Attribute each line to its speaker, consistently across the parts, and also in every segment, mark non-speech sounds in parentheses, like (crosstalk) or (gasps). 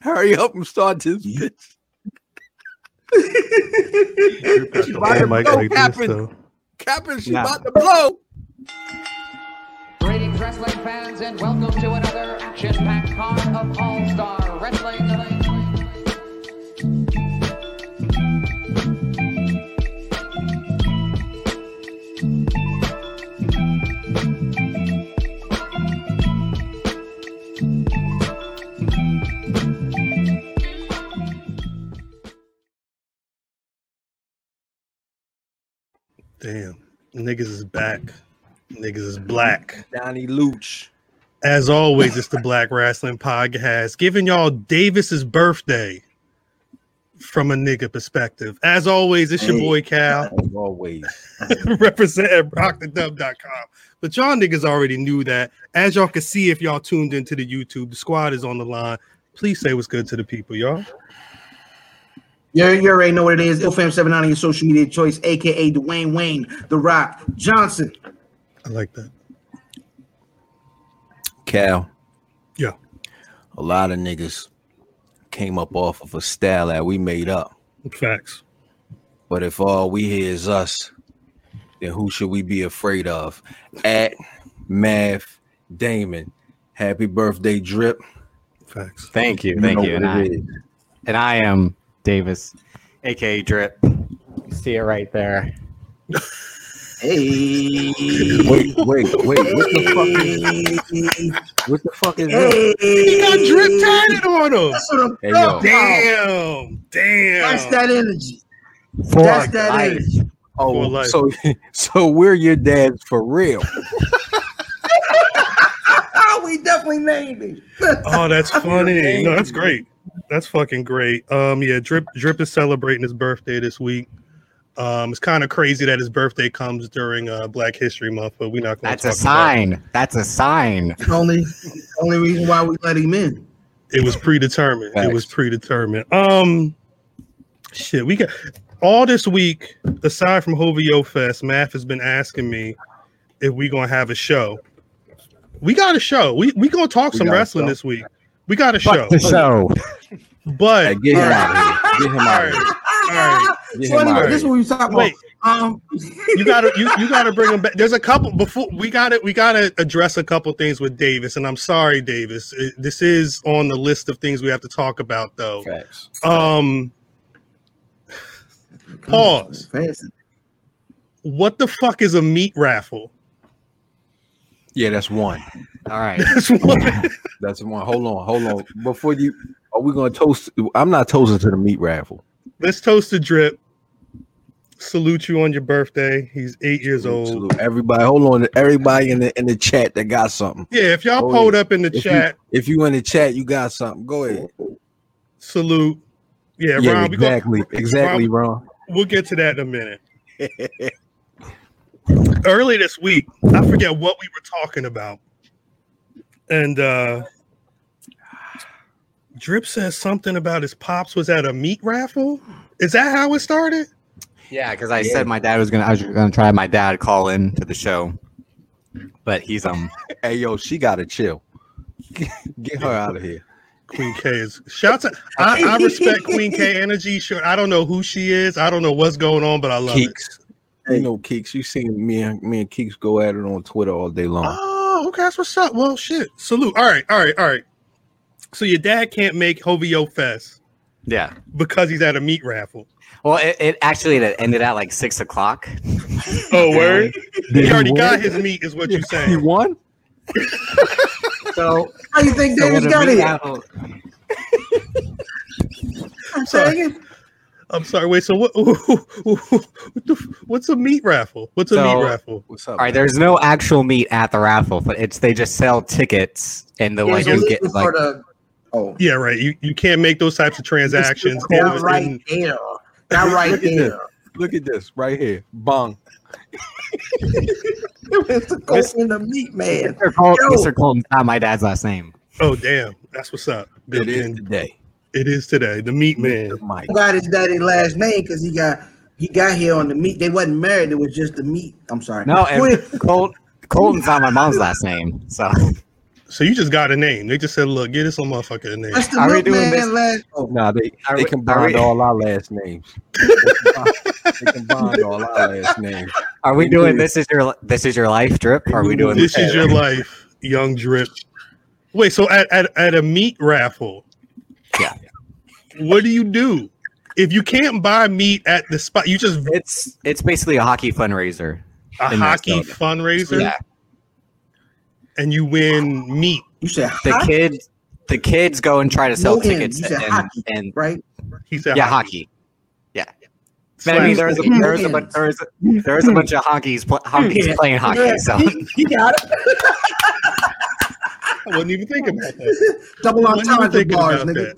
Speaker 1: Hurry up and start this bitch. She's
Speaker 2: Don't
Speaker 1: about to
Speaker 2: mic
Speaker 1: blow,
Speaker 2: like this,
Speaker 1: Captain.
Speaker 2: though.
Speaker 1: Captain, she's
Speaker 3: Nah.
Speaker 1: about to blow.
Speaker 4: Greetings, wrestling fans, and welcome to another action-packed card of All-Star Wrestling.
Speaker 2: Damn. Niggas is back. Niggas is black.
Speaker 1: Donnie Luch.
Speaker 2: As always, it's the Black Wrestling Podcast, giving y'all Davis's birthday from a nigga perspective. As always, it's your
Speaker 1: Hey.
Speaker 2: boy Cal, (laughs)
Speaker 1: As always.
Speaker 2: representing at rockthedub.com. But y'all niggas already knew that. As y'all can see, if y'all tuned into the YouTube, the squad is on the line. Please say what's good to the people, y'all.
Speaker 5: You, you already know what it is. IlFam790, your social media choice, aka Dwayne Wayne, The Rock Johnson.
Speaker 2: I like that.
Speaker 1: Cal.
Speaker 2: Yeah.
Speaker 1: A lot of niggas came up off of a style that we made up.
Speaker 2: Facts.
Speaker 1: But if all we hear is us, then who should we be afraid of? At Math Damon. Happy birthday, Drip.
Speaker 2: Facts.
Speaker 3: Thank you, thank you.
Speaker 1: know
Speaker 3: And
Speaker 1: what
Speaker 3: I,
Speaker 1: it is.
Speaker 3: and I am Davis, aka Drip. See it right there.
Speaker 5: Hey.
Speaker 1: Wait, wait, wait. What the fuck is, what the fuck is this?
Speaker 5: Hey.
Speaker 2: He got drip tatted on him.
Speaker 5: That's what I'm
Speaker 1: Hey, yo.
Speaker 5: talking about.
Speaker 2: Damn. Damn.
Speaker 5: That's that energy.
Speaker 3: For
Speaker 5: That's that energy. (laughs)
Speaker 2: For
Speaker 1: Oh,
Speaker 2: life.
Speaker 1: so (laughs) so we're your dads for
Speaker 2: (laughs)
Speaker 1: real.
Speaker 5: we definitely named it.
Speaker 1: (laughs)
Speaker 2: Oh, that's funny. No, that's great. That's fucking great. Um, yeah, Drip Drip is celebrating his birthday this week. Um, it's kind of crazy that his birthday comes during uh Black History Month, but we're not gonna
Speaker 3: That's a
Speaker 2: talk about it.
Speaker 3: sign. That's a sign.
Speaker 5: only, only reason why we let him in.
Speaker 2: It was predetermined. It was
Speaker 1: Facts.
Speaker 2: predetermined. Um shit, we got all this week, aside from Hovio Fest, Math has been asking me if we gonna have a show. We got a show. We we gonna talk
Speaker 1: We
Speaker 2: some
Speaker 1: got a
Speaker 2: wrestling
Speaker 1: show.
Speaker 2: this week. We got a show,
Speaker 3: Fuck the show.
Speaker 1: Hey,
Speaker 2: but
Speaker 1: get him out of here. Get him out of here.
Speaker 2: right.
Speaker 1: Get
Speaker 5: so
Speaker 1: him out
Speaker 5: anyway,
Speaker 1: of
Speaker 5: this is
Speaker 1: here.
Speaker 5: what we were talking
Speaker 2: wait,
Speaker 5: about. Um,
Speaker 2: (laughs) you gotta you, you gotta bring him back. There's a couple before we gotta we gotta address a couple things with Davis, and I'm sorry, Davis. It- This is on the list of things we have to talk about though.
Speaker 1: Facts.
Speaker 2: Um Pause.
Speaker 5: (laughs) Fancy.
Speaker 2: what the fuck is a meat raffle? (laughs)
Speaker 1: Yeah, that's one.
Speaker 3: All right.
Speaker 2: That's what
Speaker 1: (laughs) That's one. Hold on, hold on. Before you are we gonna toast? I'm not toasting to the meat raffle.
Speaker 2: let's toast to drip. Salute you on your birthday. He's eight years old.
Speaker 1: Salute everybody. Hold on, to everybody in the in the chat that got something.
Speaker 2: Yeah, if y'all
Speaker 1: Oh,
Speaker 2: pulled up in the
Speaker 1: If you-
Speaker 2: chat,
Speaker 1: If you in the chat, you got something. Go ahead.
Speaker 2: salute. Yeah,
Speaker 1: Yeah,
Speaker 2: Ron, we gonna,
Speaker 1: exactly, exactly, Ron. (laughs)
Speaker 2: we'll get to that in a minute. early this week, I forget what we were talking about. And uh Drip says something about his pops was at a meat raffle. Is that how it started?
Speaker 3: Yeah, because I
Speaker 1: Yeah.
Speaker 3: said my dad was gonna. I was gonna try my dad call in to the show, but he's um.
Speaker 1: hey, yo, she gotta chill. (laughs) Get her out of here.
Speaker 2: Queen K is shouts out. I, I respect Queen K energy. Sure, I don't know who she is. I don't know what's going on, but I love it.
Speaker 1: Keeks. You know, Keeks. You seen me and me and Keeks go at it on Twitter all day
Speaker 5: Ah.
Speaker 1: long.
Speaker 2: Oh, okay, that's what's up. Well, shit. Salute. All right, all right, all right. So your dad can't make Hovio Fest
Speaker 3: Yeah.
Speaker 2: because he's at a meat raffle.
Speaker 3: Well, it, it actually it ended at like six o'clock.
Speaker 2: Oh, word. He already got
Speaker 1: win?
Speaker 2: his meat, is what you're
Speaker 1: He
Speaker 2: saying.
Speaker 1: won.
Speaker 3: So,
Speaker 5: How you think
Speaker 3: so
Speaker 5: Davis
Speaker 3: when
Speaker 5: got
Speaker 3: the meat
Speaker 5: it?
Speaker 3: raffle-
Speaker 5: I'm saying
Speaker 2: I'm sorry. Wait. So what? (laughs) what the, f- what's a meat raffle? What's a
Speaker 3: So-
Speaker 2: meat raffle?
Speaker 1: What's up?
Speaker 3: All right, there's no actual meat at the raffle, but it's they just sell tickets and the
Speaker 5: it was
Speaker 3: like. You get
Speaker 5: illegal
Speaker 3: like
Speaker 5: for the. Oh,
Speaker 2: Yeah. Right. You you can't make those types of transactions.
Speaker 5: That
Speaker 2: in-
Speaker 5: right
Speaker 2: in-
Speaker 5: there. That right there.
Speaker 1: Look at this right here. Bong.
Speaker 5: Mr. Colton the meat man.
Speaker 3: Mr. Col-
Speaker 5: Yo.
Speaker 3: Mr. Colton's not my dad's last name.
Speaker 2: oh damn. That's what's up.
Speaker 1: It is
Speaker 2: And
Speaker 1: today.
Speaker 2: It is today. The meat man.
Speaker 1: Mike.
Speaker 5: (laughs) He got his daddy last name because he got he got here on the meat. They wasn't married. It was just the meat. I'm sorry.
Speaker 3: No, and
Speaker 5: Quit.
Speaker 3: Col- Colton's not my mom's last name. So
Speaker 2: So you just got a name. They just said, "Look, get this little motherfucker a name."
Speaker 5: That's the
Speaker 3: Are we doing this?
Speaker 5: milkman last.
Speaker 1: Oh no, they
Speaker 3: Are
Speaker 1: they
Speaker 3: we-
Speaker 1: combined
Speaker 3: are we-
Speaker 1: all our last names.
Speaker 5: (laughs)
Speaker 1: They combined- they combined all our last
Speaker 5: (laughs)
Speaker 1: names.
Speaker 3: Are we doing this is your this is your life drip? Are we doing
Speaker 2: This is your life, young drip. Wait, so at, at, at a meat raffle,
Speaker 3: Yeah.
Speaker 2: what do you do? If you can't buy meat at the spot, you just
Speaker 3: It's it's basically a hockey fundraiser.
Speaker 2: a
Speaker 3: In
Speaker 2: hockey
Speaker 3: Minnesota.
Speaker 2: fundraiser
Speaker 3: Yeah.
Speaker 2: and you win meat.
Speaker 5: You said
Speaker 3: The
Speaker 5: hockey,
Speaker 3: kids the kids go and try to sell
Speaker 5: No, and
Speaker 3: tickets
Speaker 5: you said
Speaker 3: and,
Speaker 5: hockey.
Speaker 3: and
Speaker 5: right?
Speaker 2: He said,
Speaker 3: yeah, hockey. Man, I
Speaker 2: Slash
Speaker 3: mean, there's a
Speaker 5: hockey.
Speaker 3: there's a bunch there's a, there's a bunch of honkies pl- honkies
Speaker 5: Yeah.
Speaker 3: playing hockey. So
Speaker 5: he got it.
Speaker 2: I wasn't even thinking about that.
Speaker 5: Double
Speaker 2: When you
Speaker 5: entendre
Speaker 2: thinking
Speaker 5: bars,
Speaker 2: about
Speaker 5: nigga.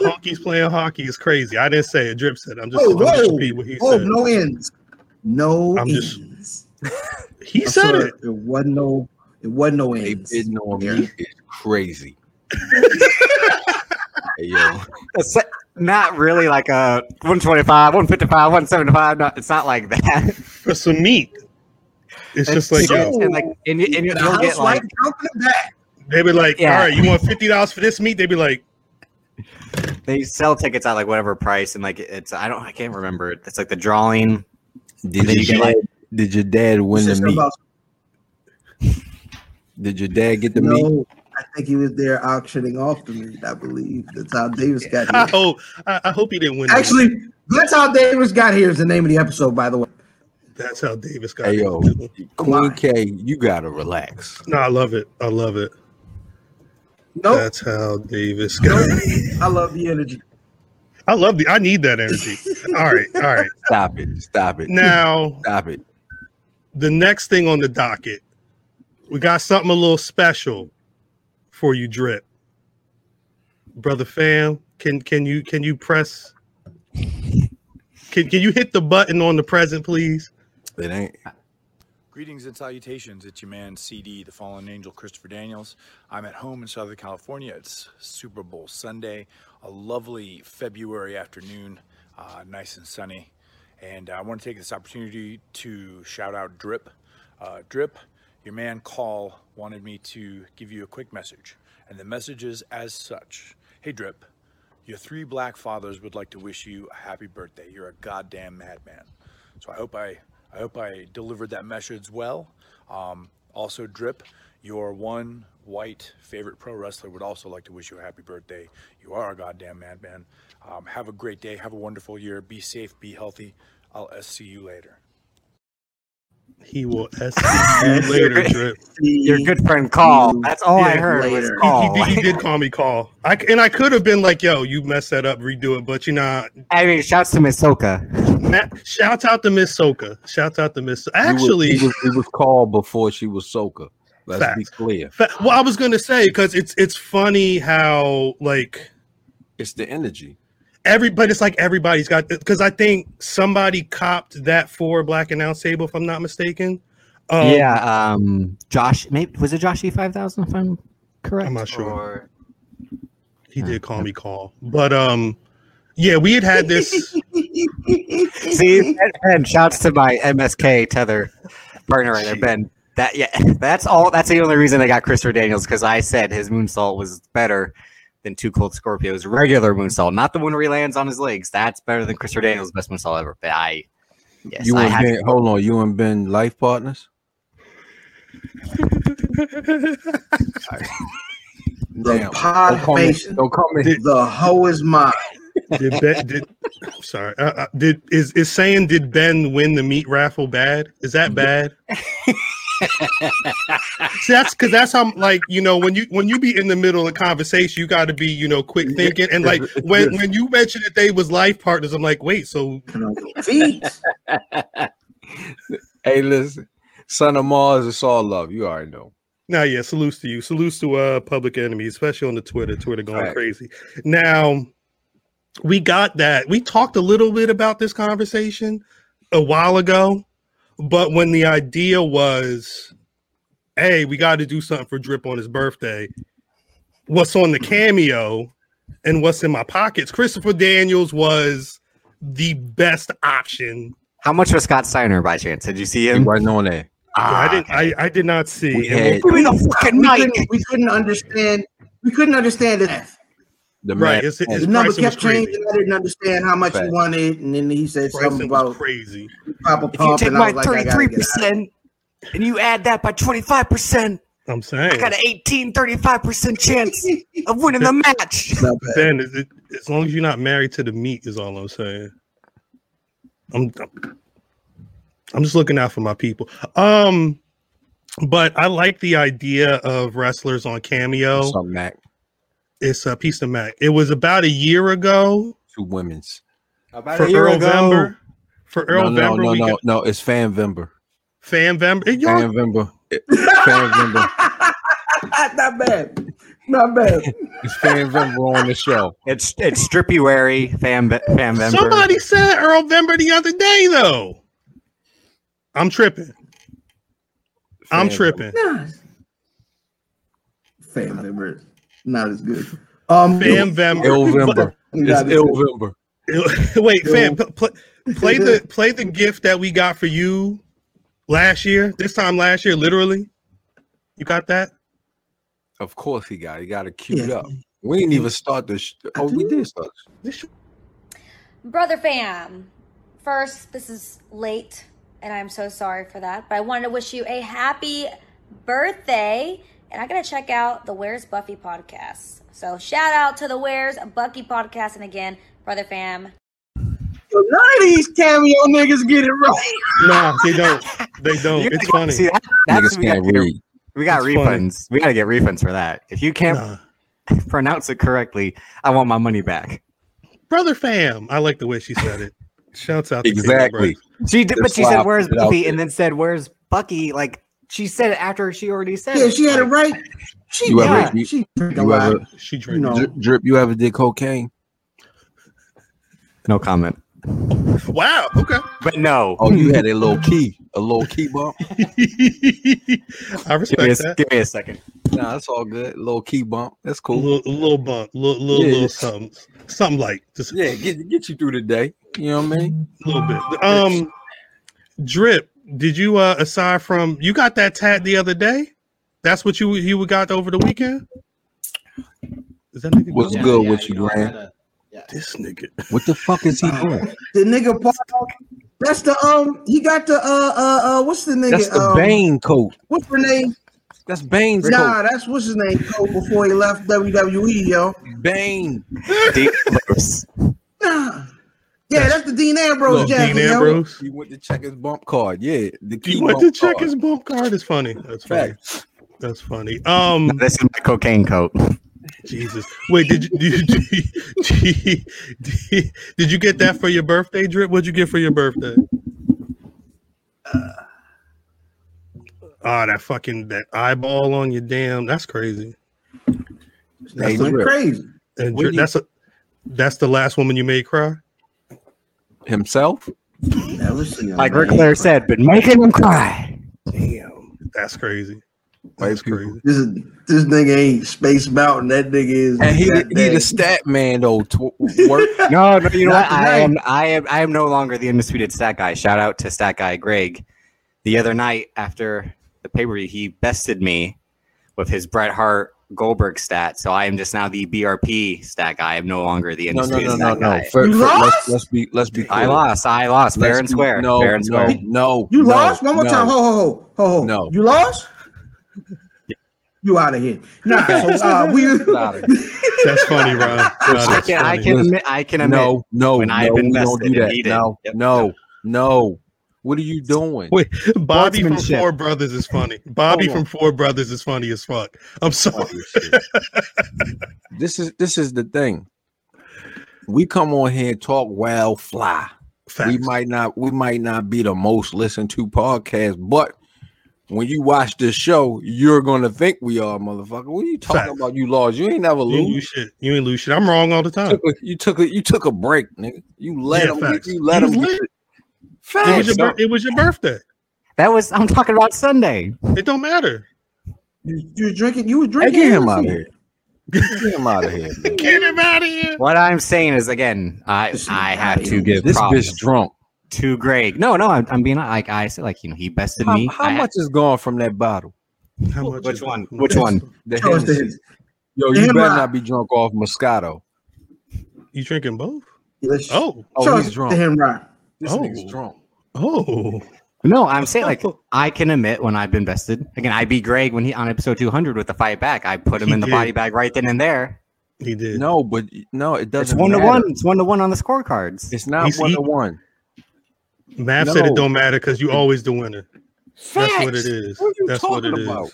Speaker 2: Honkies playing hockey is crazy. I didn't say it. Drip said. it. I'm just,
Speaker 5: Oh,
Speaker 2: I'm just
Speaker 5: whoa.
Speaker 2: repeating what he
Speaker 5: (laughs) Oh,
Speaker 2: said.
Speaker 5: no ends. No
Speaker 2: I'm just-
Speaker 5: ends.
Speaker 2: He
Speaker 5: I'm
Speaker 2: said
Speaker 5: sorry,
Speaker 2: it.
Speaker 5: It wasn't no. It wasn't no
Speaker 1: They
Speaker 5: ends.
Speaker 1: bidding on
Speaker 5: Yeah.
Speaker 1: me is crazy.
Speaker 5: (laughs)
Speaker 1: hey, yo,
Speaker 3: it's not really like a 125, 155, 175. No, it's not like that.
Speaker 2: For some meat. It's just like, yo,
Speaker 3: (laughs) and like and, you- and you-
Speaker 5: The
Speaker 3: you'll get
Speaker 5: housewife
Speaker 3: like
Speaker 5: jumping back.
Speaker 2: they be like,
Speaker 3: Yeah.
Speaker 2: all right, you want $50 for this meat? They be like,
Speaker 3: they sell tickets at like whatever price and like it's I don't I can't remember. It's like the drawing.
Speaker 1: did
Speaker 3: Then
Speaker 1: your
Speaker 3: you get
Speaker 1: dad,
Speaker 3: like-
Speaker 1: did your dad win
Speaker 5: Said
Speaker 1: the
Speaker 5: something
Speaker 1: meat?
Speaker 5: about-
Speaker 1: Did your dad get the meat?
Speaker 5: No, I think he was there auctioning off the meat. I believe that's how
Speaker 3: (laughs)
Speaker 5: Davis got
Speaker 2: I
Speaker 5: here.
Speaker 2: hope, I, I hope he didn't win. the meat.
Speaker 5: Actually, that's how Davis got here. Is the name of the episode, by the way.
Speaker 2: That's how Davis got.
Speaker 1: Hey yo,
Speaker 2: it.
Speaker 1: Queen
Speaker 5: on.
Speaker 1: K, you gotta relax.
Speaker 2: No, I love it. I love it.
Speaker 5: Nope.
Speaker 2: That's how Davis got. it.
Speaker 5: I love the energy.
Speaker 2: I love the. I need that energy. all right, all right.
Speaker 1: Stop it. Stop it.
Speaker 2: Now
Speaker 1: Stop it.
Speaker 2: the next thing on the docket, we got something a little special for you, Drip, brother fam. Can can you can you press? Can can you hit the button on the present, please?
Speaker 1: It ain't.
Speaker 6: Greetings and salutations. It's your man CD, the fallen angel Christopher Daniels. I'm at home in Southern California. It's Super Bowl Sunday, a lovely February afternoon, uh, nice and sunny. And uh, I want to take this opportunity to shout out Drip. Uh, Drip, your man Call wanted me to give you a quick message. And the message is as such Hey, Drip, your three black fathers would like to wish you a happy birthday. You're a goddamn madman. So I hope I, I hope I delivered that message well. Um, also, Drip, your one white favorite pro wrestler would also like to wish you a happy birthday. You are a goddamn madman. Um, have a great day. Have a wonderful year. Be safe. Be healthy. I'll uh, see you later.
Speaker 2: He will SC you later, Drip.
Speaker 3: Your good friend call. That's all I
Speaker 2: Yeah,
Speaker 3: heard was
Speaker 5: later. He-
Speaker 2: He, (laughs)
Speaker 3: call. (laughs)
Speaker 2: he, did, he did call me call. I c- and I could have been like, "Yo, you messed that up, redo it." But you know,
Speaker 3: I mean, shouts to Misoka.
Speaker 2: Matt, shouts out to Miss Soka. Shouts out to Miss.
Speaker 1: He was-
Speaker 2: Actually,
Speaker 1: he was, he was, called before she was Soka. Let's be
Speaker 2: Facts.
Speaker 1: clear.
Speaker 2: fa- well, I was gonna say because it's it's funny how like
Speaker 1: It's the energy.
Speaker 2: every, but it's like everybody's got because I think somebody copped that for Black and Out Sable, if I'm not mistaken. Um,
Speaker 3: yeah, um, Josh. Maybe was it Josh E five thousand? If I'm correct,
Speaker 2: I'm not sure.
Speaker 3: Or-
Speaker 2: he did call me call, but um, yeah, we had had this.
Speaker 3: See, Ben, Ben, shouts to my MSK tether partner right there, Ben. That yeah, (laughs) that's all. That's the only reason they got Christopher Daniels because I said his moonsault was better than Two Cold Scorpio's regular moonsault, not the one where he lands on his legs. That's better than Christopher Daniels' best moonsault ever. But I, yes,
Speaker 1: you
Speaker 3: I
Speaker 1: and
Speaker 3: had
Speaker 1: Ben, hold on. You and Ben life (laughs) partners?
Speaker 5: The
Speaker 1: Damn. Don't
Speaker 5: pod
Speaker 1: call me.
Speaker 5: patient.
Speaker 1: Don't call me.
Speaker 5: The hoe is mine.
Speaker 2: Did Ben? Did I'm sorry. Uh, uh, did is is saying did Ben win the meat raffle? Bad? Is that bad? See, that's because that's how like you know when you when you be in the middle of conversation, you got to be you know quick thinking and like when when you mentioned that they was life partners, I'm like wait, so
Speaker 5: Can I go (laughs) feet?
Speaker 1: Hey, listen. Son of Mars, it's all love. You already know.
Speaker 2: Now, yeah, salutes to you. Salutes to uh public enemy, especially on the Twitter. Twitter going
Speaker 1: Right.
Speaker 2: crazy. Now, we got that. We talked a little bit about this conversation a while ago, but when the idea was, hey, we got to do something for Drip on his birthday, what's on the cameo and what's in my pockets? Christopher Daniels was the best option.
Speaker 3: How much was Scott Steiner by chance? Did you see
Speaker 1: You
Speaker 3: him? Ah,
Speaker 1: wasn't on that.
Speaker 2: I didn't. I, I did not see.
Speaker 1: We
Speaker 2: And
Speaker 1: had
Speaker 3: Give me the fucking
Speaker 5: We
Speaker 3: mic.
Speaker 5: couldn't, we couldn't understand. We couldn't understand the math.
Speaker 1: the
Speaker 2: Right,
Speaker 1: right,
Speaker 2: it's-
Speaker 5: The
Speaker 2: it's-
Speaker 5: number
Speaker 2: pricing was
Speaker 5: kept changing.
Speaker 2: crazy.
Speaker 5: I didn't understand how much he
Speaker 1: Fact.
Speaker 5: wanted, and then he said something
Speaker 2: Bryson was
Speaker 5: about
Speaker 2: crazy.
Speaker 5: proper
Speaker 3: If you
Speaker 5: pump,
Speaker 3: take
Speaker 5: and Oh, I
Speaker 3: my
Speaker 5: was like, I gotta
Speaker 3: thirty-three
Speaker 5: get out.
Speaker 3: percent and you add that by twenty-five percent,
Speaker 2: I'm saying.
Speaker 3: I got an 18, 35 percent chance of winning
Speaker 5: (laughs)
Speaker 3: the match.
Speaker 5: Not bad.
Speaker 2: Saying is it, as long as you're not married to the meat is all I'm saying. I'm I'm just looking out for my people. Um, but I like the idea of wrestlers on cameo.
Speaker 1: some Mac,
Speaker 2: It's a piece of Mac. It was about a year ago
Speaker 1: two women's.
Speaker 2: for Earl Vember. For
Speaker 1: no,
Speaker 2: Earl
Speaker 1: no,
Speaker 2: Vember,
Speaker 1: no,
Speaker 2: we
Speaker 1: no,
Speaker 2: got
Speaker 1: no, it's Fan Vember.
Speaker 2: Fan Vember. Hey, y'all-
Speaker 1: Fan
Speaker 2: (laughs)
Speaker 1: Vember. It- Fan Vember.
Speaker 5: Not bad. (laughs) Not bad.
Speaker 1: It's Fan Vember on the show.
Speaker 3: It's it's strippy wary fam fam member.
Speaker 2: Somebody said Earl Vember the other day though. I'm tripping. I'm
Speaker 1: Fan
Speaker 2: tripping.
Speaker 5: Nah. Fan member. Not as good. Um,
Speaker 2: Fan Vember.
Speaker 1: Ill Vember. It's
Speaker 5: Not as
Speaker 1: Ill
Speaker 5: good.
Speaker 1: Vember.
Speaker 2: (laughs) Wait,
Speaker 5: Yo.
Speaker 2: fam, pl- pl- play (laughs) the play the gift that we got for you last year. This time last year, literally. You got that?
Speaker 1: Of course he got. it. He got it queued
Speaker 5: Yeah.
Speaker 1: up. We didn't even start this. Sh- oh, we did start. this.
Speaker 2: This
Speaker 7: Brother fam, first, this is late, and I'm so sorry for that, but I wanted to wish you a happy birthday. And I gotta check out the Where's Buffy podcast. So shout out to the Where's Bucky podcast, and again, brother fam.
Speaker 5: None of these cameo niggas get it right.
Speaker 2: nah, they don't. They don't.
Speaker 3: You
Speaker 2: Oh, it's
Speaker 3: gotta-
Speaker 2: funny.
Speaker 3: See, that, that's
Speaker 1: Niggas
Speaker 3: we got,
Speaker 1: can't read.
Speaker 3: we got
Speaker 2: It's funny.
Speaker 3: refunds. We got to get refunds for that. If you can't
Speaker 2: Nah.
Speaker 3: pronounce it correctly, I want my money back.
Speaker 2: Brother fam. I like the way she said it. Shouts out to Kayla
Speaker 1: Exactly.
Speaker 2: Brace.
Speaker 3: She did,
Speaker 1: Just
Speaker 3: but she said,
Speaker 1: slap
Speaker 3: "Where's
Speaker 1: it out
Speaker 3: Buffy?"
Speaker 1: there.
Speaker 3: and then said, "Where's Bucky?" Like she said it after she already said.
Speaker 5: Yeah,
Speaker 3: it.
Speaker 5: she had it
Speaker 3: Like,
Speaker 5: right. She
Speaker 1: You
Speaker 5: yeah,
Speaker 1: ever- you-
Speaker 5: she freaking
Speaker 1: You
Speaker 5: lied.
Speaker 1: ever
Speaker 2: She
Speaker 5: You
Speaker 2: drank.
Speaker 5: know.
Speaker 1: drip, drip? You ever did cocaine?
Speaker 3: No comment.
Speaker 2: Wow. Okay. (laughs)
Speaker 3: But no,
Speaker 1: Oh, you (laughs) had a low key, a low key bump.
Speaker 2: I
Speaker 3: give, me a,
Speaker 2: respect that.
Speaker 3: give me a second.
Speaker 1: Nah, that's all good. Low key bump. That's
Speaker 2: A
Speaker 1: cool.
Speaker 2: little, a little bump, little, little,
Speaker 1: Yeah.
Speaker 2: little something, something like just
Speaker 1: Yeah, get get you through the day. You know what I mean?
Speaker 2: a little bit. Um, drip. Did you uh aside from you got that tat the other day? That's what you you got over the weekend. Is that nigga
Speaker 1: What's
Speaker 2: gone?
Speaker 1: good with you, Grant?
Speaker 2: This nigga.
Speaker 1: What the fuck is he doing?
Speaker 5: The nigga Paul. That's the um. He got the uh uh uh. What's the nigga?
Speaker 1: That's the
Speaker 5: um,
Speaker 1: Bane coat.
Speaker 5: What's her name?
Speaker 1: That's Bane's
Speaker 5: Nah,
Speaker 1: coat.
Speaker 5: that's what's his name. Colt Before he left WWE, yo.
Speaker 1: Bane.
Speaker 3: (laughs) Deep flavors.
Speaker 5: Nah. Yeah, that's the Dean Ambrose
Speaker 1: Look,
Speaker 5: jacket,
Speaker 2: Dean
Speaker 5: yo.
Speaker 2: Ambrose.
Speaker 1: He went to check his bump card. Yeah, the key
Speaker 2: You went
Speaker 1: bump
Speaker 2: to check
Speaker 1: card.
Speaker 2: his bump card. It's funny. That's funny.
Speaker 1: Fact.
Speaker 2: That's funny. Um,
Speaker 3: This is my cocaine coat.
Speaker 2: Jesus. Wait, did you (laughs) did you, did you, did you get that for your birthday, Drip? What'd you get for your birthday? Ah, that fucking that eyeball on your damn. That's crazy.
Speaker 1: Hey,
Speaker 5: That's looking
Speaker 1: Drip.
Speaker 5: crazy.
Speaker 2: And
Speaker 1: What
Speaker 2: Drip,
Speaker 1: do you-
Speaker 2: that's a, that's the last woman you made cry.
Speaker 1: himself.
Speaker 5: Never seen him,
Speaker 3: Like
Speaker 5: man.
Speaker 3: Rick Flair said, but making them cry.
Speaker 5: Damn.
Speaker 2: That's crazy.
Speaker 1: White
Speaker 2: That's
Speaker 1: people.
Speaker 2: crazy.
Speaker 5: This is this nigga ain't Space Mountain. That nigga is.
Speaker 1: And he he
Speaker 5: goddamn-
Speaker 1: the stat man though. Tw-
Speaker 3: (laughs)
Speaker 1: work.
Speaker 3: No, no, you know
Speaker 5: Not
Speaker 3: what? I
Speaker 5: tonight.
Speaker 3: am, I am, I am no longer the undisputed stat guy. Shout out to stat guy Greg. The other night after the pay per view, he bested me with his Bret Hart Goldberg stat. So I am just now the BRP stat guy. I'm no longer the
Speaker 1: No, no,
Speaker 3: undisputed
Speaker 1: no, no,
Speaker 3: stat
Speaker 1: no.
Speaker 3: guy.
Speaker 1: For,
Speaker 5: You
Speaker 1: for-
Speaker 5: lost?
Speaker 1: let's, let's be let's be.
Speaker 3: I
Speaker 1: clear.
Speaker 3: lost. I lost. Fair
Speaker 1: Let's
Speaker 3: and
Speaker 1: be-
Speaker 3: square.
Speaker 1: No,
Speaker 3: fair and
Speaker 1: no,
Speaker 3: (laughs) square.
Speaker 1: no.
Speaker 5: You
Speaker 1: no,
Speaker 5: lost? One more
Speaker 1: no.
Speaker 5: time. Ho, ho, ho, ho, ho.
Speaker 1: No.
Speaker 5: You lost? You out of here.
Speaker 1: (laughs)
Speaker 5: Nah, so, uh, we,
Speaker 1: Outta here.
Speaker 2: That's funny, Ron.
Speaker 1: (laughs)
Speaker 2: Nah,
Speaker 3: I
Speaker 2: that's
Speaker 3: can, I
Speaker 2: funny.
Speaker 3: can admit. I can admit.
Speaker 1: No, no,
Speaker 3: when
Speaker 1: no.
Speaker 3: I've
Speaker 1: we don't
Speaker 3: invested
Speaker 1: do
Speaker 3: in
Speaker 1: that.
Speaker 3: Eden.
Speaker 1: No,
Speaker 3: Yep,
Speaker 1: no, no. What are you doing?
Speaker 2: Wait, Bobby from
Speaker 3: Sportsmanship.
Speaker 2: Four Brothers is funny. Bobby
Speaker 1: Hold
Speaker 2: from
Speaker 1: on.
Speaker 2: Four Brothers is funny as fuck. I'm
Speaker 1: Uh,
Speaker 2: sorry.
Speaker 1: this is this is the thing. We come on here and talk wild fly.
Speaker 2: Facts.
Speaker 1: We might not we might not be the most listened to podcast, but when you watch this show, you're gonna think we are, motherfucker. What are you talking
Speaker 2: Facts.
Speaker 1: about? You lost. You ain't never
Speaker 2: You ain't lose
Speaker 1: lose.
Speaker 2: shit. You ain't lose shit. I'm wrong all the
Speaker 1: You
Speaker 2: time.
Speaker 1: took, a, you took a you took a break, nigga. You let
Speaker 2: Yeah,
Speaker 1: him.
Speaker 2: facts.
Speaker 1: You let
Speaker 2: You
Speaker 1: him.
Speaker 2: was
Speaker 1: get it.
Speaker 2: lit. It was,
Speaker 1: Facts.
Speaker 2: your, bir- it was your birthday.
Speaker 3: That was. I'm talking about Sunday.
Speaker 2: It don't matter.
Speaker 5: (laughs) you, you were drinking. You were
Speaker 1: Hey,
Speaker 5: drinking.
Speaker 1: get him out of
Speaker 5: Hennessy.
Speaker 1: here. Get him out of here. man.
Speaker 2: Get him out of here.
Speaker 3: What I'm saying is, again, I I have to give
Speaker 1: This
Speaker 3: props.
Speaker 1: bitch drunk.
Speaker 3: to Greg. No, no, I'm, I'm being like I said, like you know, he bested
Speaker 1: How,
Speaker 3: me.
Speaker 1: how
Speaker 3: I-
Speaker 1: much is gone from that bottle?
Speaker 2: How much
Speaker 3: Which
Speaker 2: is-
Speaker 3: one? Which one?
Speaker 1: The
Speaker 5: Show us the-
Speaker 1: Hennessy. Yo, you
Speaker 5: Damn
Speaker 1: better
Speaker 5: right.
Speaker 1: not be drunk off Moscato.
Speaker 2: You drinking both?
Speaker 5: Let's-
Speaker 2: Oh,
Speaker 1: Oh,
Speaker 5: show
Speaker 1: he's
Speaker 5: us
Speaker 1: drunk.
Speaker 5: The him rock.
Speaker 1: This
Speaker 2: Oh.
Speaker 1: nigga's drunk.
Speaker 2: oh,
Speaker 3: No, I'm saying like I can admit when I've been bested. Again, I beat Greg when he on episode 200 with the fight back. I put him
Speaker 2: He
Speaker 3: in the
Speaker 2: did.
Speaker 3: body bag right then and there.
Speaker 2: he did.
Speaker 1: No, but no, it
Speaker 3: It's
Speaker 1: doesn't.
Speaker 3: one
Speaker 1: matter.
Speaker 3: to one. It's one to one on the scorecards.
Speaker 1: It's not
Speaker 2: He's
Speaker 1: one to
Speaker 2: eating.
Speaker 1: one.
Speaker 2: Mav said it
Speaker 1: No.
Speaker 2: don't matter because you always the winner. That's what it
Speaker 1: Facts.
Speaker 2: is.
Speaker 1: What are you
Speaker 2: That's what it
Speaker 1: talking
Speaker 2: is.
Speaker 1: about?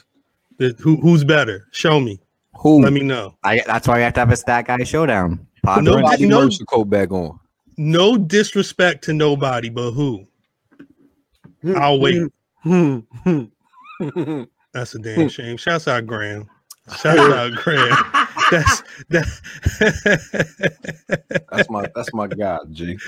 Speaker 2: The- who, who's better? Show me.
Speaker 1: Who?
Speaker 2: Let me know.
Speaker 3: I, that's why we have to have a stat guy showdown. Pod
Speaker 2: No,
Speaker 3: runs.
Speaker 1: Nobody
Speaker 2: No.
Speaker 1: knows the coat back on.
Speaker 2: No disrespect to nobody, but who?
Speaker 1: Hmm.
Speaker 2: I'll wait. That's a
Speaker 1: Hmm.
Speaker 2: damn shame. Shouts out Graham. Shouts out
Speaker 1: (laughs)
Speaker 2: Graham. That's
Speaker 1: (laughs)
Speaker 2: that. (laughs)
Speaker 1: That's my that's my guy, G.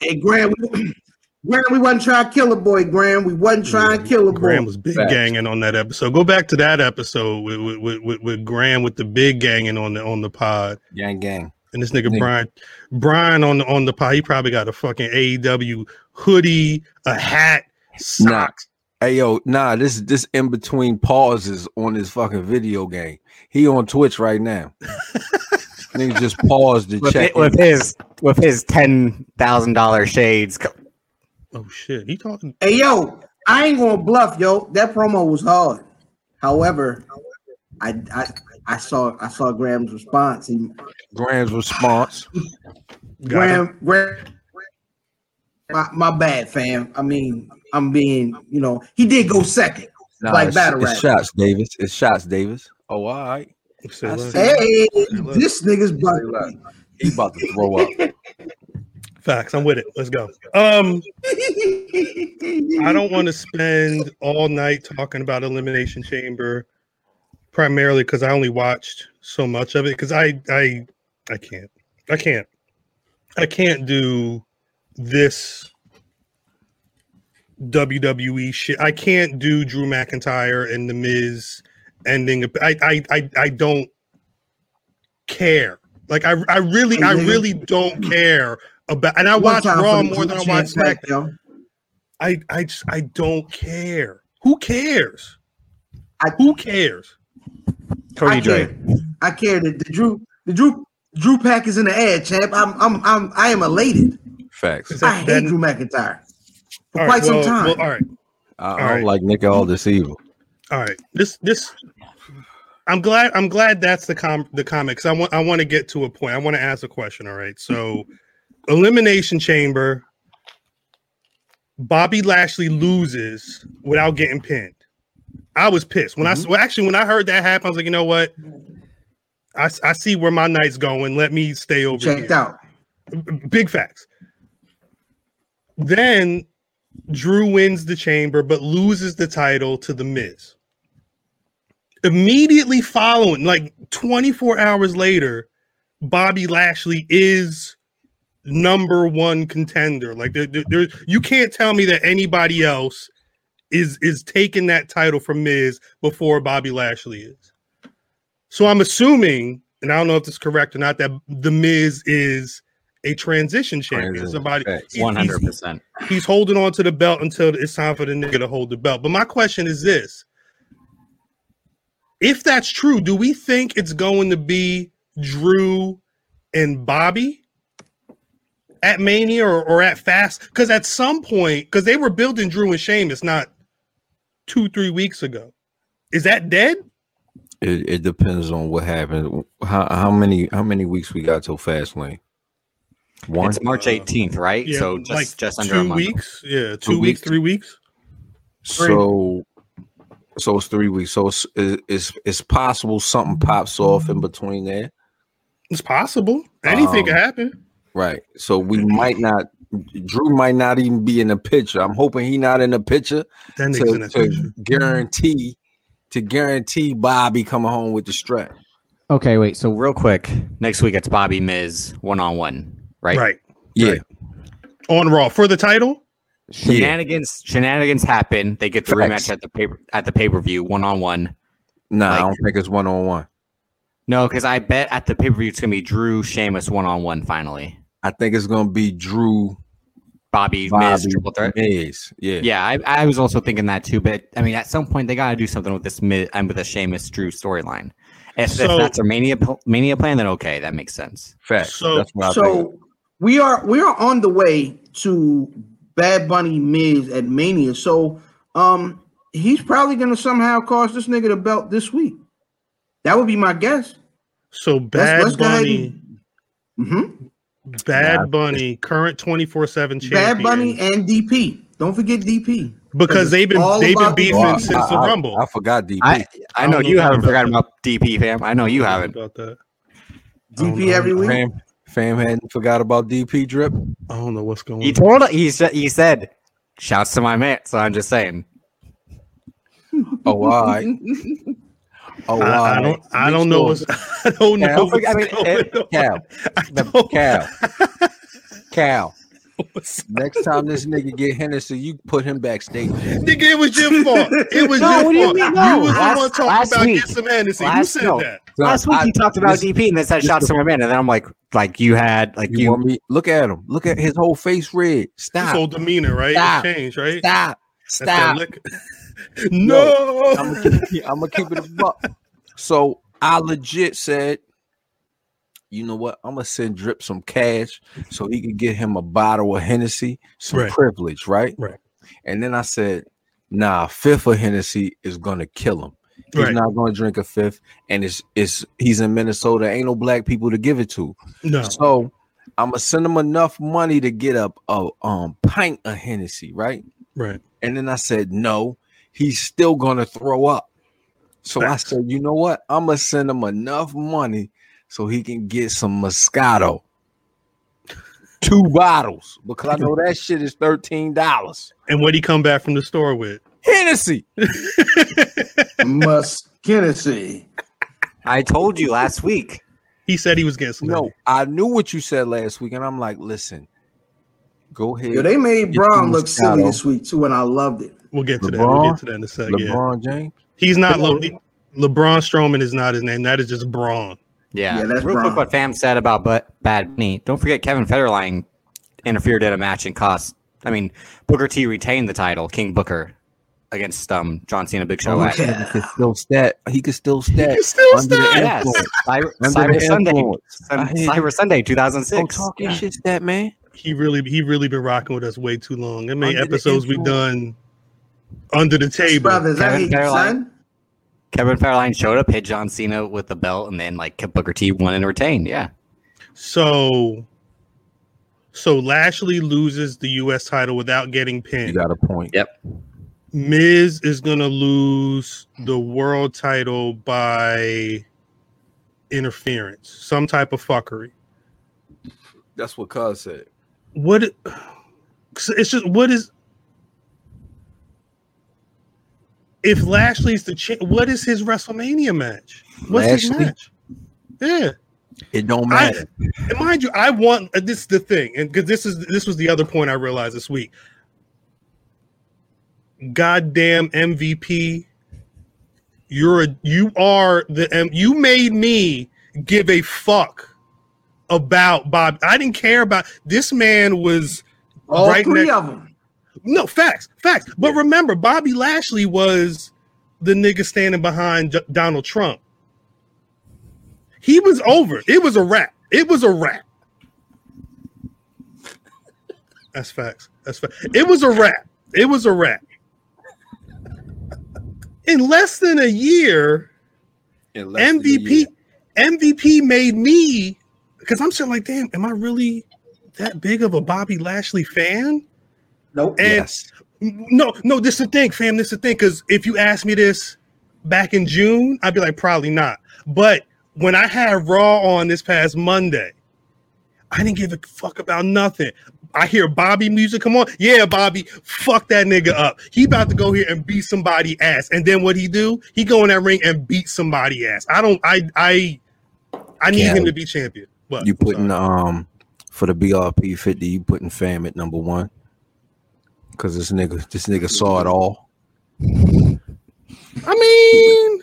Speaker 5: Hey, Graham, we, (clears throat) Graham, we wasn't trying to kill a boy, Graham. We wasn't trying
Speaker 1: Mm-hmm.
Speaker 5: to kill a boy.
Speaker 2: Graham was big
Speaker 1: Facts.
Speaker 2: ganging on that episode. Go back to that episode with with, with, with Graham with the big ganging on the on the pod.
Speaker 1: Gang gang.
Speaker 2: And this nigga
Speaker 1: Nigga.
Speaker 2: Brian, Brian on the on the pod, he probably got a fucking AEW hoodie, a hat, socks.
Speaker 1: Hey yo, nah, this this in between pauses on this fucking video game. He on Twitch right (laughs) now. Nigga just paused to
Speaker 3: with,
Speaker 1: check.
Speaker 3: it- with his with his ten thousand dollar shades. co-
Speaker 2: Oh shit, he talking.
Speaker 5: Hey, yo, I ain't gonna bluff, yo. That promo was hard. However, I I, I saw I saw Graham's response. He,
Speaker 1: Graham's response.
Speaker 2: Got it.
Speaker 5: Graham, Graham, my, my bad, fam. I mean, I'm being, you know, he did go second.
Speaker 1: Nah,
Speaker 5: Like
Speaker 1: it's-
Speaker 5: battle
Speaker 1: it's
Speaker 5: rap.
Speaker 1: shots, Davis. It's shots, Davis. Oh, all right.
Speaker 2: Say
Speaker 1: I
Speaker 2: less.
Speaker 1: see.
Speaker 5: Hey,
Speaker 1: look.
Speaker 5: this nigga's
Speaker 1: Say
Speaker 5: bugging. (laughs)
Speaker 1: less. He about to throw up. (laughs)
Speaker 2: Facts. I'm with it. Let's go. Um, I
Speaker 5: I
Speaker 2: don't want to spend all night talking about Elimination Chamber, primarily because I only watched so much of it. Because I, I, I can't, I can't, I can't do this WWE shit. I can't do Drew McIntyre and The Miz ending. up- I, I, I, I don't care. Like I, I really, I really don't care about. And I watch Raw more than I watch SmackDown.
Speaker 5: yo.
Speaker 2: I I just I don't care. Who cares?
Speaker 5: I-
Speaker 2: Who cares?
Speaker 5: I care. I care that the Drew, the Drew, Drew Pack is in the ad, champ. I'm, I'm, I'm, I am elated.
Speaker 1: Facts.
Speaker 2: That-
Speaker 5: I hate
Speaker 2: that-
Speaker 5: Drew McIntyre. For
Speaker 2: all right,
Speaker 5: quite some
Speaker 2: well-
Speaker 5: time.
Speaker 2: well, all right,
Speaker 1: I, I
Speaker 2: All
Speaker 1: don't
Speaker 2: right.
Speaker 1: like Nick all this evil.
Speaker 2: all right. This this. I'm glad. I'm glad that's the com the comics. I want. I want to get to a point. I want to ask a question. All right. So, elimination chamber. Bobby Lashley loses without getting pinned. I was pissed when I
Speaker 5: Mm-hmm.
Speaker 2: s- well, actually when I heard that happen. I was like, you know what? I, s- I see where my night's going. Let me stay over
Speaker 5: Checked
Speaker 2: here.
Speaker 5: out.
Speaker 2: big facts. Then Drew wins the chamber but loses the title to the Miz. Immediately following, like 24 hours later, Bobby Lashley is number one contender. Like there, there, there- you can't tell me that anybody else is is taking that title from Miz before Bobby Lashley is. So I'm assuming, and I don't know if this is correct or not, that the Miz is a transition champion.
Speaker 1: Transition,
Speaker 2: Somebody
Speaker 1: facts.
Speaker 2: he's-
Speaker 3: One
Speaker 2: he's-
Speaker 3: hundred percent.
Speaker 2: he's holding on to the belt until it's time for the nigga to hold the belt. But my question is this: If that's true, do we think it's going to be Drew and Bobby at Mania or, or at Fast? Because at some point, because they were building Drew and Sheamus not two, three weeks ago. Is that dead?
Speaker 1: It, it depends on what happens. How how many how many weeks we got till fast lane? One.
Speaker 3: It's March eighteenth, right? so just just under
Speaker 2: two
Speaker 3: a month.
Speaker 2: weeks. Yeah, two,
Speaker 1: weeks.
Speaker 2: weeks, three weeks.
Speaker 1: So so it's three weeks. So it's it- it's it's possible something pops off in between there.
Speaker 2: It's possible. Anything
Speaker 1: Um,
Speaker 2: could happen.
Speaker 1: Right. So we might not Drew might not even be in the picture. I'm hoping he not in the picture
Speaker 2: That nigga's in
Speaker 1: to,
Speaker 2: that
Speaker 1: to guarantee to guarantee Bobby coming home with the strap.
Speaker 3: Okay, wait. So real quick, next week it's Bobby Miz one on one, right?
Speaker 2: Right.
Speaker 1: Yeah.
Speaker 2: On Raw for the title.
Speaker 3: Shenanigans shenanigans happen. They get the
Speaker 1: Facts.
Speaker 3: rematch at the paper at the pay per view one on one.
Speaker 1: Nah, I
Speaker 3: Like-
Speaker 1: don't think it's one on one.
Speaker 3: No, because I bet at the pay per view it's gonna be Drew Sheamus one on one finally.
Speaker 1: I think it's gonna be Drew
Speaker 3: Bobby, Miz,
Speaker 1: Bobby
Speaker 3: triple threat.
Speaker 1: Miz. Yeah.
Speaker 3: Yeah, I, I was also thinking that too. But I mean, at some point they got to do something with this mid and with a Sheamus Drew storyline. If,
Speaker 2: So-
Speaker 3: if that's a mania pl- mania plan, then okay, that makes sense.
Speaker 1: Facts.
Speaker 2: So-
Speaker 1: That's what I think.
Speaker 5: So we are we are on the way to Bad Bunny Miz at Mania. So um he's probably gonna somehow cost this nigga the belt this week. That would be my guess.
Speaker 2: So Bad
Speaker 5: let's go ahead
Speaker 2: Bunny,
Speaker 5: hmm
Speaker 2: Bad Bunny, current twenty four seven champion.
Speaker 5: Bad Bunny and DP. Don't forget DP.
Speaker 2: because they've been
Speaker 5: all
Speaker 2: they've been
Speaker 5: about the
Speaker 2: beefing
Speaker 5: Well, I-
Speaker 2: since the
Speaker 1: I,
Speaker 2: Rumble.
Speaker 1: I forgot DP.
Speaker 3: I I
Speaker 2: I
Speaker 3: know
Speaker 2: don't
Speaker 3: you
Speaker 2: know
Speaker 3: haven't
Speaker 2: about
Speaker 3: forgotten about DP fam. I know you haven't.
Speaker 2: about that. I don't
Speaker 5: DP
Speaker 2: know.
Speaker 5: every week.
Speaker 1: fam, fam hadn't forgot about DP drip.
Speaker 2: I don't know what's going.
Speaker 3: He
Speaker 2: on.
Speaker 3: told he said he said, "Shouts to my man." So I'm just saying.
Speaker 1: Oh, all
Speaker 3: (laughs)
Speaker 1: right. Oh, all
Speaker 2: I, I don't.
Speaker 1: right.
Speaker 2: I
Speaker 1: Make
Speaker 2: don't know
Speaker 1: sure- (laughs)
Speaker 2: what's. (laughs) I don't
Speaker 1: Yeah,
Speaker 2: know.
Speaker 1: don't forget- I
Speaker 2: what's
Speaker 1: mean,
Speaker 2: going
Speaker 1: eh,
Speaker 2: on.
Speaker 1: Cal,
Speaker 2: (laughs) I
Speaker 1: the-
Speaker 2: don't-
Speaker 1: Cal, (laughs) Cal.
Speaker 2: (laughs) What's-
Speaker 1: Next time this nigga get Hennessy, you put him backstage.
Speaker 2: Nigga, it was your fault.
Speaker 3: (laughs)
Speaker 2: It was
Speaker 3: No,
Speaker 2: your
Speaker 3: what do you
Speaker 2: fault.
Speaker 3: mean no?
Speaker 2: was
Speaker 3: Last-
Speaker 2: the one talking
Speaker 3: last
Speaker 2: about
Speaker 3: week.
Speaker 2: get some Hennessy. You
Speaker 3: Last-
Speaker 2: said
Speaker 3: no.
Speaker 2: that.
Speaker 3: Last week
Speaker 1: I-
Speaker 3: he talked about
Speaker 1: listen,
Speaker 3: DP and then said
Speaker 1: this
Speaker 3: shots
Speaker 1: the-
Speaker 3: to my man, and then I'm like, like you had like
Speaker 1: you,
Speaker 3: you,
Speaker 1: want me? Look at him. Look at his whole face red.
Speaker 2: This
Speaker 1: Stop.
Speaker 2: whole demeanor, right?
Speaker 1: Stop.
Speaker 2: It changed, right?
Speaker 1: stop.
Speaker 2: That's
Speaker 1: Stop.
Speaker 2: that (laughs) liquor. no.
Speaker 1: I'm gonna keep, I'm gonna keep it a buck. So I legit said, you know what? I'm gonna send Drip some cash so he could get him a bottle of Hennessy, some
Speaker 2: Right.
Speaker 1: privilege, right?
Speaker 2: Right.
Speaker 1: And then I said, nah, a fifth of Hennessy is gonna kill him. He's
Speaker 2: Right.
Speaker 1: not gonna drink a fifth, and it's it's he's in Minnesota. Ain't no black people to give it to.
Speaker 2: No.
Speaker 1: So I'm gonna send him enough money to get up a um pint of Hennessy, right?
Speaker 2: Right.
Speaker 1: And then I said, no, he's still gonna throw up. So
Speaker 2: Facts.
Speaker 1: I said, you know what? I'm gonna send him enough money so he can get some Moscato, two bottles, because I know that shit is thirteen dollars.
Speaker 2: And what'd he come back from the store with?
Speaker 1: Hennessy. (laughs)
Speaker 5: Musk Kennedy.
Speaker 3: I told you last week.
Speaker 2: (laughs) he said he was getting some.
Speaker 1: No,
Speaker 2: Hennessy.
Speaker 1: I knew what you said last week, and I'm like, listen, go ahead.
Speaker 5: Yo, they made
Speaker 1: Get
Speaker 5: Braun
Speaker 1: the
Speaker 5: look silly
Speaker 1: Moscato.
Speaker 5: this week too, and I loved it.
Speaker 2: We'll get to that. We'll get
Speaker 1: LeBron?
Speaker 2: to that in a second. Yeah.
Speaker 1: LeBron James.
Speaker 2: He's not Le-
Speaker 1: LeBron.
Speaker 2: LeBron Strowman is not his name. That is just Braun.
Speaker 3: Yeah,
Speaker 5: Yeah, that's
Speaker 3: real quick.
Speaker 5: Braun.
Speaker 3: What fam said about but bad knee. Don't forget Kevin Federline interfered in a match and cost. I mean, Booker T retained the title, King Booker, against um John Cena, Big Show. at-
Speaker 5: Okay.
Speaker 1: He could still stat. He could still stat.
Speaker 2: He's still
Speaker 1: under the
Speaker 2: standing.
Speaker 1: influence.
Speaker 3: Yes, Cyber,
Speaker 1: Under
Speaker 3: Cyber
Speaker 1: the
Speaker 3: Sunday,
Speaker 1: influence.
Speaker 3: Sun-
Speaker 1: I hear you.
Speaker 3: Cyber Sunday, two thousand
Speaker 1: Don't
Speaker 3: six.
Speaker 1: talk your shit, stat man.
Speaker 2: He really, he really been rocking with us way too long. How many
Speaker 1: Under the
Speaker 2: episodes we done under the table?
Speaker 5: Brothers, I
Speaker 3: Kevin
Speaker 5: hate you,
Speaker 3: Federline.
Speaker 5: son.
Speaker 3: Kevin Federline showed up, hit John Cena with the belt, and then like Booker T won and retained. Yeah,
Speaker 2: So, so Lashley loses the U.S. title without getting
Speaker 1: You
Speaker 2: pinned.
Speaker 1: got a point.
Speaker 2: Miz is gonna lose the world title by interference, some type of fuckery.
Speaker 1: That's what Cuz said.
Speaker 2: What? (sighs) It's just what is. If Lashley's the cha- what is his WrestleMania match? What's his
Speaker 1: Lashley?
Speaker 2: match? Yeah.
Speaker 1: It don't
Speaker 2: I-
Speaker 1: matter.
Speaker 2: and mind you, I want uh, this is the thing, and because this is this was the other point I realized this week. Goddamn MVP, you're a you are the M- you made me give a fuck about Bob. I didn't care about this man was
Speaker 5: All
Speaker 2: Right
Speaker 5: three
Speaker 2: next-
Speaker 5: of them.
Speaker 2: no facts, facts. But remember, Bobby Lashley was the nigga standing behind J- Donald Trump. He was over. It was a wrap. It was a wrap. That's facts. That's facts. It was a wrap. It was a wrap. In less than a year,
Speaker 1: In less than a
Speaker 2: MVP
Speaker 1: year.
Speaker 2: MVP made me because I'm sitting like, damn, am I really that big of a Bobby Lashley fan?
Speaker 5: Nope.
Speaker 2: And
Speaker 1: Yes.
Speaker 2: no, no, this is the thing, fam. This is the thing. Because if you asked me this back in June, I'd be like, probably not. But when I had Raw on this past Monday, I didn't give a fuck about nothing. I hear Bobby music come on. Yeah, Bobby, fuck that nigga up. He about to go here and beat somebody ass. And then what he do? He go in that ring and beat somebody ass. I don't. I I I need him
Speaker 1: Cali,
Speaker 2: to be champion. But
Speaker 1: You putting um for the BRP fifty. You putting fam at number one because this nigga this nigga saw it all.
Speaker 2: I mean,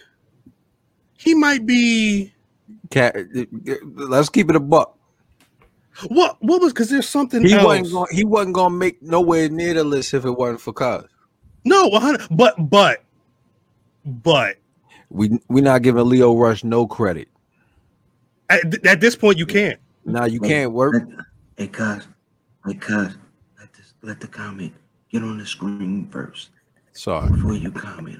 Speaker 2: he might be.
Speaker 1: Cat, let's keep it a buck.
Speaker 2: What? What was? Because there's something
Speaker 1: He
Speaker 2: else.
Speaker 1: wasn't. Gonna, he wasn't gonna make nowhere near the list if it wasn't for Cuz.
Speaker 2: no, 100, but but but
Speaker 1: We we not giving Leo Rush no credit.
Speaker 2: at, th- at this point you can't.
Speaker 1: Now you can't work.
Speaker 5: Hey, cuz, hey, cuz, let, this, let the comment get on the screen first
Speaker 1: Sorry,
Speaker 5: before you comment.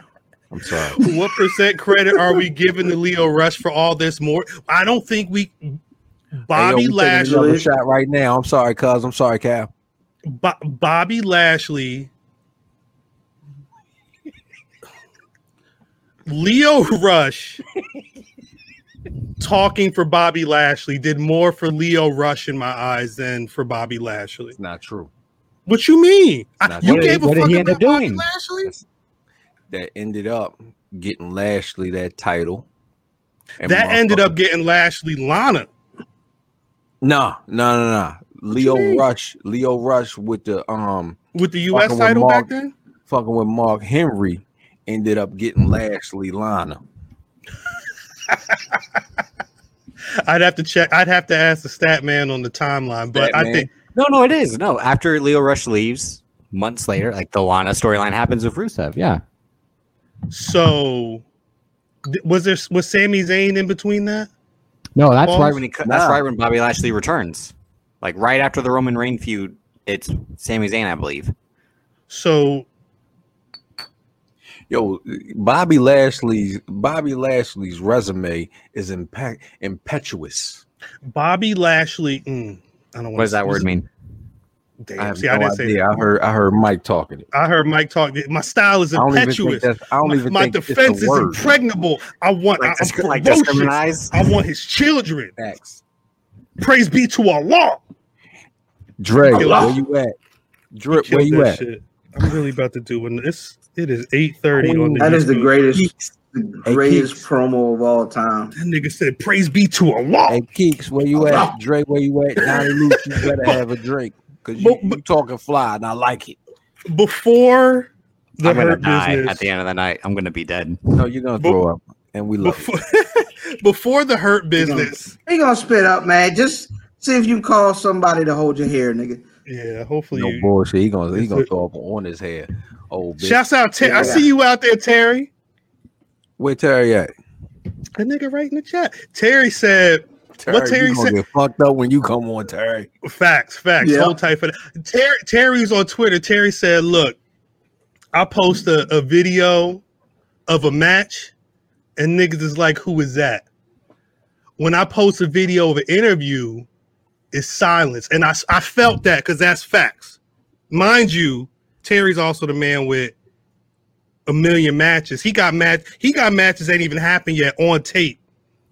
Speaker 1: I'm sorry.
Speaker 2: What percent credit are we giving to Leo Rush for all this? More, I don't think we. Bobby
Speaker 1: Hey, yo, we taking
Speaker 2: Lashley.
Speaker 1: another shot right now. I'm sorry, Cuz. I'm sorry, Cal.
Speaker 2: Bo- Bobby Lashley, Leo Rush, talking for Bobby Lashley did more for Leo Rush in my eyes than for Bobby Lashley.
Speaker 1: It's not true.
Speaker 2: What you mean? I-
Speaker 1: Not
Speaker 2: you
Speaker 1: true.
Speaker 2: gave a
Speaker 3: What did
Speaker 2: fuck
Speaker 3: he
Speaker 2: about
Speaker 3: end up
Speaker 2: Bobby
Speaker 3: doing?
Speaker 2: Lashley?
Speaker 1: That ended up getting Lashley that title. And
Speaker 2: That
Speaker 1: motherfucker-
Speaker 2: ended up getting Lashley Lana.
Speaker 1: No, no, no, no. Leo Rush, Leo Rush with the um
Speaker 2: With the U.S.
Speaker 1: Fucking with
Speaker 2: title
Speaker 1: Mark.
Speaker 2: back then,
Speaker 1: fucking with Mark Henry ended up getting Lashley Lana.
Speaker 2: I'd have to check. I'd have to ask the stat man on the timeline, but
Speaker 1: Stat
Speaker 2: I
Speaker 1: man.
Speaker 2: think
Speaker 3: No, no, it is. No, after Leo Rush leaves, months later, like the Lana storyline happens with Rusev. Yeah.
Speaker 2: so. th- Was there was Sami Zayn in between that?
Speaker 3: No, that's
Speaker 2: Well,
Speaker 3: right when he, cu- that's
Speaker 1: nah.
Speaker 3: right when Bobby Lashley returns. Like right after the Roman Reign feud, it's Sami Zayn, I believe.
Speaker 2: So
Speaker 1: Yo, Bobby Lashley's Bobby Lashley's resume is impe- impetuous.
Speaker 2: Bobby Lashley. mm, I don't. wanna
Speaker 3: What does that
Speaker 2: say-
Speaker 3: word mean?
Speaker 2: Damn,
Speaker 1: I have
Speaker 2: see,
Speaker 1: no
Speaker 2: I didn't say.
Speaker 1: idea. I heard I heard Mike talking it.
Speaker 2: that. I heard Mike talk. My style is
Speaker 1: I don't even think
Speaker 2: impetuous.
Speaker 1: that's I don't
Speaker 2: My,
Speaker 1: even
Speaker 2: my
Speaker 1: think it's
Speaker 2: defense
Speaker 1: the
Speaker 2: is
Speaker 1: word.
Speaker 2: impregnable. I want.
Speaker 3: Like,
Speaker 2: I,
Speaker 3: disc-
Speaker 2: am
Speaker 3: (laughs) like
Speaker 2: ferocious.
Speaker 3: discriminate?
Speaker 2: I want his children.
Speaker 1: Facts.
Speaker 2: Praise be to Allah.
Speaker 1: Dre,
Speaker 2: Kill
Speaker 1: where
Speaker 2: that.
Speaker 1: you at? Drip,
Speaker 2: Kill
Speaker 1: where you
Speaker 2: that
Speaker 1: at?
Speaker 2: shit. I'm really about to do one. It's it is 8:30 on the.
Speaker 5: That is the
Speaker 2: YouTube.
Speaker 5: greatest,
Speaker 1: Keeks.
Speaker 5: the greatest promo of all time.
Speaker 2: That nigga said, "Praise be to Allah."
Speaker 1: Hey Keeks, where you at? Dre, where you at? Donnie Luke, you better have a drink. Cause you,
Speaker 2: But-
Speaker 1: you talking fly and I like it.
Speaker 2: Before the
Speaker 3: I'm gonna
Speaker 2: hurt
Speaker 3: die
Speaker 2: business.
Speaker 3: at the end of the night. I'm gonna be dead.
Speaker 1: No, you're gonna
Speaker 2: But-
Speaker 1: throw up. And we love it.
Speaker 2: before, (laughs) before the hurt business.
Speaker 5: They gonna spit up, man. Just see if you can call somebody to hold your hair, nigga.
Speaker 2: Yeah, hopefully
Speaker 1: No
Speaker 2: you.
Speaker 1: bullshit. He gonna he
Speaker 2: It's
Speaker 1: gonna
Speaker 2: a-
Speaker 1: throw up on his head. Oh bitch.
Speaker 2: Shouts out, Ter- I see you out there, Terry.
Speaker 1: Where Terry at?
Speaker 2: A nigga right in the chat. Terry said,
Speaker 1: Terry,
Speaker 2: What Terry
Speaker 1: you gonna
Speaker 2: said-
Speaker 1: get fucked up when you come on, Terry.
Speaker 2: facts, facts.
Speaker 5: Yeah.
Speaker 2: Hold tight for that. Terry, Terry's on Twitter. Terry said, Look, I post a, a video of a match, and niggas is like, Who is that? When I post a video of an interview, it's silence. And I, s- I felt that because that's facts. Mind you, Terry's also the man with a million matches. He got match he got matches that ain't even happened yet on tape,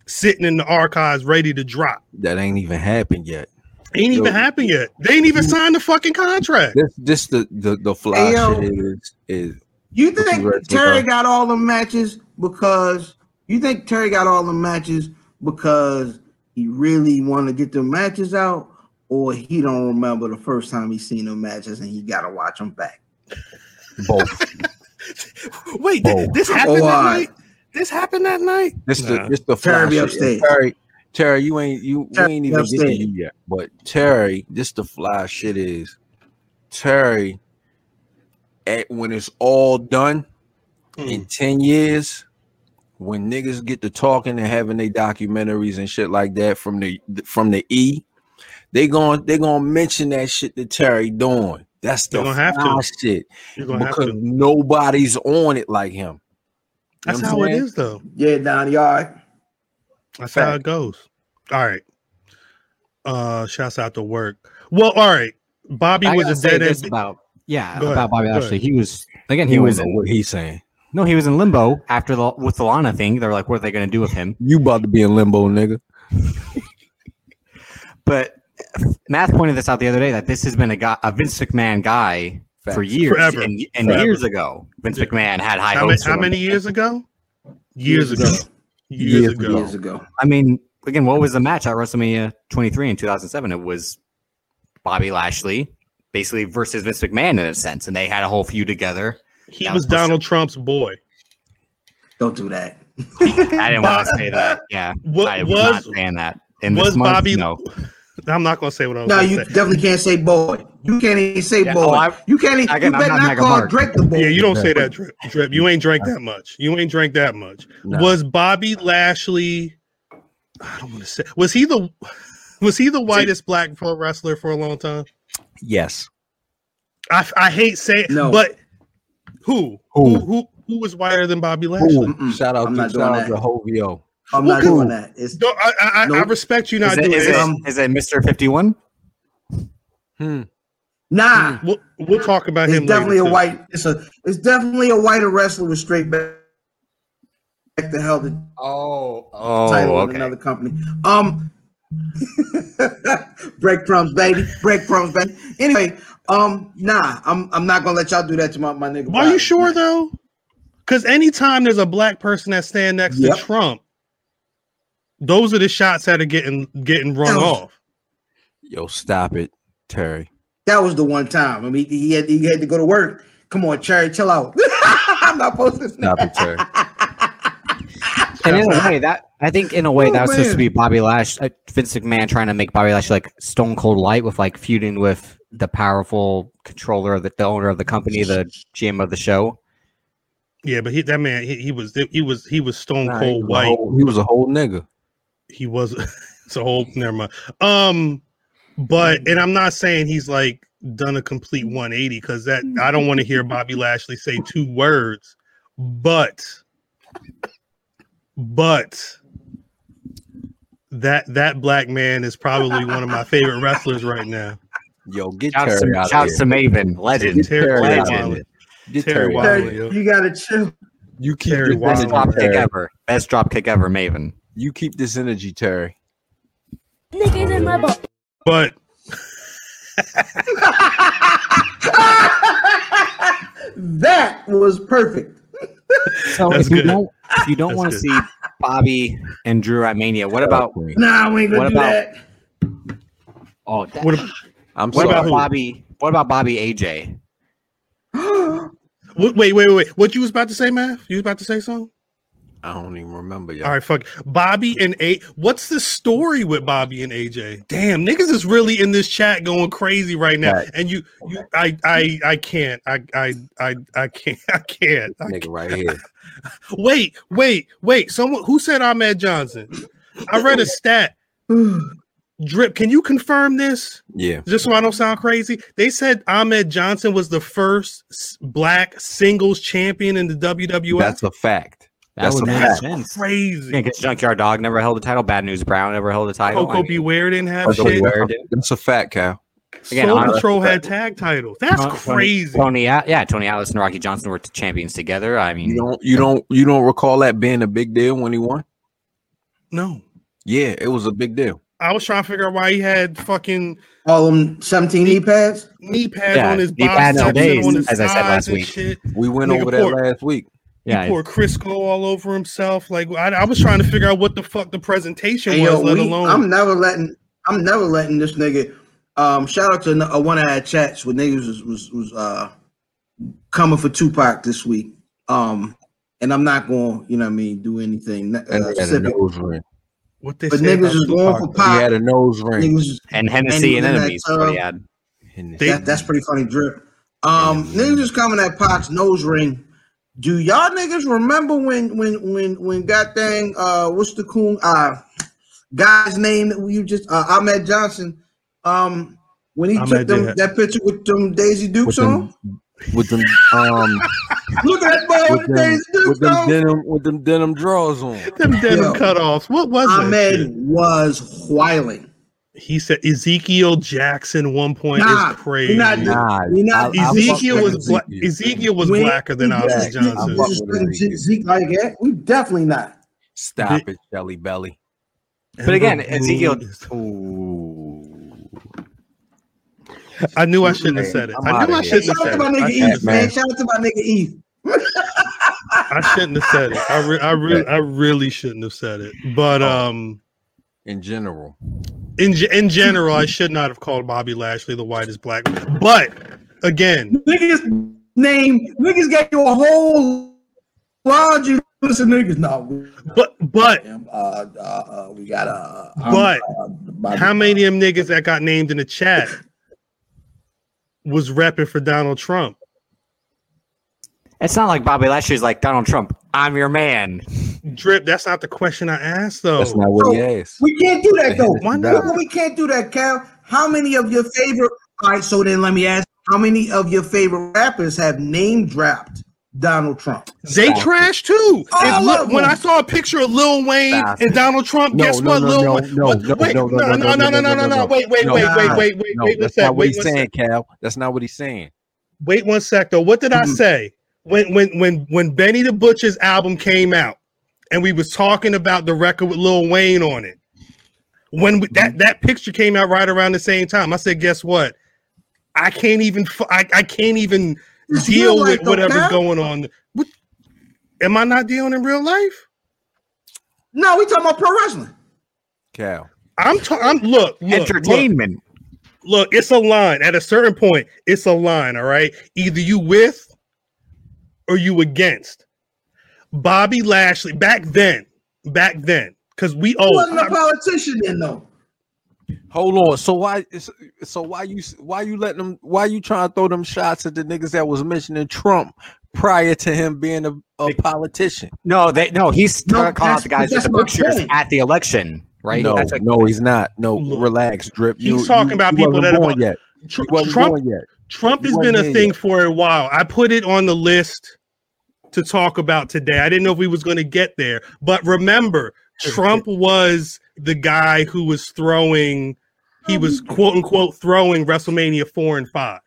Speaker 2: sitting in the archives, ready to drop.
Speaker 1: That ain't even happened yet.
Speaker 2: Ain't even
Speaker 1: Yo.
Speaker 2: happened yet. They ain't even signed the fucking contract.
Speaker 1: This this the the, the fly
Speaker 5: Hey, yo.
Speaker 1: shit is is
Speaker 5: You
Speaker 1: Looking
Speaker 5: think
Speaker 1: right,
Speaker 5: Terry
Speaker 1: okay.
Speaker 5: got all the matches because you think Terry got all the matches because he really want to get the matches out, or he don't remember the first time he seen the matches and he gotta watch them back.
Speaker 1: both.
Speaker 2: Wait,
Speaker 1: th-
Speaker 2: this Oh,
Speaker 5: happened that Why? night?
Speaker 2: This happened that night?
Speaker 1: This
Speaker 2: Nah.
Speaker 1: the this the fly
Speaker 5: Terry be
Speaker 1: shit.
Speaker 5: upstairs.
Speaker 1: Terry, Terry, you ain't you we
Speaker 5: Terry
Speaker 1: ain't
Speaker 5: be
Speaker 1: even get to
Speaker 5: upstairs.
Speaker 1: you yet. But Terry, this the fly shit is. Terry, at when it's all done
Speaker 2: Hmm.
Speaker 1: in ten years. When niggas get to talking and having their documentaries and shit like that from the from the E, they going they gonna mention that shit to Terry doing. That's the
Speaker 2: They gonna have to.
Speaker 1: fly shit
Speaker 2: You're gonna have
Speaker 1: because
Speaker 2: to.
Speaker 1: nobody's on it like him. You know
Speaker 2: That's
Speaker 1: what I'm
Speaker 2: how it
Speaker 1: saying?
Speaker 2: is, though.
Speaker 5: Yeah, Donnie, all right.
Speaker 2: That's how it goes. All right. Uh, shouts out to work. Well, all right. Bobby
Speaker 3: I
Speaker 2: was
Speaker 3: gotta
Speaker 2: a
Speaker 3: say
Speaker 2: dead
Speaker 3: this
Speaker 2: end.
Speaker 3: about yeah
Speaker 2: Go ahead,
Speaker 3: about Bobby
Speaker 2: go
Speaker 3: Lashley.
Speaker 2: ahead.
Speaker 3: He was again.
Speaker 1: He
Speaker 3: He was
Speaker 1: don't
Speaker 3: in,
Speaker 1: know what he's saying.
Speaker 3: no, he was in limbo after the with the Lana thing. They're like, what are they gonna do with him?
Speaker 1: You about to be in limbo, nigga.
Speaker 3: But Math pointed this out the other day that this has been a guy, a Vince McMahon guy for
Speaker 1: Facts.
Speaker 3: years
Speaker 2: Forever.
Speaker 3: and, and
Speaker 2: Forever.
Speaker 3: years ago. Vince
Speaker 2: Yeah.
Speaker 3: McMahon had high
Speaker 2: How, ma-
Speaker 3: hopes.
Speaker 2: how
Speaker 3: for him.
Speaker 2: many years ago? Years ago. Years,
Speaker 1: Years
Speaker 2: ago.
Speaker 5: Years ago.
Speaker 3: I mean, again, what was the match at WrestleMania 23 in 2007? It was Bobby Lashley basically versus Vince McMahon in a sense, and they had a whole feud together.
Speaker 2: He
Speaker 3: That
Speaker 2: was
Speaker 3: was-
Speaker 2: Donald Trump's boy.
Speaker 5: Don't do that.
Speaker 3: I didn't want to say that. Yeah,
Speaker 2: What
Speaker 3: I was,
Speaker 2: was
Speaker 3: not saying that. And
Speaker 2: was
Speaker 3: this month,
Speaker 2: Bobby-
Speaker 3: No,
Speaker 2: (laughs) I'm not gonna say what I was.
Speaker 5: No,
Speaker 2: gonna
Speaker 5: you
Speaker 2: say.
Speaker 5: definitely can't say boy. You can't even say
Speaker 3: Yeah,
Speaker 5: boy.
Speaker 3: oh, I-
Speaker 5: you can't. Even,
Speaker 3: Again,
Speaker 5: you
Speaker 3: I'm
Speaker 5: better
Speaker 3: not
Speaker 5: not
Speaker 3: Megan
Speaker 5: call
Speaker 3: Mark.
Speaker 5: Drake the boy.
Speaker 2: Yeah, you don't say
Speaker 1: Exactly.
Speaker 2: that drip. Drip. You ain't drank that much. You ain't drank that much.
Speaker 1: No.
Speaker 2: Was Bobby Lashley? I don't want to say. Was he the? Was he the whitest black pro wrestler for a long time?
Speaker 1: Yes.
Speaker 2: I, I hate saying,
Speaker 5: No.
Speaker 2: but who?
Speaker 1: Who?
Speaker 2: Who? Who? Who was whiter than Bobby Lashley?
Speaker 1: Ooh,
Speaker 5: Mm-mm.
Speaker 1: shout out
Speaker 5: I'm
Speaker 1: to
Speaker 5: not doing
Speaker 1: shout out
Speaker 5: that.
Speaker 1: to Hovio.
Speaker 5: I'm
Speaker 2: Who
Speaker 5: not
Speaker 2: could-
Speaker 5: doing that. It's
Speaker 2: Don't- I, I, I- I
Speaker 5: Nope.
Speaker 2: respect you
Speaker 3: Is
Speaker 2: not
Speaker 3: it,
Speaker 2: doing
Speaker 3: is,
Speaker 2: this.
Speaker 3: it,
Speaker 5: Um,
Speaker 3: is it Mr. 51?
Speaker 1: Hmm.
Speaker 5: nah.
Speaker 2: we'll, we'll talk about him.
Speaker 5: It's definitely
Speaker 2: later,
Speaker 5: a
Speaker 2: too.
Speaker 5: white. It's a. It's definitely a whiter wrestler with straight back. Back the hell the
Speaker 3: Oh,
Speaker 5: title
Speaker 3: oh,
Speaker 5: of
Speaker 3: okay.
Speaker 5: another company. Um, (laughs) breadcrumbs, baby, breadcrumbs, baby. Anyway, um, nah, I'm I'm not gonna let y'all do that to my my nigga.
Speaker 2: Are you
Speaker 5: Bobby.
Speaker 2: sure though? Because anytime there's a black person that stand next
Speaker 5: Yep.
Speaker 2: to Trump, those are the shots that are getting getting run
Speaker 5: Ugh.
Speaker 2: off.
Speaker 1: Yo, stop it, Terry.
Speaker 5: That was the one time. I mean, he had he had to go to work. Come on, Cherry, chill out. (laughs) I'm not posting this. (laughs)
Speaker 1: Stop it, Terry.
Speaker 3: And in a way, that I think in a way
Speaker 5: Oh,
Speaker 3: that was supposed
Speaker 5: man.
Speaker 3: to be Bobby Lash, uh, Vince McMahon trying to make Bobby Lash like Stone Cold Light with like feuding with the powerful controller, the, the owner of the company, the GM of the show.
Speaker 2: Yeah, but he, that man, he, he was he was he was stone
Speaker 1: Nah, (laughs) he,
Speaker 2: cold
Speaker 1: was a
Speaker 2: white.
Speaker 1: whole, he was a whole nigga.
Speaker 2: he was (laughs) it's a whole never mind. Um, but
Speaker 1: Mm.
Speaker 2: and I'm not saying he's like done a complete 180 because that I don't want to hear Bobby Lashley say two words, but but that that black man is probably one of my favorite wrestlers right now.
Speaker 1: Yo, get
Speaker 3: Shouts
Speaker 1: Terry
Speaker 3: to,
Speaker 1: out
Speaker 3: shouts
Speaker 1: of
Speaker 3: to
Speaker 1: here.
Speaker 3: Maven, legend.
Speaker 2: Terry
Speaker 1: Terry
Speaker 3: Legend.
Speaker 1: out of
Speaker 2: Wilder.
Speaker 1: here. Get
Speaker 2: Terry
Speaker 1: Terry out of
Speaker 2: Wilder.
Speaker 1: here.
Speaker 5: Terry, you gotta chill. (laughs)
Speaker 1: You keep
Speaker 2: Terry
Speaker 1: this
Speaker 2: Wilder.
Speaker 3: Best
Speaker 1: energy,
Speaker 3: drop kick
Speaker 1: Terry.
Speaker 3: ever. Best drop kick ever, Maven.
Speaker 1: You keep this energy, Terry.
Speaker 7: Niggas in my butt.
Speaker 2: But
Speaker 5: that was perfect.
Speaker 3: So
Speaker 2: That's
Speaker 3: if you
Speaker 2: good.
Speaker 3: don't, if you don't
Speaker 2: That's
Speaker 3: want to
Speaker 2: good.
Speaker 3: see Bobby and Drew at Mania, what about
Speaker 5: Nah, we ain't gonna
Speaker 3: What
Speaker 5: do
Speaker 3: about-
Speaker 5: that.
Speaker 3: oh, that,
Speaker 2: what
Speaker 3: what,
Speaker 2: ab-
Speaker 1: I'm
Speaker 2: What
Speaker 1: sorry.
Speaker 2: about
Speaker 3: about
Speaker 2: who?
Speaker 3: Bobby? What about Bobby AJ?
Speaker 2: what, wait wait wait what you was about to say, man? You was about to say something?
Speaker 1: I don't even remember y'all.
Speaker 2: All right, fuck. Bobby and A. What's the story with Bobby and AJ? Damn, niggas is really in this chat going crazy right now.
Speaker 1: Right.
Speaker 2: And you, you, I, I, I can't. I, I, I, I can't. (laughs) I can't. I
Speaker 1: Nigga right
Speaker 2: (laughs)
Speaker 1: here.
Speaker 2: can't. Wait, wait, wait. Someone who said Ahmed Johnson. I
Speaker 1: (laughs)
Speaker 2: read a stat. Drip, can you confirm this?
Speaker 1: Yeah.
Speaker 2: Just so I don't sound crazy. They said Ahmed Johnson was the first s- black singles champion in the WWF.
Speaker 1: That's a fact.
Speaker 3: That
Speaker 1: That's
Speaker 3: would
Speaker 1: a
Speaker 3: make
Speaker 1: fact.
Speaker 3: sense.
Speaker 2: crazy.
Speaker 3: Yeah, because Junkyard Dog never held the title. Bad News Brown never held the title.
Speaker 2: Coco Beware didn't have
Speaker 1: That's a,
Speaker 2: shit.
Speaker 1: fact. That's a fact, Cal.
Speaker 3: Again,
Speaker 2: Soul
Speaker 3: honestly,
Speaker 2: Patrol had tag titles. That's
Speaker 3: Tony-
Speaker 2: crazy.
Speaker 3: Tony, Al- yeah, Tony Atlas and Rocky Johnson were t- champions together. I mean,
Speaker 1: You don't you don't you don't recall that being a big deal when he won?
Speaker 2: No,
Speaker 1: Yeah, it was a big deal.
Speaker 2: I was trying to figure out why he had fucking
Speaker 5: (gasps) All them 17 knee pads.
Speaker 2: knee pads
Speaker 3: Yeah,
Speaker 2: on his
Speaker 3: knee pads
Speaker 2: biceps and
Speaker 3: nowadays,
Speaker 2: on his
Speaker 3: as I said
Speaker 2: thighs
Speaker 3: last
Speaker 2: and
Speaker 3: week.
Speaker 2: Shit.
Speaker 1: We went
Speaker 2: Nigga,
Speaker 1: over that
Speaker 2: poor-
Speaker 1: last week.
Speaker 3: yeah,
Speaker 2: Poor Crisco all over himself. Like I, I was trying to figure out what the fuck the presentation
Speaker 5: Hey,
Speaker 2: was,
Speaker 5: yo,
Speaker 2: let
Speaker 5: we-
Speaker 2: alone
Speaker 5: I'm never letting I'm never letting this nigga um shout out to n- uh, one of our chats where niggas was, was was uh coming for Tupac this week. Um and I'm not going, you know what I mean, do anything uh,
Speaker 1: And he had a
Speaker 5: specific.
Speaker 1: nose ring.
Speaker 2: what they
Speaker 5: But
Speaker 2: said.
Speaker 5: niggas
Speaker 2: about
Speaker 5: is going for
Speaker 2: Tupac.
Speaker 1: He
Speaker 5: Pop.
Speaker 1: had a nose ring.
Speaker 5: Niggas,
Speaker 3: and Hennessy
Speaker 5: And- and
Speaker 3: and,
Speaker 5: that,
Speaker 3: enemies. is what he
Speaker 5: uh,
Speaker 3: had.
Speaker 1: And
Speaker 2: They-
Speaker 5: that, that's pretty funny drip. Um niggas is coming at Pac's nose ring. Do y'all niggas remember when when when when god dang uh what's the coon uh guy's name that you just uh Ahmed Johnson um when he
Speaker 2: Ahmed
Speaker 5: took them,
Speaker 2: did.
Speaker 5: that picture with them Daisy Dukes
Speaker 1: with them, (laughs)
Speaker 5: on?
Speaker 1: with
Speaker 2: (laughs)
Speaker 1: them um
Speaker 5: Look at that boy with
Speaker 1: with
Speaker 5: the
Speaker 1: them,
Speaker 5: Daisy
Speaker 1: with
Speaker 5: Dukes
Speaker 1: them
Speaker 5: on.
Speaker 1: denim with them denim draws on.
Speaker 2: Them denim
Speaker 5: Yo.
Speaker 2: cutoffs. What was
Speaker 5: Ahmed
Speaker 2: it?
Speaker 5: was whiling.
Speaker 2: He said Ezekiel Jackson. One point
Speaker 5: Nah,
Speaker 2: is crazy.
Speaker 5: we not doing
Speaker 1: Nah,
Speaker 5: We not-
Speaker 1: I- I fuck
Speaker 2: Ezekiel
Speaker 1: with
Speaker 2: was black. Ezekiel was
Speaker 5: When-
Speaker 2: blacker than Ahmed
Speaker 5: Just-
Speaker 1: Exactly.
Speaker 2: Johnson.
Speaker 1: I'm
Speaker 5: just- just
Speaker 1: fucking with
Speaker 5: Zeke-
Speaker 1: Zeke.
Speaker 5: Zeke like that. We definitely not.
Speaker 1: Stop it, Shelly Belly.
Speaker 3: But again, Ezekiel.
Speaker 2: I knew I shouldn't have said it.
Speaker 1: I'm
Speaker 2: I
Speaker 1: outta
Speaker 2: knew I
Speaker 1: here.
Speaker 2: shouldn't have
Speaker 5: Shout out
Speaker 2: said
Speaker 5: to
Speaker 2: it.
Speaker 5: my
Speaker 2: I
Speaker 5: nigga
Speaker 2: shouldn't
Speaker 5: Eve,
Speaker 2: have
Speaker 1: East,
Speaker 5: man.
Speaker 2: said it.
Speaker 5: Shout out to my nigga Eve.
Speaker 2: I shouldn't have said it. I, re- I really, I really shouldn't have said it.
Speaker 1: Oh.
Speaker 2: But um,
Speaker 1: In general,
Speaker 2: in ge- in general, I should not have called Bobby Lashley the whitest black. man. But again,
Speaker 5: Niggas name, niggas got you a whole laundry us the niggas. No,
Speaker 2: But but
Speaker 5: um, uh, uh, uh, we got uh, um,
Speaker 2: But
Speaker 5: uh, Bobby-
Speaker 2: how many of them niggas that got named in the chat was repping for Donald Trump?
Speaker 3: It's not like Bobby Lashley's like Donald Trump. I'm your man.
Speaker 2: Drip, that's not the question I asked though.
Speaker 1: That's not what he asked.
Speaker 5: We can't do that though.
Speaker 2: Why
Speaker 5: No,
Speaker 2: not?
Speaker 5: we can't do that, Cal. How many of your favorite? All right, so then let me ask: How many of your favorite rappers have name dropped Donald Trump?
Speaker 2: They trash too.
Speaker 5: All
Speaker 2: And look,
Speaker 5: of
Speaker 2: when
Speaker 5: them.
Speaker 2: I saw a picture of Lil Wayne
Speaker 3: Stop
Speaker 2: and Donald Trump,
Speaker 1: No,
Speaker 2: guess
Speaker 1: no,
Speaker 2: what?
Speaker 1: no,
Speaker 2: Lil
Speaker 1: no,
Speaker 2: Wayne.
Speaker 1: no,
Speaker 2: Wait,
Speaker 1: no,
Speaker 2: wait,
Speaker 1: no, no,
Speaker 2: no, no, no, no, no, no. Wait, wait,
Speaker 1: No,
Speaker 2: wait,
Speaker 5: nah.
Speaker 2: wait, wait, wait,
Speaker 1: No,
Speaker 2: wait. One
Speaker 1: that's not
Speaker 2: sec.
Speaker 1: what
Speaker 2: Wait
Speaker 1: he's
Speaker 2: one sec.
Speaker 1: saying, Cal. That's not what he's saying.
Speaker 2: Wait one sec though. What did I
Speaker 5: Mm-hmm.
Speaker 2: say? When when when when Benny the Butcher's album came out, and we was talking about the record with Lil Wayne on it. When we, that that picture came out right around the same time, I said, "Guess what? I can't even fu- I, I can't even
Speaker 5: It's
Speaker 2: deal
Speaker 5: real life,
Speaker 2: with whatever's
Speaker 5: okay?
Speaker 2: going on." What, am I not dealing in real life?
Speaker 5: No, we talking about pro wrestling.
Speaker 1: Cal.
Speaker 2: I'm ta- I'm look, look look.
Speaker 3: Entertainment.
Speaker 2: look, it's a line. At a certain point, it's a line. All right. Either you with or you against. Bobby Lashley back then, back then, because we oh,
Speaker 5: He
Speaker 2: old.
Speaker 5: wasn't a politician then, though.
Speaker 1: Hold on. So why? So why you? Why you letting them? Why you trying to throw them shots at the niggas that was mentioning Trump prior to him being a, a politician?
Speaker 3: No, they no. He's
Speaker 5: No,
Speaker 3: no, calling
Speaker 5: that's-
Speaker 3: out the guys with
Speaker 5: that's
Speaker 3: the
Speaker 5: my
Speaker 3: pictures
Speaker 5: point.
Speaker 3: at the election, right?
Speaker 1: No,
Speaker 3: That's like-
Speaker 1: no, he's not. No,
Speaker 2: Look,
Speaker 1: relax, drip.
Speaker 2: he's talking about people
Speaker 1: wasn't
Speaker 2: that are
Speaker 1: born
Speaker 2: gonna-
Speaker 1: yet.
Speaker 2: Tr-
Speaker 1: You wasn't
Speaker 2: Trump
Speaker 1: born yet.
Speaker 2: Trump has
Speaker 1: You
Speaker 2: been
Speaker 1: weren't
Speaker 2: a
Speaker 1: there
Speaker 2: thing
Speaker 1: yet.
Speaker 2: for a while. I put it on the list to talk about today. I didn't know if we was going to get there, but remember, Trump was the guy who was throwing. He was quote unquote throwing WrestleMania four and five.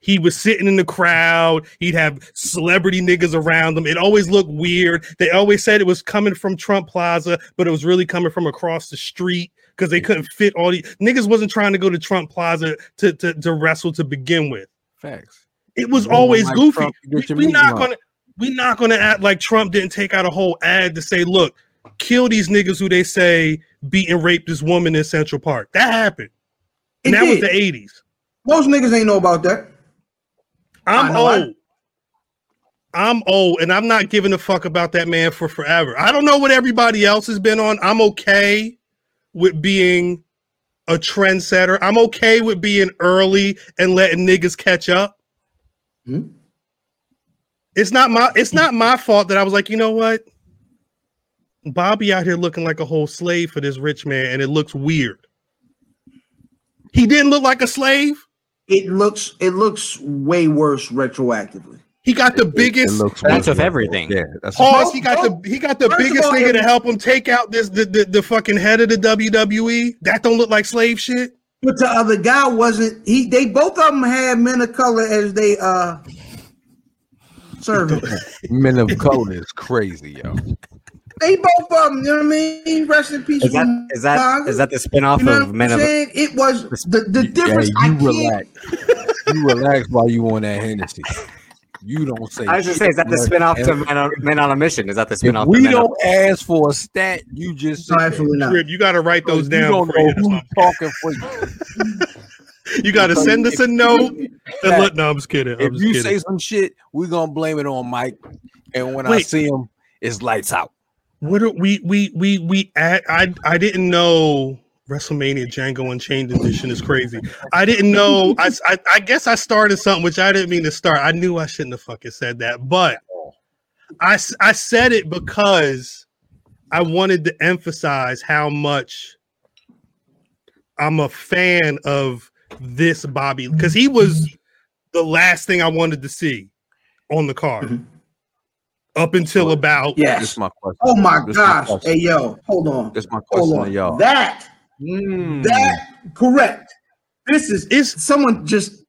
Speaker 2: He was sitting in the crowd. He'd have celebrity niggas around him. It always looked weird. They always said it was coming from Trump Plaza, but it was really coming from across the street because they couldn't fit all the niggas wasn't trying to go to Trump Plaza to, to, to wrestle to begin with.
Speaker 1: Facts.
Speaker 2: It was
Speaker 1: You don't
Speaker 2: always
Speaker 1: like
Speaker 2: goofy.
Speaker 1: Trump, you
Speaker 2: we,
Speaker 1: get your
Speaker 2: we
Speaker 1: meat
Speaker 2: not
Speaker 1: wrong.
Speaker 2: gonna we not gonna act like Trump didn't take out a whole ad to say, look, kill these niggas who they say beat and raped this woman in Central Park. That happened.
Speaker 5: It
Speaker 2: And that was
Speaker 5: did.
Speaker 2: the 80s.
Speaker 5: Most niggas ain't know about that. I
Speaker 2: I'm
Speaker 5: know, I-
Speaker 2: old. I'm old, and I'm not giving a fuck about that man for forever. I don't know what everybody else has been on. I'm okay with being a trendsetter. I'm okay with being early and letting niggas catch up.
Speaker 5: Hmm.
Speaker 2: It's not my it's not my fault that I was like, you know what? Bobby out here looking like a whole slave for this rich man, and it looks weird. He didn't look like a slave.
Speaker 5: It looks it looks way worse retroactively.
Speaker 2: He got the
Speaker 1: It- it
Speaker 2: biggest
Speaker 1: looks
Speaker 3: That's
Speaker 1: weird.
Speaker 3: of everything.
Speaker 1: Yeah, that's
Speaker 2: Pause.
Speaker 5: No,
Speaker 2: He got
Speaker 5: no.
Speaker 2: the he got the
Speaker 5: First of
Speaker 2: biggest
Speaker 5: all,
Speaker 2: nigga
Speaker 5: it-
Speaker 2: to help him take out this the, the the fucking head of the WWE. That don't look like slave shit.
Speaker 5: But the other guy wasn't. He they both of them had men of color as they uh servants.
Speaker 1: men of color is crazy, yo.
Speaker 5: they both of them. You know what I mean? Rest in peace.
Speaker 3: Is that is that
Speaker 5: Umaga.
Speaker 3: is that the spinoff
Speaker 5: You know
Speaker 3: of
Speaker 5: what
Speaker 3: Men
Speaker 5: I'm
Speaker 3: of
Speaker 5: saying? It was the, the
Speaker 1: Yeah,
Speaker 5: difference. I
Speaker 1: you
Speaker 5: can't-
Speaker 1: relax. you relax while you on that Hennessy. You don't say.
Speaker 3: I was just saying, is that the
Speaker 1: shit,
Speaker 3: spinoff to
Speaker 1: man.
Speaker 3: Men on, Men on a Mission? Is that the
Speaker 1: If
Speaker 3: spinoff?
Speaker 1: we
Speaker 3: to Men on-
Speaker 1: don't ask for a stat, you just sit
Speaker 5: No,
Speaker 1: there.
Speaker 5: absolutely not.
Speaker 2: Crib, you got to write those
Speaker 1: You
Speaker 2: down.
Speaker 1: don't
Speaker 2: before You,
Speaker 1: know who's talking for you.
Speaker 2: got to
Speaker 1: (laughs)
Speaker 2: send us a note. And look, no, I'm just kidding.
Speaker 1: If
Speaker 2: I'm just
Speaker 1: you
Speaker 2: kidding.
Speaker 1: say some shit, we're gonna blame it on Mike. And when I
Speaker 2: Wait.
Speaker 1: see him, it's lights out.
Speaker 2: what are we we we we at? I I didn't know WrestleMania Django Unchained edition is crazy. I didn't know. I, I I guess I started something which I didn't mean to start. I knew I shouldn't have fucking said that, but I s- I said it because I wanted to emphasize how much I'm a fan of this Bobby because he was the last thing I wanted to see on the card up until about
Speaker 1: That's
Speaker 5: Yes.
Speaker 1: my question.
Speaker 5: Oh my
Speaker 1: That's
Speaker 5: gosh.
Speaker 1: question.
Speaker 5: Hey yo, hold on.
Speaker 1: That's my
Speaker 5: Hold
Speaker 1: question
Speaker 5: on.
Speaker 1: to y'all.
Speaker 5: That
Speaker 2: Hmm.
Speaker 1: Mm.
Speaker 5: that correct. This is
Speaker 2: it's
Speaker 5: someone just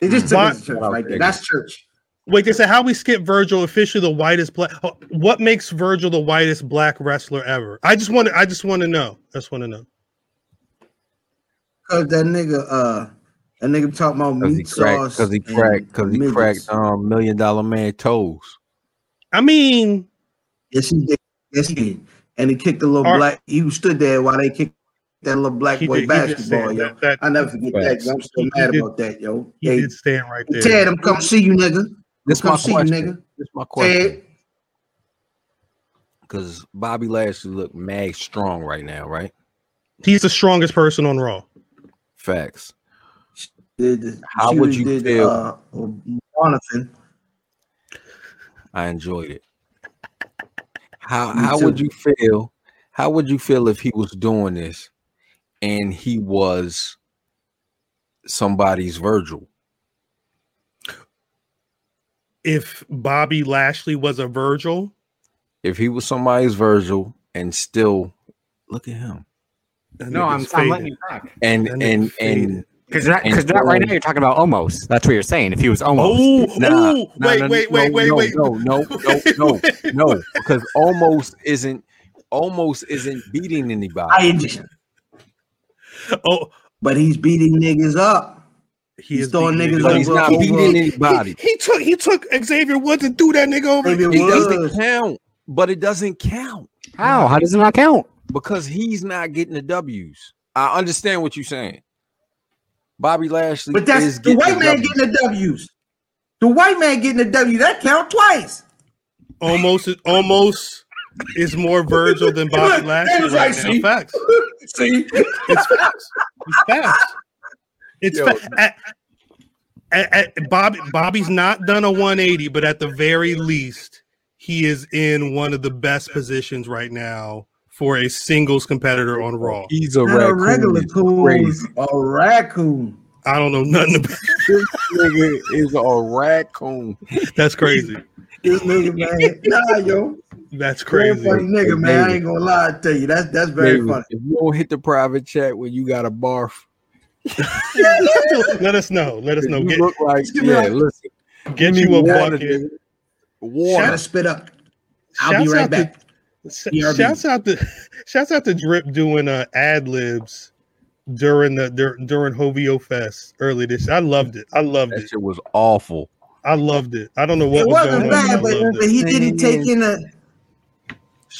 Speaker 5: they just took
Speaker 2: Why-
Speaker 5: us to church right there. That's church.
Speaker 2: Wait, they said how we skip Virgil officially the whitest black. What makes Virgil the whitest black wrestler ever? I just want to. I just want to know. I just want to know.
Speaker 5: Cause that nigga uh that nigga talking about
Speaker 1: Cause he
Speaker 5: meat
Speaker 1: cracked,
Speaker 5: sauce.
Speaker 1: cause he
Speaker 5: and
Speaker 1: cracked, cause he
Speaker 5: midgets.
Speaker 1: cracked um million dollar man toes.
Speaker 2: I mean,
Speaker 5: Yes, he did. Yes, he did. And he kicked a little
Speaker 2: Or-
Speaker 5: black. He stood there while they kicked that little black
Speaker 2: he
Speaker 5: boy
Speaker 2: did, he did
Speaker 5: basketball,
Speaker 2: stand.
Speaker 5: yo.
Speaker 2: That, that,
Speaker 5: I never forget that.
Speaker 1: Facts.
Speaker 5: yo. I'm
Speaker 2: He-
Speaker 5: still
Speaker 2: he
Speaker 5: mad
Speaker 2: did-
Speaker 5: about that, yo.
Speaker 2: he
Speaker 5: Hey,
Speaker 2: did stand right there.
Speaker 5: Ted, I'm come see you, nigga.
Speaker 1: This
Speaker 5: come
Speaker 1: my
Speaker 5: see you,
Speaker 1: question.
Speaker 5: nigga.
Speaker 1: This my question.
Speaker 5: Ted,
Speaker 1: because Bobby Lashley look mad strong right now, right?
Speaker 2: He's the strongest person on Raw.
Speaker 1: Facts.
Speaker 5: Did,
Speaker 1: How
Speaker 5: she
Speaker 1: would
Speaker 5: was-
Speaker 1: you
Speaker 5: did,
Speaker 1: feel?
Speaker 5: Uh, Jonathan.
Speaker 1: I enjoyed it. How
Speaker 5: Me
Speaker 1: how would
Speaker 5: too.
Speaker 1: you feel? How would you feel if he was doing this and he was somebody's Virgil?
Speaker 2: If Bobby Lashley was a Virgil,
Speaker 1: If he was somebody's Virgil and still look at him.
Speaker 2: that
Speaker 3: No, I'm,
Speaker 2: nigga's
Speaker 3: I'm letting
Speaker 2: faded.
Speaker 3: you back.
Speaker 1: And
Speaker 2: That nigga
Speaker 1: and and
Speaker 2: faded.
Speaker 3: Because not,
Speaker 1: And
Speaker 3: because not right
Speaker 1: so-
Speaker 3: now you're talking about almost. That's what you're saying. If he was almost,
Speaker 2: Oh,
Speaker 1: Nah,
Speaker 2: oh,
Speaker 1: nah,
Speaker 2: wait,
Speaker 1: nah,
Speaker 2: wait,
Speaker 1: no,
Speaker 2: wait, wait,
Speaker 1: no,
Speaker 2: wait.
Speaker 1: No, no, no, no,
Speaker 2: (laughs) Wait,
Speaker 1: no, because almost isn't almost isn't beating
Speaker 5: I
Speaker 1: anybody.
Speaker 5: enjoy-
Speaker 2: Oh,
Speaker 5: but he's beating niggas up.
Speaker 2: he
Speaker 5: He's
Speaker 2: is
Speaker 5: throwing
Speaker 2: beating
Speaker 5: niggas
Speaker 1: But
Speaker 5: over.
Speaker 1: he's not
Speaker 5: over-
Speaker 1: beating anybody.
Speaker 2: He, he took he took Xavier Woods and threw that nigga over.
Speaker 5: Xavier
Speaker 1: It
Speaker 5: Woods.
Speaker 1: doesn't count, but it doesn't count.
Speaker 3: how? How does it not count?
Speaker 1: because he's not getting the W's. I understand what you're saying. Bobby Lashley,
Speaker 5: But that's
Speaker 1: is
Speaker 5: the
Speaker 1: getting
Speaker 5: white man
Speaker 1: W's.
Speaker 5: getting the W's. The white man getting the W. That count twice.
Speaker 2: Almost almost is more Virgil than Bobby
Speaker 5: Look,
Speaker 2: Lashley.
Speaker 5: that's
Speaker 2: Right
Speaker 5: right,
Speaker 2: now.
Speaker 5: see?
Speaker 2: Facts.
Speaker 5: See,
Speaker 2: It's facts. It's facts. It's
Speaker 1: Yo.
Speaker 2: fa- at, at, at- Bobby. Bobby's not done a 180, but at the very least, he is in one of the best positions right now for a singles competitor on Raw.
Speaker 1: He's a,
Speaker 5: not a regular
Speaker 1: regular
Speaker 5: coon, a raccoon.
Speaker 2: I don't know nothing about.
Speaker 1: This nigga is a raccoon.
Speaker 2: That's crazy.
Speaker 5: This nigga, man, nah, yo,
Speaker 2: That's
Speaker 5: crazy.
Speaker 2: crazy.
Speaker 5: funny nigga, man. I
Speaker 1: Crazy.
Speaker 5: ain't gonna lie to you. That's that's very
Speaker 1: Nigga,
Speaker 5: funny.
Speaker 1: If you don't hit the private chat when you got a barf,
Speaker 2: Let us know. Let us
Speaker 1: if
Speaker 2: know.
Speaker 1: you
Speaker 2: Get,
Speaker 1: look like
Speaker 5: Give me
Speaker 1: yeah.
Speaker 5: that.
Speaker 1: Listen,
Speaker 2: get
Speaker 1: give
Speaker 2: you
Speaker 1: me
Speaker 2: a
Speaker 1: water,
Speaker 2: bucket.
Speaker 1: nigga.
Speaker 5: Gotta
Speaker 1: Water.
Speaker 5: spit up. I'll
Speaker 2: Shouts
Speaker 5: be right
Speaker 2: out to-
Speaker 5: back.
Speaker 2: Sh-
Speaker 5: BRB.
Speaker 2: Shouts out to (laughs) shouts out to Drip doing uh, ad libs during the dur- during Hovio Fest early this. I loved it. I loved
Speaker 1: That
Speaker 2: it.
Speaker 1: shit was awful.
Speaker 2: I loved it. I don't know what
Speaker 5: It
Speaker 2: was going
Speaker 5: wasn't
Speaker 2: on.
Speaker 5: bad,
Speaker 2: but I
Speaker 5: but,
Speaker 2: loved
Speaker 5: but
Speaker 2: it.
Speaker 5: he didn't take in a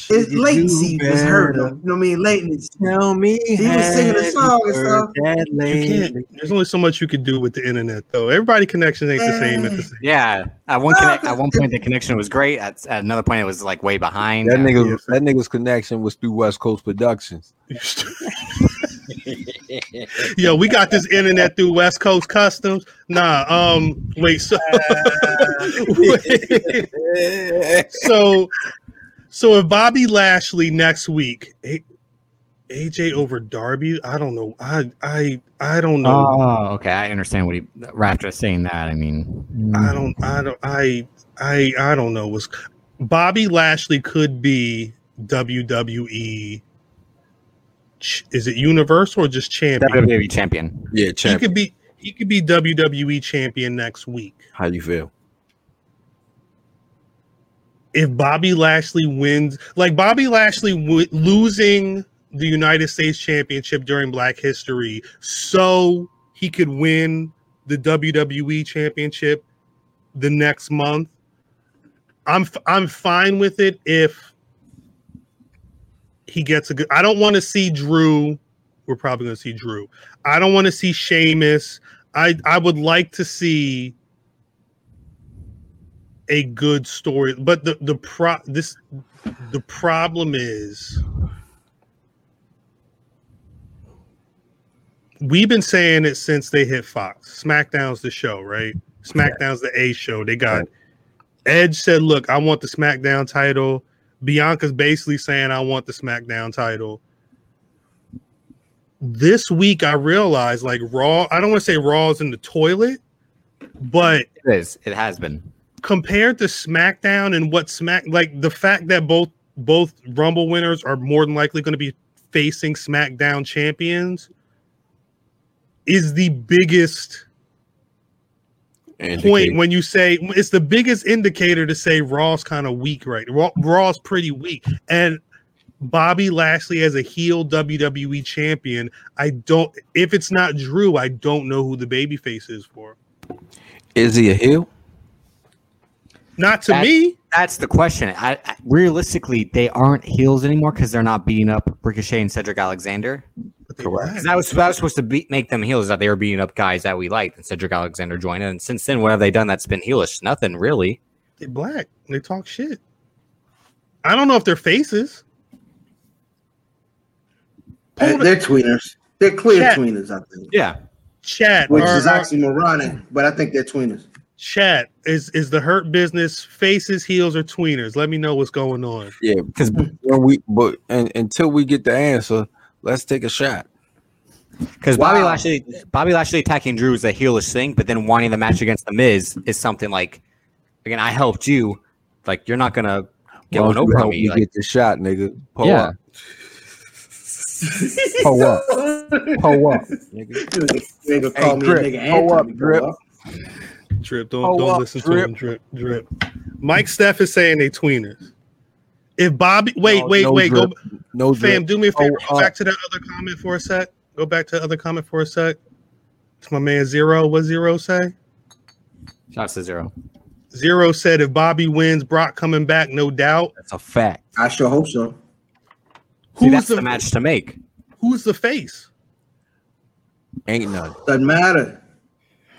Speaker 5: his
Speaker 1: Shit,
Speaker 5: latency
Speaker 1: you
Speaker 5: was hurting
Speaker 1: better
Speaker 5: him. You know what I mean? Latency.
Speaker 1: Tell me
Speaker 5: was singing a song and stuff.
Speaker 2: You can't. There's only so much you could do with the internet, though. Everybody connections ain't the same at the same.
Speaker 3: Yeah, at one
Speaker 5: No,
Speaker 3: connect,
Speaker 5: because
Speaker 3: at one
Speaker 5: Ah, it-
Speaker 3: point the connection was great. At, at another point, it was like way behind.
Speaker 1: That nigga,
Speaker 2: Yeah.
Speaker 1: that nigga's connection was through West Coast Productions.
Speaker 2: (laughs) Yo, we got this internet through West Coast Customs. Nah, um, wait, so (laughs) so so if Bobby Lashley next week, A- AJ over Darby, I don't know. I I I don't know.
Speaker 3: Oh, okay. I understand what he. Right after saying that, I mean,
Speaker 2: I don't I don't I I I don't know what's Bobby Lashley could be WWE ch- is it universal or just champion?
Speaker 3: WWE champion.
Speaker 1: Yeah,
Speaker 2: He
Speaker 1: champ.
Speaker 2: could be he could be WWE champion next week.
Speaker 1: How you feel?
Speaker 2: If Bobby Lashley wins, like Bobby Lashley w- losing the United States Championship during Black History, so he could win the WWE Championship the next month. I'm f- I'm fine with it if he gets a good. I don't want to see Drew. We're probably going to see Drew. I don't want to see Sheamus. I I would like to see a good story, but the the pro this the problem is we've been saying it since they hit Fox. SmackDown's the show, right? SmackDown's the A show. They got Edge said, "Look, I want the SmackDown title." Bianca's basically saying, "I want the SmackDown title." This week, I realized like Raw. I don't want to say Raw's in the toilet, but
Speaker 3: It is. It has been.
Speaker 2: compared to SmackDown and what Smack like the fact that both both Rumble winners are more than likely going to be facing SmackDown champions is the biggest point when you say it's the biggest indicator to say Raw's kind of weak, right? Raw, Raw's pretty weak, and Bobby Lashley as a heel WWE champion. I don't. If it's not Drew, I don't know who the babyface is for.
Speaker 1: Is he a heel?
Speaker 2: Not to
Speaker 3: That-
Speaker 2: me.
Speaker 3: That's the question. I, I, realistically, they aren't heels anymore because they're not beating up Ricochet and Cedric Alexander.
Speaker 2: but they
Speaker 1: correct.
Speaker 2: laugh.
Speaker 3: Because that was that was supposed to be, make them heels that they were beating up guys that we liked, and Cedric Alexander joined. And since then, what have they done that's been heelish? Nothing really.
Speaker 2: They black. They talk shit. I don't know if they're faces.
Speaker 5: Uh,
Speaker 2: Pull
Speaker 5: They're
Speaker 2: the
Speaker 5: tweeners. They're clear
Speaker 2: Chat.
Speaker 5: tweeners, I think.
Speaker 3: Yeah.
Speaker 2: chat.
Speaker 5: Which
Speaker 2: or-
Speaker 5: is
Speaker 2: or-
Speaker 5: oxymoronic, but I think they're tweeners.
Speaker 2: chat. Is is the hurt business faces, heels, or tweeners? Let me know what's going on.
Speaker 1: (laughs) Yeah,
Speaker 3: Because
Speaker 1: when we but and, until we get the answer, let's take a shot.
Speaker 3: Because Bobby
Speaker 5: Wow.
Speaker 3: Lashley, Bobby Lashley attacking Drew is a heelish thing, but then wanting the match against the Miz is something like, again, I helped you, like you're not gonna get
Speaker 1: Why
Speaker 3: one
Speaker 1: don't
Speaker 3: over
Speaker 1: you
Speaker 3: on
Speaker 1: help
Speaker 3: me.
Speaker 1: me
Speaker 3: Like,
Speaker 1: get the shot, nigga. Pull
Speaker 3: Yeah.
Speaker 1: up. Pull up. Pull up, nigga.
Speaker 5: Nigga
Speaker 1: Hey,
Speaker 5: call me a
Speaker 1: Drip,
Speaker 5: nigga
Speaker 1: pull
Speaker 5: and tell
Speaker 1: up,
Speaker 5: me to
Speaker 1: Drip.
Speaker 5: pull up.
Speaker 2: Drip, don't
Speaker 1: Oh,
Speaker 2: don't
Speaker 1: well,
Speaker 2: listen to
Speaker 1: drip.
Speaker 2: him. Drip, drip. Mike Steph is saying they tweeners. If Bobby, wait,
Speaker 1: No-
Speaker 2: wait,
Speaker 1: no
Speaker 2: wait,
Speaker 1: drip.
Speaker 2: go,
Speaker 1: No
Speaker 2: fam,
Speaker 1: drip.
Speaker 2: do me a favor.
Speaker 1: Oh,
Speaker 2: go
Speaker 1: uh,
Speaker 2: back to that other comment for a sec. Go back to the other comment for a sec. To my man Zero, what Zero say?
Speaker 3: shots to zero.
Speaker 2: Zero said, if Bobby wins, Brock coming back, no doubt.
Speaker 3: That's a fact.
Speaker 5: I sure hope so.
Speaker 3: See,
Speaker 2: Who's
Speaker 3: that's
Speaker 2: the,
Speaker 3: the match to make.
Speaker 2: Who's the face?
Speaker 1: Ain't none.
Speaker 5: Doesn't matter.
Speaker 1: Oh,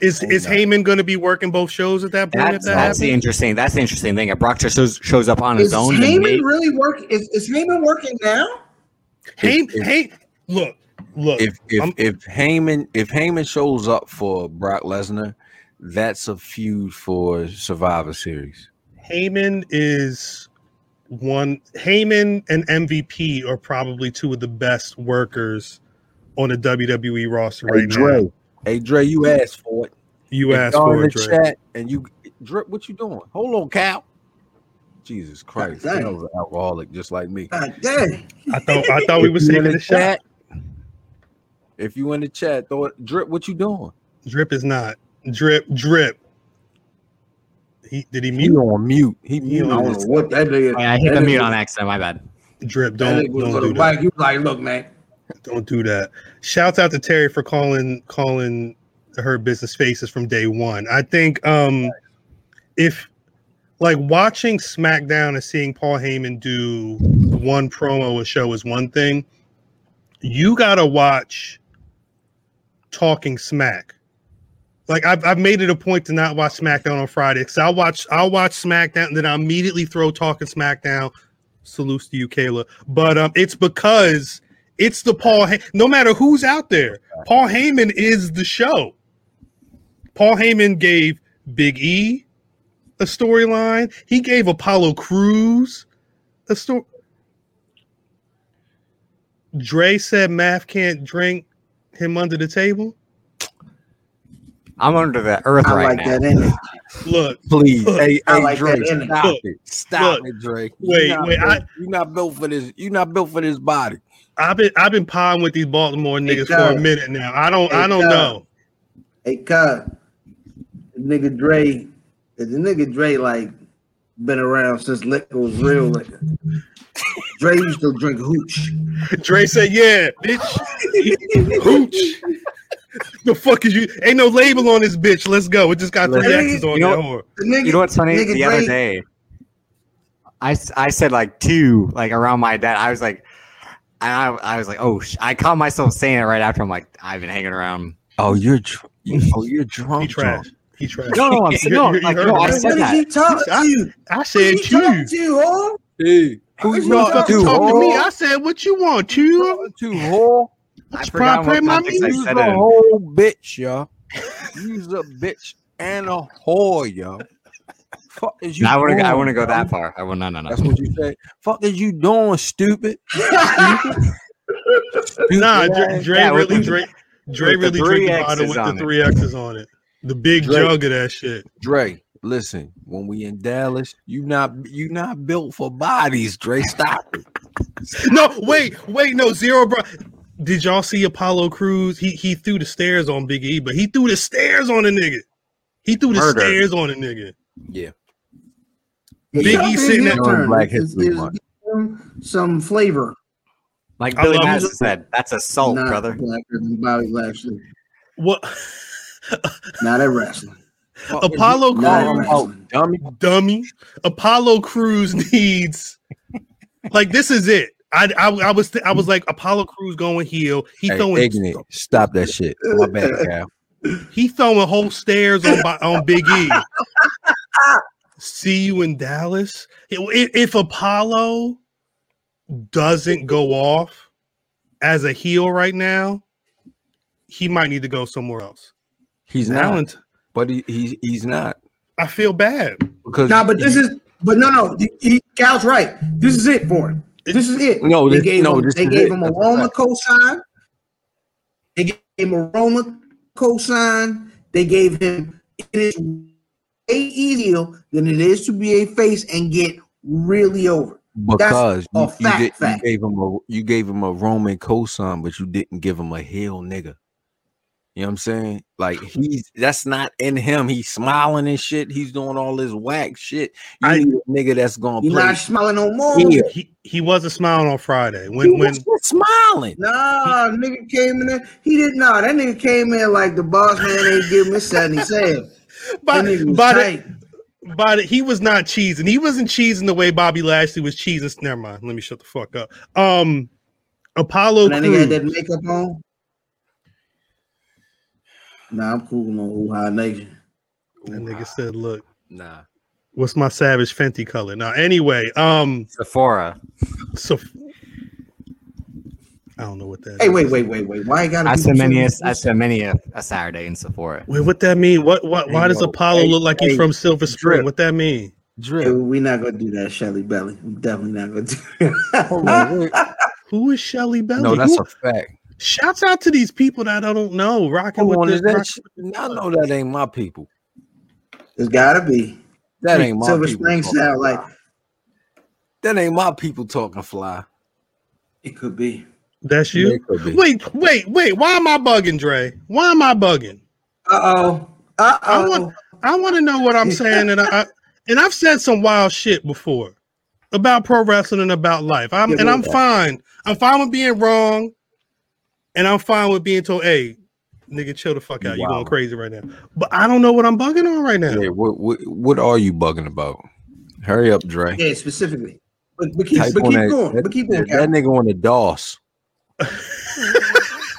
Speaker 2: Is is Heyman going to be working both shows at that point?
Speaker 3: That's,
Speaker 2: if that
Speaker 3: that's the
Speaker 2: happens?
Speaker 3: interesting. That's the interesting thing. If Brock just shows, shows up on
Speaker 5: Is
Speaker 3: his own, then
Speaker 5: Heyman
Speaker 3: maybe-
Speaker 5: really working? Is, is Heyman working now?
Speaker 2: Hey,
Speaker 1: If-
Speaker 2: hey, look, look.
Speaker 1: If if
Speaker 2: I'm-
Speaker 1: if Heyman if Heyman shows up for Brock Lesnar, that's a feud for Survivor Series.
Speaker 2: Heyman is one. Heyman and MVP are probably two of the best workers on the WWE roster right now.
Speaker 1: Hey Dre, you asked for it.
Speaker 2: You
Speaker 1: If
Speaker 2: asked
Speaker 1: y'all
Speaker 2: for
Speaker 1: in
Speaker 2: it,
Speaker 1: the
Speaker 2: Dre.
Speaker 1: chat and you Drip, what you doing? Hold on, Cal. Jesus Christ.
Speaker 5: dang.
Speaker 1: That was an alcoholic just like me.
Speaker 5: God dang.
Speaker 2: I thought I
Speaker 1: (laughs)
Speaker 2: thought we
Speaker 1: If
Speaker 2: were
Speaker 1: you in
Speaker 2: taking
Speaker 1: the
Speaker 2: a shot.
Speaker 1: If you in the chat, throw it drip, what you doing?
Speaker 2: Drip is not drip. Drip. He did he
Speaker 1: He
Speaker 2: mute
Speaker 1: on mute. He
Speaker 5: I
Speaker 1: muted.
Speaker 5: don't know what that nigga.
Speaker 3: Oh, yeah, I hit
Speaker 5: that
Speaker 3: the
Speaker 5: nigga-
Speaker 3: mute on accident. My bad.
Speaker 2: drip?
Speaker 5: That
Speaker 2: Don't
Speaker 5: nigga was
Speaker 2: don't
Speaker 5: with
Speaker 2: do
Speaker 5: a
Speaker 2: that.
Speaker 5: bike. He was like, look, man.
Speaker 2: Don't do that. Shouts out to Terry for calling calling her business faces from day one. I think um if like watching SmackDown and seeing Paul Heyman do one promo a show is one thing. You gotta watch talking smack. Like I've, I've made it a point to not watch SmackDown on Friday because I'll watch I'll watch SmackDown and then I immediately throw talking SmackDown. Salutes to you, Kayla. But um, it's because it's the Paul. Hey- no matter who's out there, Paul Heyman is the show. Paul Heyman gave Big E a storyline. He gave Apollo Cruz a story. Dre said Math can't drink him under the table.
Speaker 3: I'm under the earth
Speaker 5: I
Speaker 3: right
Speaker 5: like
Speaker 3: now.
Speaker 5: that ending.
Speaker 2: Look,
Speaker 1: Please, hey,
Speaker 5: I
Speaker 1: hey,
Speaker 5: like that
Speaker 1: Drake,
Speaker 5: ending.
Speaker 1: stop
Speaker 2: Look,
Speaker 1: it, stop
Speaker 2: look.
Speaker 1: it, Drake.
Speaker 2: Wait,
Speaker 1: you're not,
Speaker 2: wait,
Speaker 1: built,
Speaker 2: I-
Speaker 1: you're not built for this. You're not built for this body.
Speaker 2: I've been I've been pawing with these Baltimore niggas for a
Speaker 5: does.
Speaker 2: minute now. I don't I
Speaker 5: It
Speaker 2: don't
Speaker 5: does.
Speaker 2: know.
Speaker 5: Hey, cuz, nigga Dre, the nigga Dre, like, been around since liquor was real liquor. Dre used to drink hooch.
Speaker 2: Dre said, "Yeah, bitch, hooch." the fuck is you? Ain't no label on this bitch. Let's go. It just got three
Speaker 5: Listen,
Speaker 2: X's on
Speaker 3: you know-
Speaker 2: it. Don't worry.
Speaker 5: The nigga,
Speaker 3: You know what's funny?
Speaker 5: Nigga
Speaker 3: The other
Speaker 5: Dre-
Speaker 3: day, I, s- I said like two, like around my dad. I was like, and I, I was like, oh, sh-. I caught myself saying it right after. I'm like, I've been hanging around.
Speaker 1: Oh, you're, dr- (laughs) oh, you're drunk.
Speaker 2: He
Speaker 1: drunk.
Speaker 2: trash. He trash.
Speaker 3: No, no, I'm saying, no,
Speaker 2: You- you
Speaker 3: like,
Speaker 2: heard
Speaker 3: no,
Speaker 2: me,
Speaker 3: I
Speaker 2: right?
Speaker 5: What
Speaker 3: said
Speaker 5: did
Speaker 3: that.
Speaker 5: he talk to you?
Speaker 2: I said
Speaker 5: Did he talk
Speaker 2: two.
Speaker 5: to you, huh?
Speaker 1: Hey,
Speaker 5: Who
Speaker 1: who's
Speaker 5: you
Speaker 1: not
Speaker 5: talking
Speaker 1: too
Speaker 5: to?
Speaker 2: Talk to me.
Speaker 3: oh.
Speaker 1: whole?
Speaker 2: I said, "What you want, two?
Speaker 1: Too whole?
Speaker 3: I
Speaker 2: Just
Speaker 3: forgot
Speaker 2: play
Speaker 3: what
Speaker 2: my
Speaker 3: context I
Speaker 1: You's
Speaker 3: said
Speaker 1: a
Speaker 3: it. in.
Speaker 1: whole bitch, (laughs) y'all. You's a bitch and a whore, y'all. Fuck is you?
Speaker 3: No, I wouldn't. go- I
Speaker 1: doing,
Speaker 3: wouldn't go
Speaker 1: y'all?
Speaker 3: that far. I would no, no, no.
Speaker 1: That's what you say. Fuck is you doing, stupid? Stupid
Speaker 2: Nah, Dre,
Speaker 1: ass.
Speaker 2: Dre
Speaker 3: Yeah, with
Speaker 2: really,
Speaker 3: the-
Speaker 2: Dre, Dre
Speaker 3: with
Speaker 2: really
Speaker 3: the three
Speaker 2: drinking bottle
Speaker 3: X's
Speaker 2: with the
Speaker 3: on it.
Speaker 2: three X's on it. The big
Speaker 1: Dre-
Speaker 2: jug of that shit.
Speaker 1: Dre, listen. When we in Dallas, you not you not built for bodies, Dre.
Speaker 2: (laughs)
Speaker 1: Stop. it.
Speaker 2: No, wait, wait, no, zero, bro. Did y'all see Apollo Cruz? He he threw the stairs on Big E, but he threw the stairs on a nigga. He threw the
Speaker 3: Murder.
Speaker 2: stairs on a nigga.
Speaker 1: Yeah.
Speaker 2: Big E sitting there-
Speaker 1: During Black
Speaker 5: It's-
Speaker 1: History
Speaker 5: it's
Speaker 1: Month.
Speaker 5: giving him Some flavor,
Speaker 3: Like
Speaker 2: I
Speaker 3: Billy
Speaker 2: love-
Speaker 3: Madison said, that's assault,
Speaker 5: not
Speaker 3: Oh, brother.
Speaker 5: blacker than Bobby Lashley.
Speaker 2: What
Speaker 5: Not at wrestling.
Speaker 1: Fuck is
Speaker 2: Apollo
Speaker 1: you-
Speaker 5: Nah, I'm
Speaker 2: Cruz,
Speaker 5: out.
Speaker 1: Oh, dummy.
Speaker 2: dummy. Apollo Cruz (laughs) needs like this is it. I I, I was I was like Apollo Cruz going heel. He
Speaker 1: Hey,
Speaker 2: throwing
Speaker 1: ignorant. Stop that shit. My
Speaker 2: (laughs)
Speaker 1: bad, Cal.
Speaker 2: he throwing whole stairs on Bo- on Big E. see you in Dallas. If, if Apollo doesn't go off as a heel right now, he might need to go somewhere else.
Speaker 1: He's not,
Speaker 2: Talent.
Speaker 1: but he, he's he's not
Speaker 2: I feel bad.
Speaker 1: because
Speaker 5: Nah, but this is but no no he, he Cal's right. This is it for him. This is it.
Speaker 1: No,
Speaker 5: they
Speaker 1: this-
Speaker 5: gave
Speaker 1: no,
Speaker 5: him
Speaker 1: this
Speaker 5: they
Speaker 1: is
Speaker 5: gave
Speaker 1: it.
Speaker 5: him a
Speaker 1: That's a
Speaker 5: Roma
Speaker 1: fact.
Speaker 5: cosign. They gave him a Roma cosign. They gave him it is way easier than it is to be a face and get really over.
Speaker 1: because
Speaker 5: a
Speaker 1: you, you
Speaker 5: fact,
Speaker 1: did- you
Speaker 5: fact.
Speaker 1: gave him a you gave him a Roman cosign, but you didn't give him a heel nigga. You know what I'm saying? Like he's that's not in him. He's smiling and shit. He's doing all this whack shit. You
Speaker 2: I-
Speaker 1: need a nigga that's gonna
Speaker 5: You're
Speaker 1: play
Speaker 5: not smiling no more.
Speaker 1: heel.
Speaker 2: He he wasn't smiling on Friday
Speaker 1: He
Speaker 2: when when
Speaker 1: was just smiling.
Speaker 5: Nah, nigga came in there. He did not. That nigga came in like the boss man ain't giving me seventy seven.
Speaker 2: by,
Speaker 5: That nigga was
Speaker 2: by
Speaker 5: tight.
Speaker 2: the, by the, he was not cheesing. He wasn't cheesing the way Bobby Lashley was cheesing. Never mind. Let me shut the fuck up. Um, Apollo
Speaker 5: And that nigga had that
Speaker 2: Crews.
Speaker 5: makeup on. Nah, I'm cool on Ooh High Nation.
Speaker 2: That nigga said, "Look,
Speaker 1: Nah.
Speaker 2: what's my Savage Fenty color?" Now, anyway, um,
Speaker 3: Sephora.
Speaker 2: so I don't know what that.
Speaker 5: Hey,
Speaker 2: is.
Speaker 5: wait, wait, wait, wait. Why you gotta
Speaker 3: I
Speaker 5: be
Speaker 3: spent many a,
Speaker 5: serious?
Speaker 3: I spent many a, a Saturday in Sephora.
Speaker 2: Wait, what that mean? What what? Why
Speaker 1: Hey,
Speaker 2: does
Speaker 1: yo,
Speaker 2: Apollo
Speaker 1: hey,
Speaker 2: look like he's
Speaker 1: hey,
Speaker 2: from Silver Spring?
Speaker 1: drip.
Speaker 2: What that mean?
Speaker 5: Hey,
Speaker 1: Drip.
Speaker 5: we not gonna do that, Shelly Belly. we definitely not gonna do
Speaker 1: Hold
Speaker 5: that. (laughs)
Speaker 1: on, wait.
Speaker 2: Who is Shelly Belly?
Speaker 1: no, that's
Speaker 2: Who-
Speaker 1: a fact.
Speaker 2: Shouts out to these people that I don't know rocking
Speaker 1: Hold
Speaker 2: with
Speaker 1: on,
Speaker 2: this.
Speaker 1: is that
Speaker 2: rock-
Speaker 1: sh- I know that ain't my people.
Speaker 5: it's gotta be.
Speaker 1: That ain't my
Speaker 5: Silver
Speaker 1: people
Speaker 5: Spring
Speaker 1: talking
Speaker 5: sound
Speaker 1: fly.
Speaker 5: like
Speaker 1: that ain't my people talking fly.
Speaker 5: it could be.
Speaker 2: That's you.
Speaker 1: It could be.
Speaker 2: Wait, wait, wait. Why am I bugging, Dre? Why am I bugging?
Speaker 5: Uh oh. Uh
Speaker 2: I
Speaker 5: oh.
Speaker 2: want I want to know what I'm saying, and I, I and I've said some wild shit before about pro wrestling and about life. I'm
Speaker 5: Yeah,
Speaker 2: and I'm
Speaker 5: yeah.
Speaker 2: fine. I'm fine with being wrong, and I'm fine with being told, "Hey, nigga, chill the fuck out. You're
Speaker 1: Wow.
Speaker 2: going crazy right now." But I don't know what I'm bugging on right now.
Speaker 1: Hey, what, what what are you bugging about? Hurry up, Dre.
Speaker 5: Yeah, specifically. But, but keep,
Speaker 1: Type
Speaker 5: but
Speaker 1: on
Speaker 5: keep
Speaker 1: that-
Speaker 5: going.
Speaker 1: that-
Speaker 5: but keep going.
Speaker 1: That,
Speaker 5: Cal.
Speaker 1: nigga on the
Speaker 2: (laughs)
Speaker 1: DOS.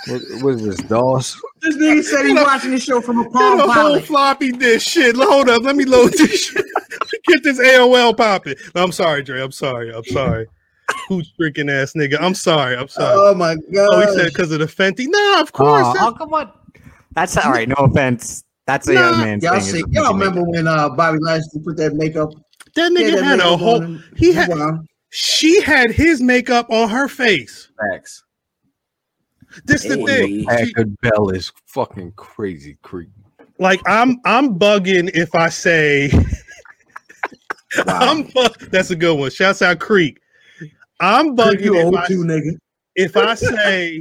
Speaker 1: what, what is this DOS?
Speaker 5: This nigga said he's
Speaker 2: Get a-
Speaker 5: watching the show from a
Speaker 2: Get
Speaker 5: palm
Speaker 2: a whole
Speaker 5: pilot.
Speaker 2: floppy disk shit. Hold up, let me load this (laughs) shit. Get this AOL popping. No, I'm sorry, Dre. I'm sorry. I'm sorry. Who's freaking ass nigga? I'm sorry. I'm sorry.
Speaker 5: Oh my god.
Speaker 2: Oh, he said because of the Fenty. No, of course.
Speaker 3: Aw, oh, come on. That's all right. No offense. That's a young
Speaker 2: Nah,
Speaker 3: man's
Speaker 5: Y'all
Speaker 3: thing.
Speaker 5: see,
Speaker 3: is
Speaker 5: y'all
Speaker 3: making
Speaker 5: remember when uh, Bobby Lashley put that makeup?
Speaker 2: that nigga
Speaker 5: yeah, that
Speaker 2: had a
Speaker 5: makeup
Speaker 2: whole.
Speaker 5: on.
Speaker 2: He had.
Speaker 5: Wow.
Speaker 2: She had his makeup on her face.
Speaker 1: Facts.
Speaker 2: This the
Speaker 5: Hey.
Speaker 2: thing. (laughs) She-
Speaker 1: Packer Bell is fucking crazy creep.
Speaker 2: like I'm, I'm bugging if I say
Speaker 5: Ah.
Speaker 2: I'm. bu- That's a good one. Shouts out Creek. I'm bugging
Speaker 5: you
Speaker 2: if
Speaker 5: old
Speaker 2: I,
Speaker 5: too, nigga.
Speaker 2: if I
Speaker 5: (laughs)
Speaker 2: say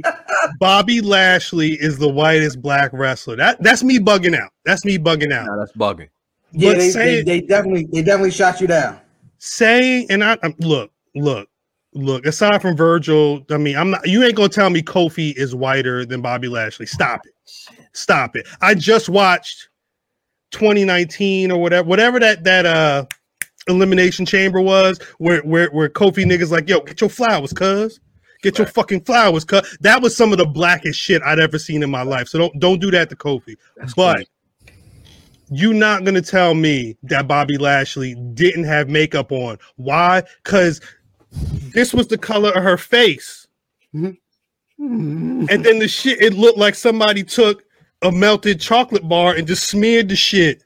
Speaker 2: Bobby Lashley is the whitest black wrestler. That that's me bugging out. That's me bugging out.
Speaker 1: Now that's bugging.
Speaker 5: Yeah,
Speaker 2: but
Speaker 5: they,
Speaker 2: say-
Speaker 5: they, they definitely they definitely shot you down.
Speaker 2: saying and I I'm, look, look, look. Aside from Virgil, I mean, I'm not. You ain't gonna tell me Kofi is whiter than Bobby Lashley. Stop it, stop it. I just watched 2019 or whatever, whatever that that uh elimination chamber was, where where where Kofi niggas like, yo, get your flowers, cuz. Get your fucking flowers, cuz. That was some of the blackest shit I'd ever seen in my life. So don't don't do that to Kofi. but you're not gonna tell me that Bobby Lashley didn't have makeup on. Why? Because this was the color of her face.
Speaker 3: Mm-hmm.
Speaker 2: And then the shit, it looked like somebody took a melted chocolate bar and just smeared the shit.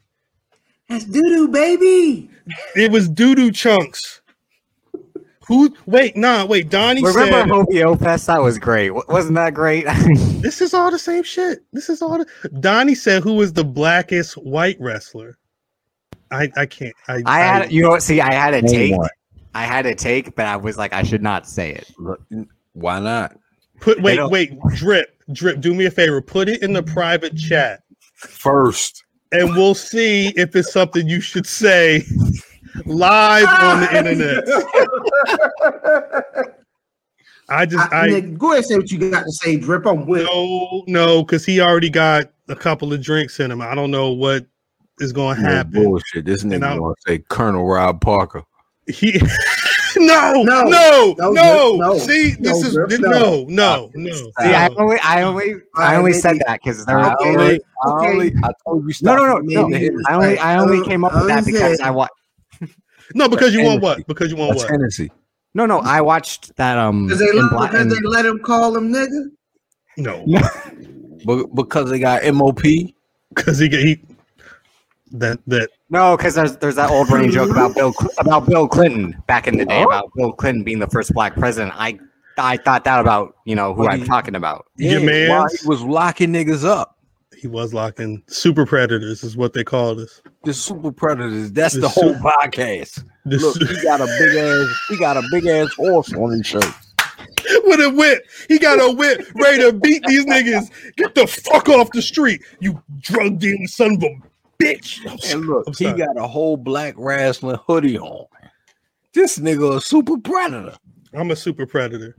Speaker 5: That's doo doo, baby.
Speaker 2: It was doo-doo chunks. Who wait, nah, wait, Donnie
Speaker 3: Remember
Speaker 2: said
Speaker 3: Hovio Fest? That was great. Wa- Wasn't that great? (laughs)
Speaker 2: this is all the same shit. This is all the Donnie said who was the blackest white wrestler. I I can't I
Speaker 3: I had you know what? See, I had a take.
Speaker 1: one.
Speaker 3: I had a take, but I was like, I should not say it.
Speaker 1: Look, Why not?
Speaker 2: Put wait,
Speaker 3: don't-
Speaker 2: wait, drip, drip. Do me a favor, put it in the private chat,
Speaker 1: First.
Speaker 2: and we'll see if it's something you should say live on the internet. I just
Speaker 5: I,
Speaker 2: I
Speaker 5: nigga, go ahead and say what you got to say, Drip. I'm with.
Speaker 2: no no because he already got a couple of drinks in him. I don't know what is going to
Speaker 1: No
Speaker 2: happen.
Speaker 1: bullshit. This
Speaker 2: And
Speaker 1: nigga
Speaker 2: I'm-
Speaker 1: gonna say Colonel Rob Parker.
Speaker 2: He. (laughs) No,
Speaker 5: No,
Speaker 2: no, no,
Speaker 5: no, Drip, no,
Speaker 2: See, this
Speaker 5: no,
Speaker 2: is
Speaker 5: Drip,
Speaker 2: thi-
Speaker 5: no.
Speaker 2: no, no, no.
Speaker 3: See, I
Speaker 2: no.
Speaker 3: only, I only, Um, I
Speaker 5: Alright,
Speaker 3: only
Speaker 5: maybe-
Speaker 3: said that because there
Speaker 1: I
Speaker 3: were
Speaker 5: Okay,
Speaker 1: only,
Speaker 5: wait,
Speaker 1: I
Speaker 5: okay.
Speaker 1: only- I told you
Speaker 3: no,
Speaker 1: stop.
Speaker 3: no, no, no.
Speaker 5: Maybe-
Speaker 3: I only,
Speaker 5: Alright,
Speaker 3: I only
Speaker 5: um,
Speaker 3: came up with
Speaker 5: I
Speaker 3: that
Speaker 5: said-
Speaker 3: because I want.
Speaker 2: No, because you want
Speaker 1: Hennessy.
Speaker 2: what? Because you want
Speaker 1: That's
Speaker 2: what?
Speaker 1: Hennessy.
Speaker 3: No, no, I watched that. Um,
Speaker 5: Because they,
Speaker 3: in
Speaker 5: love-
Speaker 3: Bla-
Speaker 5: because
Speaker 3: in-
Speaker 5: they let him call him nigga.
Speaker 2: No,
Speaker 1: But because they got MOP,
Speaker 2: because he, he that that
Speaker 3: no, because there's there's that old running joke about Bill Cl- about Bill Clinton back in the day about Bill Clinton being the first black president. I I thought that about you know who
Speaker 1: Well,
Speaker 3: I'm
Speaker 1: you-
Speaker 3: talking about.
Speaker 2: Your
Speaker 1: Yeah, while
Speaker 2: mans.
Speaker 1: he was locking niggas up.
Speaker 2: he was locking super predators is what they called us.
Speaker 1: The super predators. That's
Speaker 2: The
Speaker 1: the whole
Speaker 2: super-
Speaker 1: podcast.
Speaker 2: The
Speaker 1: Look,
Speaker 2: su-
Speaker 1: he got a big ass. He got a big ass horse on his shirt.
Speaker 2: (laughs) with a whip, he got a whip ready to beat these niggas. Get the fuck off the street, you drug dealing son of a bitch. I'm sorry.
Speaker 1: And look,
Speaker 2: I'm
Speaker 1: he
Speaker 2: sorry.
Speaker 1: got a whole black wrestling hoodie on. This nigga a super predator.
Speaker 2: I'm a super predator.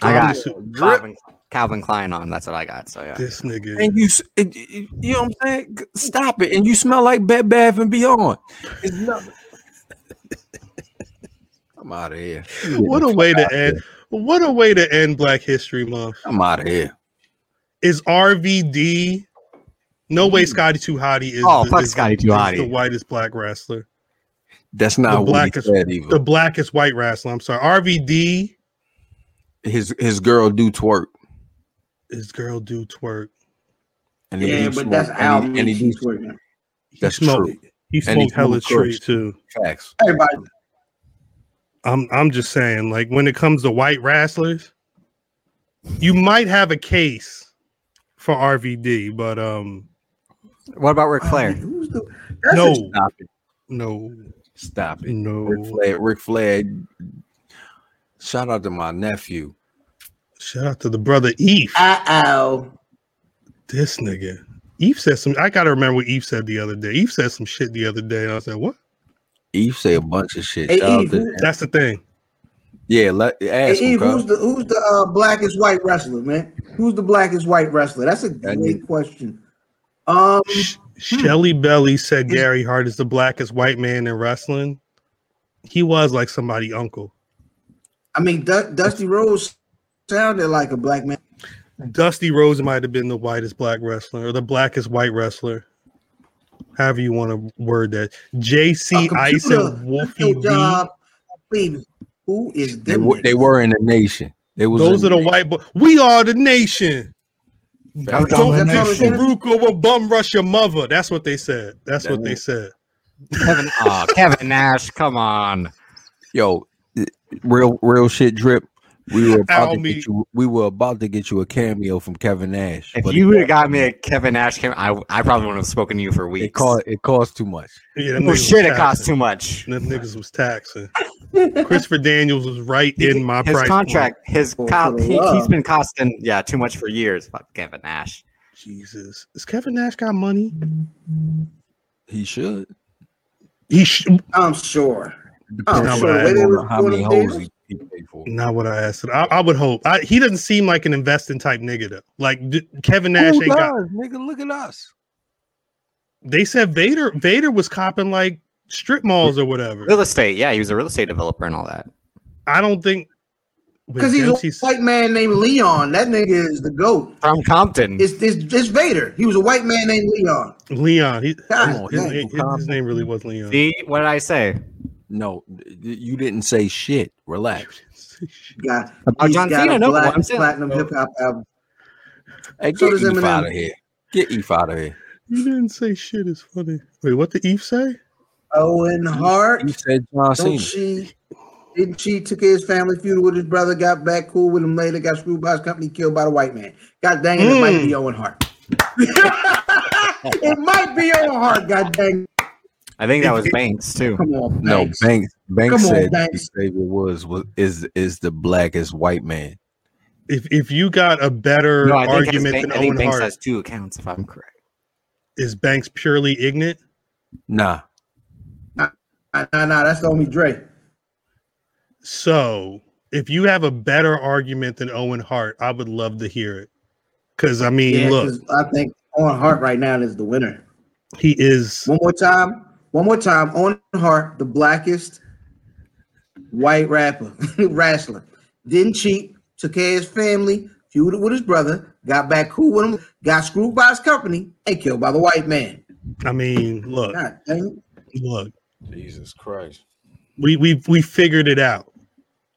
Speaker 3: I
Speaker 2: I'm a
Speaker 3: got
Speaker 2: super-
Speaker 3: Calvin, Calvin Klein on. That's what I got. So yeah.
Speaker 2: this nigga.
Speaker 1: And you, s- and- and- you know what I'm saying? G- Stop it. And you smell like Bed Bath and Beyond. It's (laughs) nothing. I'm out of here.
Speaker 2: What a way to end. What a way to end Black History Month.
Speaker 1: I'm out of here.
Speaker 2: Is RVD? No way,
Speaker 1: Mm-hmm.
Speaker 2: Scotty Too Hottie is.
Speaker 3: Oh,
Speaker 2: the,
Speaker 3: fuck
Speaker 2: is the-
Speaker 3: Scotty Too
Speaker 2: is
Speaker 3: Hottie.
Speaker 2: the whitest black wrestler.
Speaker 1: That's not
Speaker 2: The
Speaker 1: what
Speaker 2: blackest-
Speaker 1: he said either.
Speaker 2: The blackest white wrestler. I'm sorry. RVD.
Speaker 1: his his girl do twerk.
Speaker 2: His girl do twerk.
Speaker 1: And he do
Speaker 5: Yeah, but
Speaker 1: smoke,
Speaker 5: that's
Speaker 1: and he-
Speaker 5: Alvin.
Speaker 1: and he do
Speaker 5: He's working.
Speaker 2: He
Speaker 1: That's
Speaker 2: smoked,
Speaker 1: true.
Speaker 2: He
Speaker 1: And he
Speaker 2: smoked hella
Speaker 1: smoked crooks.
Speaker 2: tree too.
Speaker 1: Facts.
Speaker 5: Everybody,
Speaker 2: I'm I'm just saying, like when it comes to white wrestlers, you might have a case for RVD, but um,
Speaker 3: What about Ric Flair?
Speaker 5: who's the? That's
Speaker 2: no,
Speaker 5: a-
Speaker 1: Stop it.
Speaker 2: no,
Speaker 1: Stop it. Rick
Speaker 2: no.
Speaker 1: Flair. Rick Flair. Shout out to my nephew.
Speaker 2: Shout out to the brother Eve.
Speaker 5: Uh-oh.
Speaker 2: This nigga. Eve said some. I gotta remember what Eve said the other day. Eve said some shit the other day, and I said, "What?"
Speaker 1: Eve say a bunch of shit.
Speaker 5: Hey,
Speaker 1: Shout out
Speaker 5: Eve,
Speaker 1: to-
Speaker 5: who-
Speaker 2: That's the thing.
Speaker 1: yeah, let
Speaker 5: Hey,
Speaker 1: ask him,
Speaker 5: Eve,
Speaker 1: cuz.
Speaker 5: who's the who's the uh, blackest white wrestler, man? Who's the blackest white wrestler? That's a
Speaker 1: That
Speaker 5: great question. Um,
Speaker 2: Sh- Shelly Belly said Gary Hart is the blackest white man in wrestling. He was like somebody uncle.
Speaker 5: I mean, Du- Dusty Rose sounded like a black man.
Speaker 2: Dusty Rose might have been the whitest black wrestler or the blackest white wrestler. However you want to word that.
Speaker 5: A
Speaker 2: JC Ice
Speaker 5: computer
Speaker 2: and
Speaker 5: did your
Speaker 2: Wolfie D.
Speaker 5: job, baby. Who is
Speaker 1: They
Speaker 5: them?
Speaker 1: were, they were in the nation. They was
Speaker 2: Those are
Speaker 1: in-
Speaker 2: the white boys. We are the nation.
Speaker 1: That's
Speaker 2: Don't
Speaker 5: what
Speaker 2: do
Speaker 5: I'm saying.
Speaker 2: Faruka will bum rush your mother. That's what they said. That's what they said.
Speaker 3: Kevin, oh, Kevin Nash, come on.
Speaker 1: yo, it- real real shit drip. We were about
Speaker 2: Ow,
Speaker 1: to
Speaker 2: me.
Speaker 1: get you. We were about to get you a cameo from Kevin Nash.
Speaker 3: If
Speaker 1: but
Speaker 3: you
Speaker 1: it,
Speaker 3: would have got me a Kevin Nash, cam- I I probably wouldn't have spoken to you for
Speaker 1: it
Speaker 3: weeks.
Speaker 1: cost it cost too much.
Speaker 2: Yeah, them
Speaker 3: well,
Speaker 2: niggas
Speaker 3: shit,
Speaker 2: was
Speaker 3: it costs
Speaker 2: taxing.
Speaker 3: too much.
Speaker 2: Them niggas was taxing. Christopher Daniels was right in my
Speaker 3: his
Speaker 2: price. point.
Speaker 3: contract, his
Speaker 5: For-
Speaker 3: co-
Speaker 5: Oh, for the
Speaker 3: he, has
Speaker 5: love.
Speaker 3: been costing yeah too much for years. Fuck Kevin Nash.
Speaker 2: Jesus, is Kevin Nash got money?
Speaker 1: He should.
Speaker 2: He sh-
Speaker 5: I'm sure. I'm
Speaker 2: Not
Speaker 1: Depends
Speaker 2: what
Speaker 5: Oh, sure.
Speaker 2: I-
Speaker 5: The way
Speaker 1: on
Speaker 5: they was
Speaker 1: how many
Speaker 5: doing
Speaker 1: hoes
Speaker 5: things,
Speaker 1: he, he paid for.
Speaker 2: Not what I asked. I, I would hope. I, he doesn't seem like an investing type nigga though. Like d- Kevin Nash
Speaker 1: Who
Speaker 2: ain't
Speaker 1: does,
Speaker 2: got.
Speaker 1: nigga? Look at us.
Speaker 2: They said Vader. Vader was copping like strip malls or whatever.
Speaker 3: Real estate, yeah, he was a real estate developer and all that.
Speaker 2: I don't think. with
Speaker 5: Because he's
Speaker 2: Dempsey's-
Speaker 5: a white man named Leon. That nigga is the goat.
Speaker 3: From Compton,
Speaker 5: It's, it's, it's Vader. He was a white man named Leon.
Speaker 2: Leon. He,
Speaker 5: God
Speaker 2: his-
Speaker 5: damn.
Speaker 2: his, his, his name really was Leon.
Speaker 3: see what did I say?
Speaker 1: No, y- you didn't say shit. Relax.
Speaker 5: Got,
Speaker 3: Oh,
Speaker 5: he's
Speaker 3: John
Speaker 5: got
Speaker 3: Cena,
Speaker 5: a
Speaker 3: no,
Speaker 5: black
Speaker 3: I'm saying-
Speaker 5: platinum hip hop album.
Speaker 1: Hey,
Speaker 5: So
Speaker 1: get
Speaker 5: does
Speaker 1: Eve
Speaker 5: Eminem.
Speaker 1: out of here. Get Eve out of here.
Speaker 2: You didn't say shit. Is funny. Wait, what did Eve say?
Speaker 5: Owen Hart.
Speaker 1: You said John
Speaker 5: Don't
Speaker 1: Cena.
Speaker 5: she? Didn't she took his family feud with his brother, got back cool with him later, got screwed by his company, killed by the white man. God dang it, it might
Speaker 1: Hmm.
Speaker 5: be Owen Hart. (laughs) it might be Owen Hart, god dang. it.
Speaker 3: I think that was Banks too.
Speaker 5: Come on,
Speaker 1: No,
Speaker 5: Banks.
Speaker 1: Banks. Banks
Speaker 5: Come on,
Speaker 1: said
Speaker 5: Banks.
Speaker 1: Xavier Woods was is is the blackest white man.
Speaker 2: If if you got a better
Speaker 3: No, I think, it's
Speaker 2: argument
Speaker 3: Bank-
Speaker 2: than
Speaker 3: I think
Speaker 2: Owen
Speaker 3: Banks
Speaker 2: Hart,
Speaker 3: has two accounts if I'm correct.
Speaker 2: is Banks purely ignorant?
Speaker 1: Nah,
Speaker 5: Nah, nah, nah, that's only Dre.
Speaker 2: So, if you have a better argument than Owen Hart, I would love to hear it. Because I mean,
Speaker 5: Yeah,
Speaker 2: look,
Speaker 5: 'cause I think Owen Hart right now is the winner.
Speaker 2: he is
Speaker 5: One more time, one more time. Owen Hart, the blackest white rapper, (laughs) wrestler, didn't cheat, took care of his family, feuded with his brother, got back cool with him, got screwed by his company, and killed by the white man.
Speaker 2: I mean, look,
Speaker 5: God dang it.
Speaker 2: look.
Speaker 1: Jesus Christ.
Speaker 2: We we we figured it out.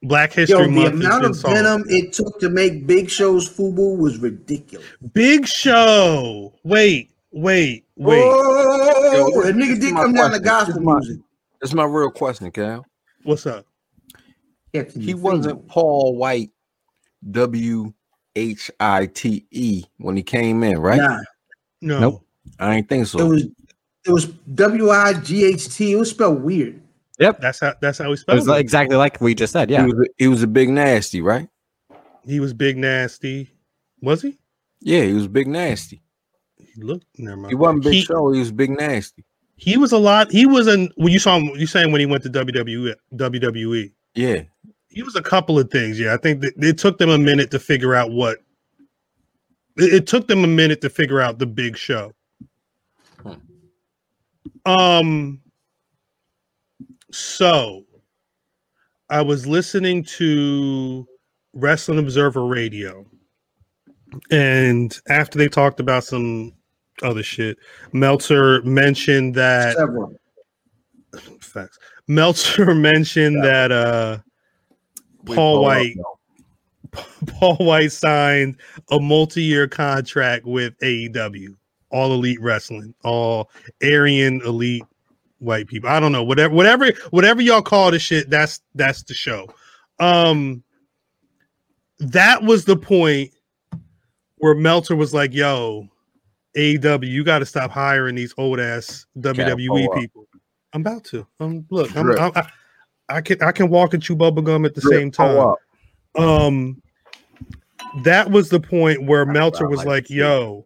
Speaker 2: Black History
Speaker 5: Yo, the
Speaker 2: Month has
Speaker 5: amount
Speaker 2: been
Speaker 5: of
Speaker 2: solved.
Speaker 5: venom it took to make Big Show's Fubu was ridiculous.
Speaker 2: Big Show. Wait, wait, wait.
Speaker 5: Whoa,
Speaker 1: Yo,
Speaker 5: a nigga
Speaker 1: this is
Speaker 5: did
Speaker 1: my
Speaker 5: come down to
Speaker 1: question.
Speaker 5: gospel music.
Speaker 1: That's my real question, Cal.
Speaker 2: What's up?
Speaker 5: Captain
Speaker 1: He
Speaker 5: Phil.
Speaker 1: wasn't Paul White, W H I T E, when he came in, right?
Speaker 5: Nah,
Speaker 2: No.
Speaker 1: Nope. I ain't think
Speaker 5: it
Speaker 1: so.
Speaker 5: was it was W I G H T. It was spelled weird.
Speaker 2: That's how that's how we
Speaker 3: It
Speaker 2: spelled
Speaker 3: was
Speaker 2: it.
Speaker 3: exactly like we just said. Yeah.
Speaker 1: He, was a, he was a big nasty, right?
Speaker 2: he was big nasty. Was he?
Speaker 1: Yeah, he was big nasty.
Speaker 2: He looked never mind.
Speaker 1: He wasn't Big
Speaker 2: he,
Speaker 1: Show. He was big nasty.
Speaker 2: he was a lot. He was in when you saw him you saying when he went to E, WWE WWE.
Speaker 1: Yeah,
Speaker 2: He was a couple of things, yeah. I think that it took them a minute to figure out what it, it took them a minute to figure out the big show.
Speaker 1: Hmm.
Speaker 2: Um so I was listening to Wrestling Observer Radio. And after they talked about some other shit, Meltzer mentioned that
Speaker 5: Several.
Speaker 2: facts. Meltzer (laughs) mentioned that uh
Speaker 1: Wait,
Speaker 2: Paul
Speaker 1: hold up,
Speaker 2: White.
Speaker 1: no.
Speaker 2: (laughs) Paul White signed a multi-year contract with AEW, All Elite Wrestling, all Aryan elite white people. I don't know whatever whatever whatever y'all call this shit. That's that's the show. Um, that was the point where Meltzer was like, "Yo, AEW, you got to stop hiring these old ass WWE
Speaker 1: pull up.
Speaker 2: people." I'm about to. Um, look, I'm,
Speaker 1: Drip.
Speaker 2: I'm, I, I can I can walk and chew bubble gum at the
Speaker 1: Drip,
Speaker 2: same
Speaker 1: pull
Speaker 2: time
Speaker 1: up.
Speaker 2: um that was the point where
Speaker 1: That's
Speaker 2: Meltzer
Speaker 1: what I
Speaker 2: was
Speaker 1: like
Speaker 2: like,
Speaker 1: to see.
Speaker 2: yo,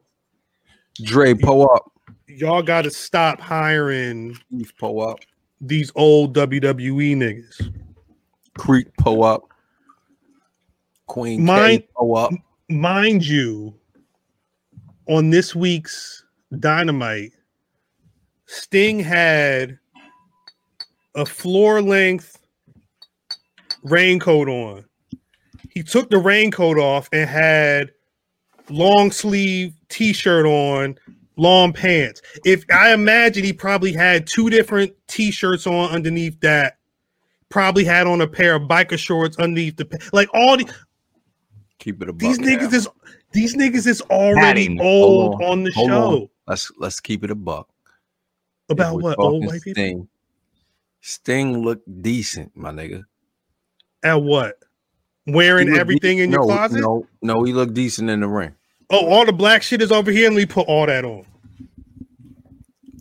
Speaker 1: Dre, pull up.
Speaker 2: y'all gotta stop hiring
Speaker 1: Keith, pull up.
Speaker 2: these old WWE niggas.
Speaker 1: Creek, pull up. Queen
Speaker 2: Mine-
Speaker 1: K, pull up.
Speaker 2: Mind you, on this week's Dynamite, Sting had a floor length raincoat on. He took the raincoat off and had long sleeve t shirt on, long pants. If I imagine he probably had two different t shirts on underneath that, probably had on a pair of biker shorts underneath the pa- like all the
Speaker 1: Keep it a buck.
Speaker 2: these niggas
Speaker 1: Cal.
Speaker 2: is these niggas is already
Speaker 3: Padding.
Speaker 2: old
Speaker 1: Hold
Speaker 2: on,
Speaker 1: on.
Speaker 2: the
Speaker 1: Hold
Speaker 2: show.
Speaker 1: on. Let's let's keep it a buck. If
Speaker 2: About
Speaker 1: we're
Speaker 2: what? Old
Speaker 1: talking
Speaker 2: white people?
Speaker 1: Sting. Sting looked decent, my nigga.
Speaker 2: At what?
Speaker 1: He
Speaker 2: Wearing
Speaker 1: looked
Speaker 2: everything
Speaker 1: de-
Speaker 2: in your
Speaker 1: no,
Speaker 2: closet?
Speaker 1: No, no, he looked decent in the ring.
Speaker 2: Oh, all the black shit is over here and we put all that on.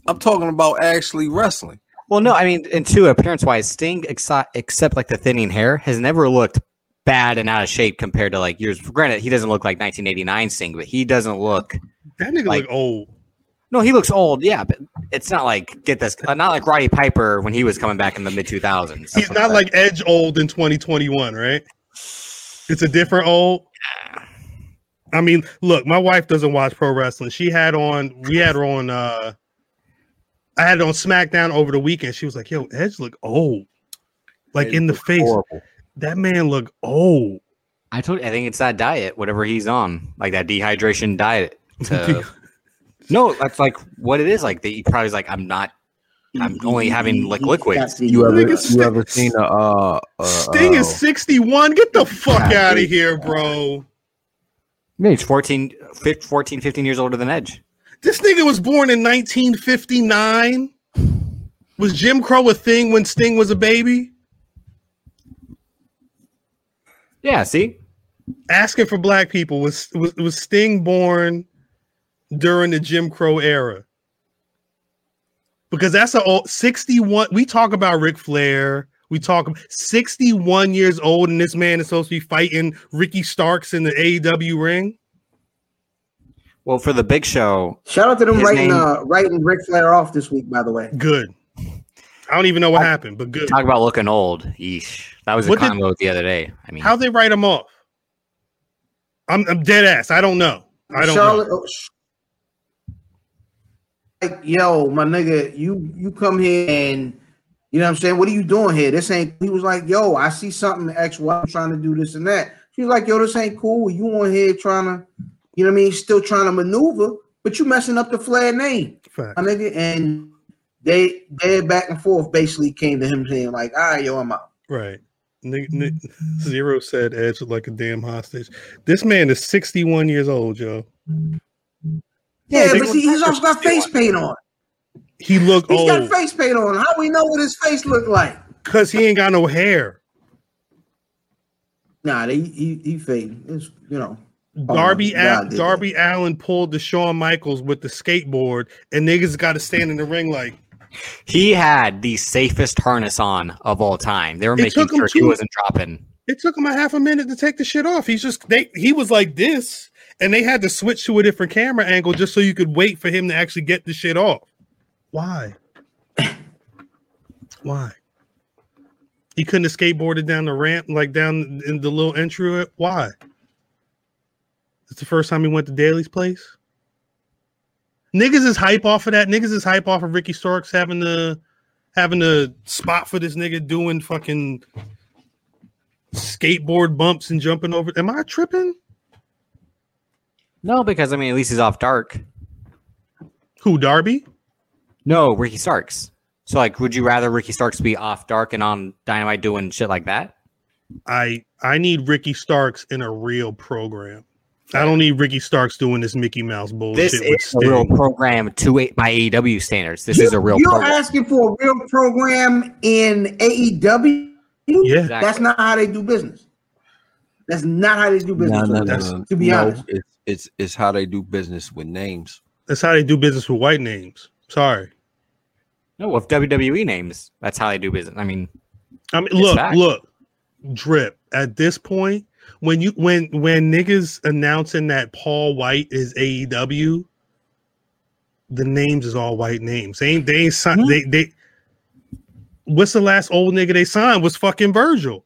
Speaker 1: I'm talking about actually wrestling.
Speaker 3: Well, no, I mean, and two appearance wise, Sting, except, except like the thinning hair, has never looked bad and out of shape compared to like years. Granted, he doesn't look like 1989 Sting, but he doesn't look.
Speaker 2: That nigga
Speaker 3: Like-
Speaker 2: look old.
Speaker 3: No, he looks old. Yeah, but it's not like get this. Uh, not like Roddy Piper when he was coming back in the mid 2000s.
Speaker 2: He's not like Edge old in 2021, right? It's a different old. I mean, look, my wife doesn't watch pro wrestling. She had on, we had her on, uh I had it on SmackDown over the weekend. She was like, yo, Edge look old. Like
Speaker 1: Edge
Speaker 2: in the face.
Speaker 1: Horrible.
Speaker 2: That man look old.
Speaker 3: I told. I think it's that diet, whatever he's on, like that dehydration diet.
Speaker 2: (laughs)
Speaker 3: to- no, that's like what it is. Like that he probably is like I'm not. I'm only having like liquid.
Speaker 1: You ever
Speaker 2: Nigga,
Speaker 1: you
Speaker 2: Sting-
Speaker 1: ever seen a uh, uh
Speaker 2: Sting is
Speaker 1: uh,
Speaker 2: 61. Get the fuck
Speaker 1: Yeah,
Speaker 2: out of
Speaker 1: dude.
Speaker 2: here, bro.
Speaker 3: Yeah, he's 14, 15, 14, 15 years older than Edge.
Speaker 2: This nigga was born in 1959. Was Jim Crow a thing when Sting was a baby?
Speaker 3: Yeah, see,
Speaker 2: Asking for black people was was, was Sting born during the Jim Crow era? Because that's a old 61. We talk about Ric Flair. We talk 61 years old, and this man is supposed to be fighting Ricky Starks in the AEW ring.
Speaker 3: well, for the Big Show,
Speaker 5: Shout out to them
Speaker 3: His
Speaker 5: writing
Speaker 3: name-
Speaker 5: uh writing Ric Flair off this week, by the way.
Speaker 2: Good. I don't even know what happened, but good.
Speaker 3: talk about looking old. Yeesh, that was a
Speaker 2: What did-
Speaker 3: combo the other day. I mean,
Speaker 2: How they write him off? I'm, I'm dead ass. I don't know. I don't
Speaker 5: Charlotte,
Speaker 2: know.
Speaker 5: oh, sh- like, yo, my nigga, you you come here and you know what I'm saying? What are you doing here? This ain't. He was like, yo, I see something X, Y, I'm trying to do this and that. She was like, yo, this ain't cool. You on here trying to, you know what I mean? Still trying to maneuver, but you messing up the flag name,
Speaker 2: Fact.
Speaker 5: my nigga. And they their back and forth basically came to him saying like, "All right, yo, I'm out."
Speaker 2: Right. Nick, Nick, Zero said Edge looked like a damn hostage. This man is 61 years old, Joe.
Speaker 5: Yeah,
Speaker 2: they
Speaker 5: but
Speaker 2: were
Speaker 5: see, he's
Speaker 6: back
Speaker 5: also got
Speaker 6: to
Speaker 5: face paint on. (laughs)
Speaker 2: He look
Speaker 5: He's
Speaker 2: old
Speaker 5: got face paint on. How we know what his face looked like?
Speaker 2: because he ain't got no hair.
Speaker 5: Nah, they, he he faded. It's you know.
Speaker 2: Darby
Speaker 5: Oh, nah, I
Speaker 2: Al-
Speaker 5: did that.
Speaker 2: Darby Allen pulled the Shawn Michaels with the skateboard, and niggas got to stand in the ring like
Speaker 3: He had the safest harness on of all time. They were
Speaker 2: It
Speaker 3: making
Speaker 2: took him
Speaker 3: sure he
Speaker 2: two-
Speaker 3: wasn't dropping.
Speaker 2: it took him a half a minute to take the shit off. He's just they he was like this, and they had to switch to a different camera angle just so you could wait for him to actually get the shit off. Why? (coughs) Why? He couldn't have skateboarded down the ramp, like down in the little entry. Why? It's the first time he went to Daly's place. Niggas is hype off of that. Niggas is hype off of Ricky Starks having the having the spot for this nigga doing fucking skateboard bumps and jumping over. Am I tripping?
Speaker 3: No, because I mean, at least he's off dark.
Speaker 2: Who Darby?
Speaker 3: No, Ricky Starks. So, like, would you rather Ricky Starks be off dark and on dynamite doing shit like that?
Speaker 2: I I need Ricky Starks in a real program. I don't need Ricky Starks doing this Mickey Mouse bullshit.
Speaker 3: This
Speaker 2: with
Speaker 3: is a
Speaker 2: Sting.
Speaker 3: real program to eight by AEW standards. This is a real
Speaker 5: You're
Speaker 3: program.
Speaker 5: asking for a real program in AEW.
Speaker 2: yeah.
Speaker 5: That's not how they do business. That's not how they
Speaker 1: No,
Speaker 5: do business.
Speaker 1: no, no,
Speaker 2: That's-
Speaker 1: no.
Speaker 5: to be
Speaker 1: No,
Speaker 5: honest.
Speaker 1: it's, it's it's how they do business with names.
Speaker 2: That's how they do business with white names. Sorry.
Speaker 3: no with WWE E names. That's how they do business. I mean,
Speaker 2: I mean, look,
Speaker 3: fact.
Speaker 2: look, drip. At this point, when you when when niggas announcing that Paul White is AEW, the names is all white names. They ain't they ain't sign,
Speaker 3: Hmm?
Speaker 2: they they. What's the last old nigga they signed was fucking Virgil.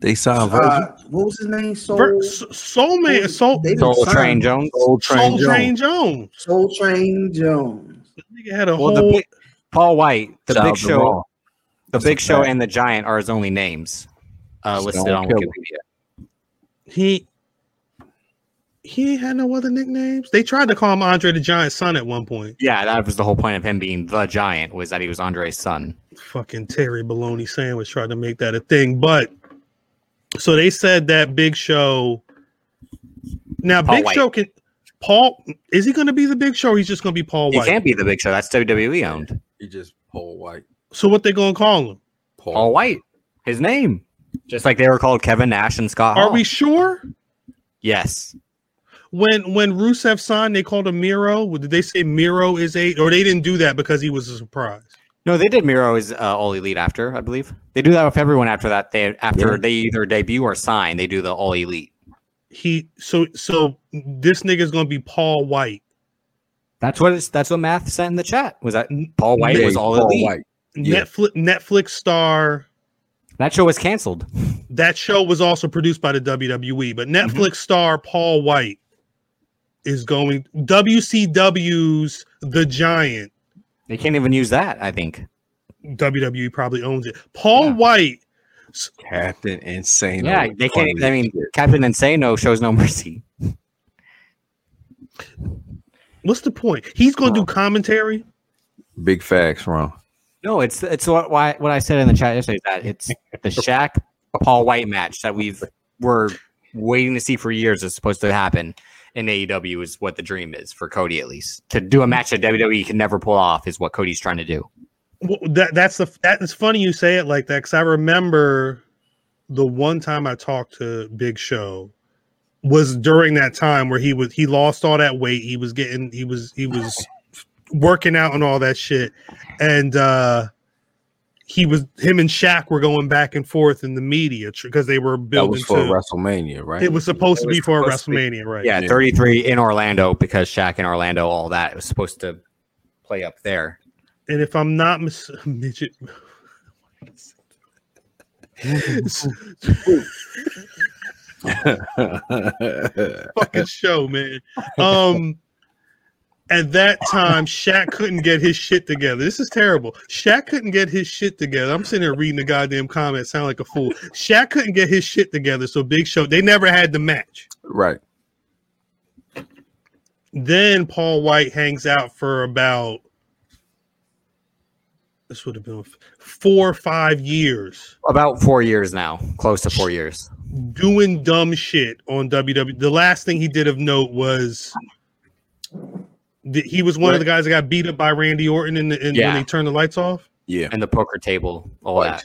Speaker 1: They signed Virgil,
Speaker 5: Uh, what was his name? Soul,
Speaker 2: Vir- S- Soul Man, Soul,
Speaker 5: They didn't
Speaker 3: Soul
Speaker 5: sign
Speaker 3: Train
Speaker 5: him.
Speaker 3: Jones.
Speaker 1: Soul
Speaker 2: Soul
Speaker 1: Train
Speaker 2: Train
Speaker 1: Jones,
Speaker 2: Jones.
Speaker 5: Soul Train Jones.
Speaker 2: Nigga had a
Speaker 3: Well, the
Speaker 2: whole
Speaker 3: big, Paul White, the
Speaker 1: Child
Speaker 3: Big
Speaker 1: of
Speaker 3: Show,
Speaker 1: Law,
Speaker 3: the
Speaker 1: That's a
Speaker 3: Big Show,
Speaker 1: fact.
Speaker 3: and the Giant are his only names uh,
Speaker 1: Stone
Speaker 3: listed on
Speaker 1: Killer.
Speaker 3: Wikipedia.
Speaker 2: he. He ain't had no other nicknames. They tried to call him Andre the Giant's son at one point.
Speaker 3: Yeah, that was the whole point of him being the Giant was that he was Andre's son.
Speaker 2: fucking Terry Baloney sandwich tried to make that a thing. But so they said that Big Show. Now
Speaker 3: Paul
Speaker 2: Big
Speaker 3: White.
Speaker 2: Show can Paul is he going to be the Big Show? Or he's just going to be Paul
Speaker 3: He
Speaker 2: White.
Speaker 3: can't be the Big Show. That's WWE owned.
Speaker 1: He just Paul White.
Speaker 2: So what they going to call him?
Speaker 1: Paul.
Speaker 3: Paul White, his name, just like they were called Kevin Nash and Scott Hall.
Speaker 2: Are we sure?
Speaker 3: Yes.
Speaker 2: When when Rusev signed, they called him Miro. Did they say Miro is a or they didn't do that because he was a surprise?
Speaker 3: No, they did Miro as uh, all elite after, I believe. They do that with everyone after that. They after
Speaker 1: Yeah.
Speaker 3: they either debut or sign, they do the all elite.
Speaker 2: He so so this nigga's going to be Paul White.
Speaker 3: That's what it's, that's what math said in the chat. Was that Paul White
Speaker 1: Yeah,
Speaker 3: was all
Speaker 1: Paul
Speaker 3: elite?
Speaker 1: White. Yeah.
Speaker 2: Netflix Netflix star
Speaker 3: That show was canceled.
Speaker 2: that show was also produced by the WWE, but Netflix star Paul White is going WCW's The Giant.
Speaker 3: They can't even use that. I think.
Speaker 2: WWE E probably owns it. Paul
Speaker 3: Yeah.
Speaker 2: White,
Speaker 1: Captain Insane.
Speaker 3: Yeah, they can't. I mean, Captain Insano shows no (laughs) mercy.
Speaker 2: what's the point? He's going to do commentary.
Speaker 1: big facts, Ron.
Speaker 3: No, it's it's what why what I said in the chat yesterday is that it's the Shaq Paul White match that we've were waiting to see for years is supposed to happen in AEW is what the dream is for Cody at least to do a match that WWE can never pull off is what Cody's trying to do.
Speaker 2: Well, that that's the that is funny you say it like that because I remember the one time I talked to Big Show was during that time where he was he lost all that weight. He was getting he was he was working out and all that shit, and uh he was him and Shaq were going back and forth in the media because they were
Speaker 1: That
Speaker 2: building
Speaker 1: was for
Speaker 2: to.
Speaker 1: WrestleMania, right?
Speaker 2: it was supposed to
Speaker 3: It was
Speaker 2: be for a
Speaker 3: supposed to be-
Speaker 2: WrestleMania, right?
Speaker 3: Yeah,
Speaker 1: Yeah.
Speaker 3: 33 in Orlando because Shaq in Orlando all that it was supposed to play up there.
Speaker 2: and if I'm not mis- (laughs) midget.
Speaker 1: (laughs)
Speaker 2: fucking show, man. Um, at that time, Shaq couldn't get his shit together. This is terrible. Shaq couldn't get his shit together. I'm sitting here reading the goddamn comment, sound like a fool. Shaq couldn't get his shit together, so Big Show they never had the match.
Speaker 1: right.
Speaker 2: Then Paul White hangs out for about this would have been four or five years
Speaker 3: About four years now, close to four years.
Speaker 2: doing dumb shit on WWE. The last thing he did of note was that he was one of the guys that got beat up by Randy Orton in the, in,
Speaker 3: Yeah.
Speaker 2: when they turned the lights off.
Speaker 1: Yeah.
Speaker 3: And the poker table, all
Speaker 1: Right.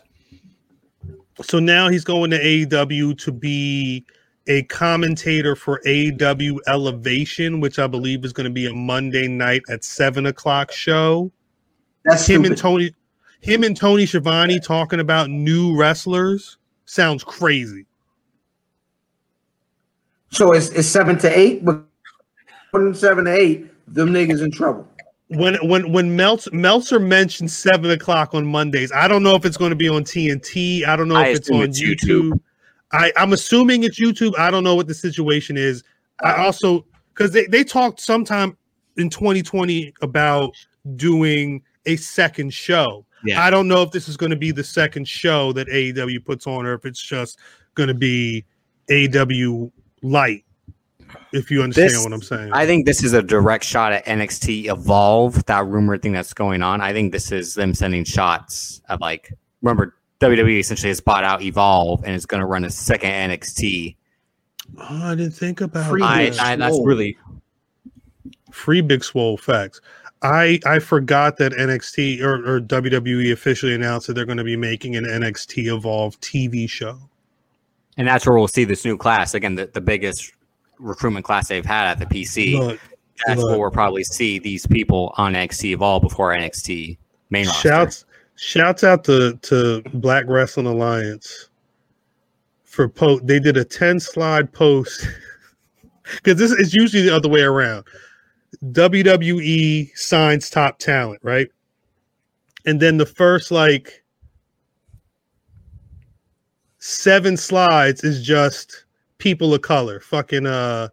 Speaker 3: that.
Speaker 2: So now he's going to AEW to be a commentator for AEW Elevation, which I believe is going to be a Monday night at seven o'clock show.
Speaker 5: That's
Speaker 2: him
Speaker 5: stupid.
Speaker 2: and Tony, him and Tony Schiavone talking about new wrestlers sounds crazy.
Speaker 5: So it's, it's seven to eight, but from seven to eight, them niggas in trouble.
Speaker 2: When when when Meltz, Meltzer mentioned seven o'clock on Mondays, I don't know if it's going to be on TNT. I don't know
Speaker 3: I
Speaker 2: if it's
Speaker 3: assume
Speaker 2: on
Speaker 3: it's
Speaker 2: YouTube.
Speaker 3: YouTube.
Speaker 2: I I'm assuming it's YouTube. I don't know what the situation is. I also because they they talked sometime in 2020 about doing a second show.
Speaker 3: Yeah.
Speaker 2: I don't know if this is going to be the second show that AEW puts on, or if it's just going to be AEW light. If you understand
Speaker 3: This-
Speaker 2: what I'm saying,
Speaker 3: I think this is a direct shot at NXT Evolve, that rumor thing that's going on. I think this is them sending shots at like remember WWE essentially has bought out Evolve and is going to run a second NXT.
Speaker 2: oh, I didn't think about
Speaker 5: Free
Speaker 3: I,
Speaker 5: Big
Speaker 2: that.
Speaker 3: I that's
Speaker 5: Swole.
Speaker 3: really
Speaker 2: free Big Swole facts. I I forgot that NXT or, or WWE officially announced that they're going to be making an NXT Evolve TV show.
Speaker 3: and that's where we'll see this new class again, the, the biggest recruitment class they've had at the PC.
Speaker 2: Look,
Speaker 3: that's
Speaker 2: look.
Speaker 3: where we'll probably see these people on NXT evolve before NXT main roster.
Speaker 2: Shouts shouts out to to Black Wrestling Alliance for post. They did a ten slide post (laughs) because this is usually the other way around. WWE signs top talent, right? And then the first like seven slides is just people of color, fucking uh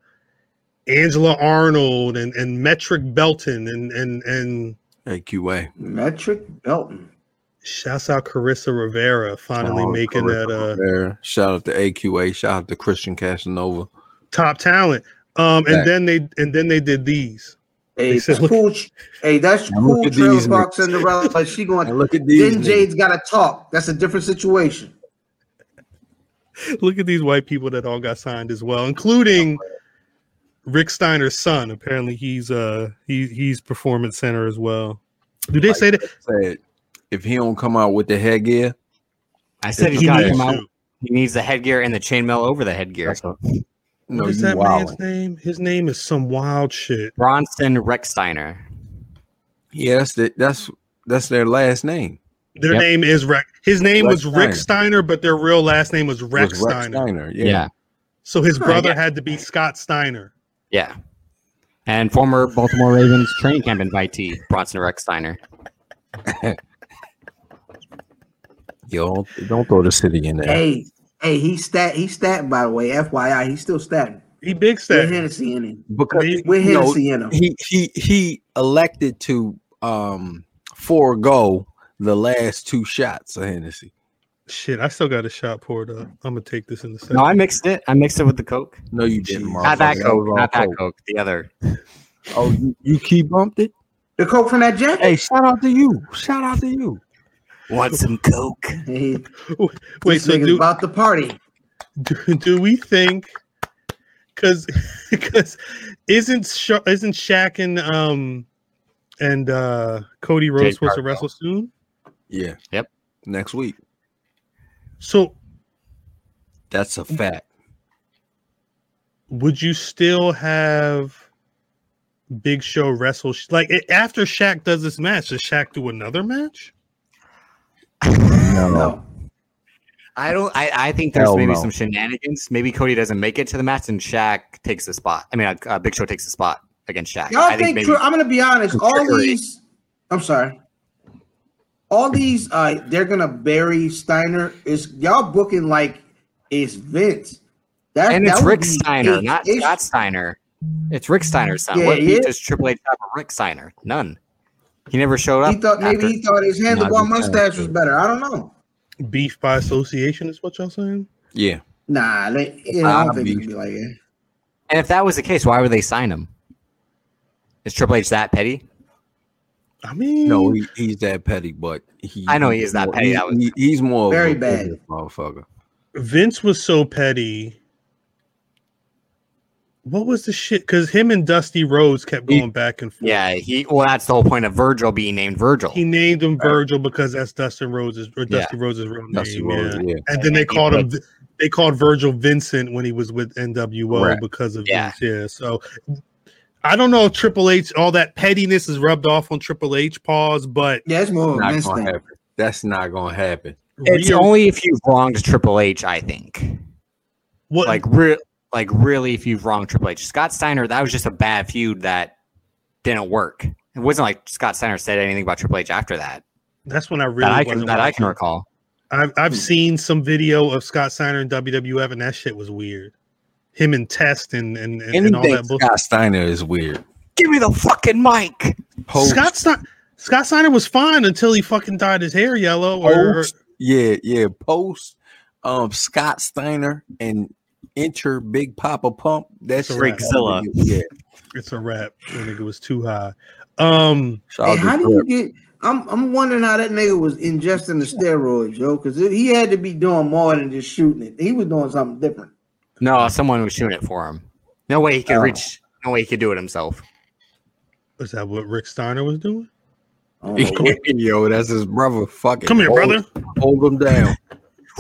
Speaker 2: Angela Arnold and and Metric Belton and and and
Speaker 1: Hey, QA.
Speaker 5: Metric Belton.
Speaker 2: Shouts out Carissa Rivera finally
Speaker 1: Oh,
Speaker 2: making
Speaker 1: Correct.
Speaker 2: that uh,
Speaker 1: There. Shout out to AQA. Shout out to Christian Casanova.
Speaker 2: top talent. Um,
Speaker 1: Right.
Speaker 2: and then they and then they did these.
Speaker 5: Hey,
Speaker 2: They said,
Speaker 5: that's
Speaker 2: look-
Speaker 5: cool. Hey, that's
Speaker 1: Now look
Speaker 5: cool.
Speaker 1: at
Speaker 5: Trailer
Speaker 1: these
Speaker 5: Park
Speaker 1: niggas.
Speaker 5: Cinderella. Like she
Speaker 1: And
Speaker 5: going.
Speaker 1: look at these.
Speaker 5: Then
Speaker 1: niggas.
Speaker 5: Jade's got to talk. That's a different situation.
Speaker 2: Look at these white people that all got signed as well, including Rick Steiner's son. Apparently, he's uh he he's performance center as well. Do they say that?
Speaker 1: Said, if he don't come out with the headgear,
Speaker 3: I said he's
Speaker 2: He
Speaker 3: got
Speaker 2: needs
Speaker 3: him out.
Speaker 2: to.
Speaker 3: He needs the headgear and the chainmail over the headgear.
Speaker 1: no,
Speaker 2: What is
Speaker 1: you
Speaker 2: that
Speaker 1: wildin'.
Speaker 2: man's name? His name is some wild shit.
Speaker 3: Bronson Recksteiner.
Speaker 1: Yeah, that's the, that's that's their last name.
Speaker 2: Their
Speaker 3: Yep.
Speaker 2: name is Rick. His name
Speaker 1: Rex
Speaker 2: was Rick
Speaker 1: Steiner.
Speaker 2: Steiner, but their real last name was
Speaker 1: It
Speaker 2: Rex,
Speaker 1: was Rex
Speaker 2: Steiner.
Speaker 1: Steiner. Yeah.
Speaker 3: Yeah.
Speaker 2: So his
Speaker 3: Huh,
Speaker 2: brother
Speaker 3: yeah.
Speaker 2: had to be Scott Steiner.
Speaker 3: Yeah. And former Baltimore Ravens training camp invitee, Bronson Recksteiner.
Speaker 1: Yo, don't throw the city in there.
Speaker 5: Hey, hey, he stat. He stat. By the way, FYI, he's still statting.
Speaker 2: He big
Speaker 5: We're
Speaker 2: step.
Speaker 5: Hennessy in him.
Speaker 1: because
Speaker 2: He-
Speaker 5: We're
Speaker 1: you know,
Speaker 5: Hennessy in him.
Speaker 1: he he he elected to um forego the last two shots of Hennessy.
Speaker 2: Shit, I still got a shot poured up. I'm gonna take this in the second.
Speaker 3: No, I mixed it. I mixed it with the Coke.
Speaker 1: No, you didn't.
Speaker 5: Jeez.
Speaker 1: Mark.
Speaker 3: Not that
Speaker 1: was
Speaker 3: Coke.
Speaker 1: all
Speaker 3: Not that
Speaker 1: Coke.
Speaker 3: Coke. The other.
Speaker 1: Oh, you, you key bumped it.
Speaker 5: The coke from that jacket.
Speaker 1: Hey, shout out to you. Shout out to you.
Speaker 3: Want some Coke?
Speaker 5: Hey,
Speaker 2: Wait,
Speaker 5: this
Speaker 2: so
Speaker 5: nigga's
Speaker 2: do,
Speaker 5: about the party.
Speaker 2: do do we think? (laughs) Because because isn't Sha- isn't Shaq and um and uh Cody Rhodes
Speaker 3: Jade
Speaker 2: supposed to
Speaker 3: Cargill.
Speaker 2: wrestle soon?
Speaker 1: Yeah.
Speaker 3: Yep.
Speaker 1: Next week.
Speaker 2: So
Speaker 1: That's
Speaker 2: Mm.
Speaker 1: a fact.
Speaker 2: would you still have Big Show wrestle Sh- like a- after Shaq does this match? Does Shaq do another match?
Speaker 5: No.
Speaker 3: I don't. I, I think there's
Speaker 1: Hell
Speaker 3: maybe
Speaker 1: no.
Speaker 3: some shenanigans. Maybe Cody doesn't make it to the match, and Shaq takes the spot. I mean, uh, uh, Big Show takes the spot against Shaq.
Speaker 5: Y'all
Speaker 3: I
Speaker 5: think,
Speaker 3: think maybe
Speaker 5: tri- I'm gonna be honest, all
Speaker 3: Trickery.
Speaker 5: these I'm sorry. All these uh they're gonna bury Steiner is y'all booking like it's Vince. That,
Speaker 3: and
Speaker 5: that
Speaker 3: it's
Speaker 5: would
Speaker 3: Rick
Speaker 5: be
Speaker 3: Steiner,
Speaker 5: it-
Speaker 3: not
Speaker 5: it's-
Speaker 3: Scott Steiner. It's Rick Steiner's son.
Speaker 5: Yeah,
Speaker 3: what
Speaker 5: yeah.
Speaker 3: beat does Triple H have of Rick Steiner? None. He never showed up.
Speaker 5: He thought maybe
Speaker 3: after-
Speaker 5: he thought his handlebar
Speaker 1: Not
Speaker 5: mustache
Speaker 1: Vince.
Speaker 5: was better. I don't know.
Speaker 2: Beef by association is what y'all saying?
Speaker 1: Yeah.
Speaker 5: Nah, they, you know, I
Speaker 1: Nah,
Speaker 5: don't think
Speaker 1: beef.
Speaker 5: it'd be like that.
Speaker 3: and if that was the case, why would they sign him? Is Triple H that petty?
Speaker 2: I mean,
Speaker 1: No, he, he's that petty, but he.
Speaker 3: I know he is that petty,
Speaker 1: he-
Speaker 3: that was-
Speaker 1: he- he's more of
Speaker 5: Very
Speaker 1: a
Speaker 5: bad.
Speaker 1: business motherfucker.
Speaker 2: Vince was so petty. What was the shit? Because him and Dusty Rhodes kept
Speaker 3: He-
Speaker 2: going back and forth.
Speaker 3: Yeah, he. Well, that's the whole point of Virgil being named Virgil.
Speaker 2: He named him Virgil because that's Dustin Rhodes' or Dusty Rhodes' real name.
Speaker 1: Dusty
Speaker 2: yeah.
Speaker 1: Rhodes, yeah.
Speaker 2: And then they called him they called Virgil Vincent when he was with NWO
Speaker 1: Right.
Speaker 2: because of
Speaker 3: Yeah.
Speaker 2: Vince. Yeah. So I don't know if Triple H all that pettiness is rubbed off on Triple H pause, but
Speaker 5: Yeah, it's more of a
Speaker 1: Not
Speaker 5: Vince
Speaker 1: gonna
Speaker 5: thing.
Speaker 1: happen. That's not gonna happen.
Speaker 3: it's
Speaker 2: Rhea-
Speaker 3: only if you've wronged Triple H, I think.
Speaker 2: what,
Speaker 3: Like, re- like really, if you've wronged Triple H, Scott Steiner, that was just a bad feud that didn't work. It wasn't like Scott Steiner said anything about Triple H after that.
Speaker 2: that's when I really
Speaker 3: That I can
Speaker 2: wasn't
Speaker 3: that I can
Speaker 2: watching.
Speaker 3: recall.
Speaker 2: I've
Speaker 1: Hmm.
Speaker 2: I've seen some video of Scott Steiner in WWF, and that shit was weird. Him and Test and and, and, and all
Speaker 1: Anything
Speaker 2: that bullshit.
Speaker 1: Scott Steiner is weird.
Speaker 3: Give me the fucking mic.
Speaker 1: Host,
Speaker 2: Scott Stein- Scott Steiner was fine until he fucking dyed his hair yellow. Or,
Speaker 1: post, yeah, yeah, post um Scott Steiner and enter Big Papa Pump. That's
Speaker 3: Rigzilla.
Speaker 1: Yeah,
Speaker 2: it's a wrap. The nigga was too high. Um,
Speaker 1: shout out
Speaker 5: Hey,
Speaker 1: to
Speaker 5: how do you
Speaker 1: Rip.
Speaker 5: get? I'm I'm wondering how that nigga was ingesting the steroids, yo, because he had to be doing more than just shooting it. He was doing something different.
Speaker 3: No, someone was shooting it for him. No way he
Speaker 2: Oh.
Speaker 3: could reach. No way he could do it himself.
Speaker 2: was that what Rick Steiner was doing?
Speaker 5: I don't know
Speaker 1: (laughs)
Speaker 5: what-
Speaker 1: Yo, that's his brother. Fucking
Speaker 2: Come here,
Speaker 1: hold-
Speaker 2: brother.
Speaker 1: Hold him down.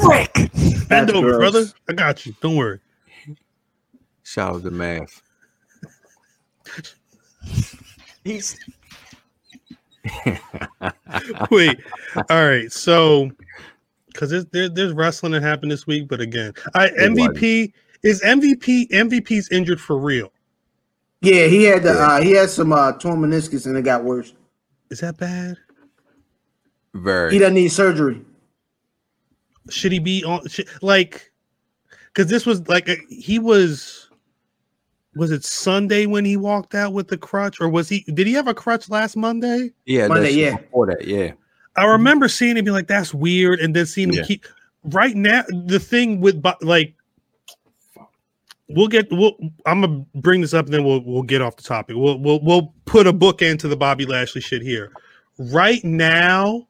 Speaker 3: Rick.
Speaker 2: Bend
Speaker 5: That's
Speaker 2: over,
Speaker 5: gross.
Speaker 2: brother. I got you. Don't worry.
Speaker 1: Shout out to Math.
Speaker 3: He's
Speaker 1: (laughs)
Speaker 2: Wait. All right. So, because there's there, there's wrestling that happened this week, but again, I MVP is MVP. MVP's injured for real.
Speaker 5: Yeah, he had the uh, he had some uh, torn meniscus and it got worse.
Speaker 2: Is that bad?
Speaker 5: He
Speaker 1: Very.
Speaker 5: doesn't need surgery.
Speaker 2: should he be on should, like because this was like uh, he was was it sunday when he walked out with the crutch or was he did he have a crutch last monday
Speaker 1: Yeah,
Speaker 5: Monday,
Speaker 1: that's
Speaker 5: yeah.
Speaker 1: before that. Yeah,
Speaker 2: i remember seeing him be like that's weird and then seeing him
Speaker 1: Yeah.
Speaker 2: keep right now the thing with Bo- like we'll get we'll i'm gonna bring this up and then we'll we'll get off the topic we'll we'll, we'll put a book into the bobby lashley shit here right now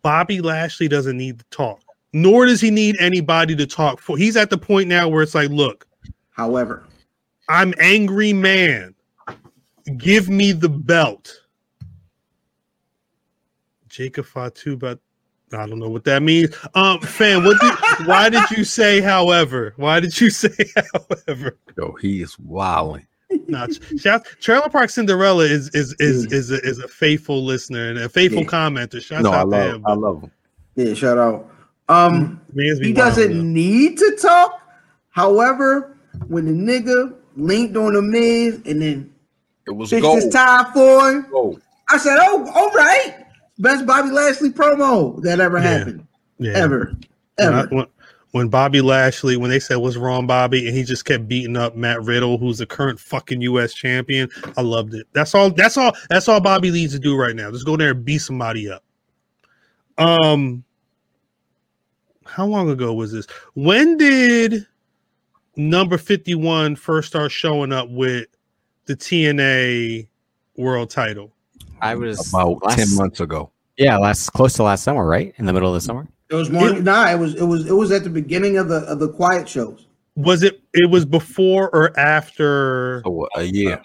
Speaker 2: Bobby Lashley doesn't need to talk, nor does he need anybody to talk for. He's at the point now where it's like, look,
Speaker 5: However,
Speaker 2: I'm angry man. Give me the belt. Jacob Fatu, but I don't know what that means. Um, fan, what? Did, why did you say? However, why did you (laughs) say? However,
Speaker 1: yo, he is wilding.
Speaker 2: no, ch- shout, Trailer Park Cinderella is is is is a, is a faithful listener and a faithful
Speaker 5: Yeah.
Speaker 2: commenter. Shout
Speaker 1: Hmm. No, I
Speaker 2: out to
Speaker 1: love,
Speaker 2: him.
Speaker 1: I love him.
Speaker 5: yeah, shout out. Um,
Speaker 2: Man's be
Speaker 5: he
Speaker 2: wild,
Speaker 5: doesn't
Speaker 2: though.
Speaker 5: need to talk. However, when the nigga linked on the Miz and then
Speaker 1: It was
Speaker 5: fixed
Speaker 1: gold.
Speaker 5: his tie for him,
Speaker 1: Gold.
Speaker 5: I said, "Oh, all right, best Bobby Lashley promo that ever
Speaker 2: Yeah.
Speaker 5: happened,
Speaker 2: Yeah.
Speaker 5: ever,
Speaker 2: When,
Speaker 5: ever."
Speaker 2: I- when- when Bobby Lashley, when they said what's wrong, Bobby, and he just kept beating up Matt Riddle, who's the current fucking U.S. champion. I loved it. That's all. That's all. That's all Bobby needs to do right now. Just go there and beat somebody up. Um, how long ago was this? When did number fifty-one first start showing up with the TNA World Title?
Speaker 3: I was
Speaker 1: About
Speaker 3: last,
Speaker 1: ten months ago.
Speaker 3: Yeah, last close to last summer, right? In the middle of the summer.
Speaker 5: It was more. nah, it was. It was. It was at the beginning of the of the quiet shows.
Speaker 2: Was it? It was before or after?
Speaker 1: Oh, a year.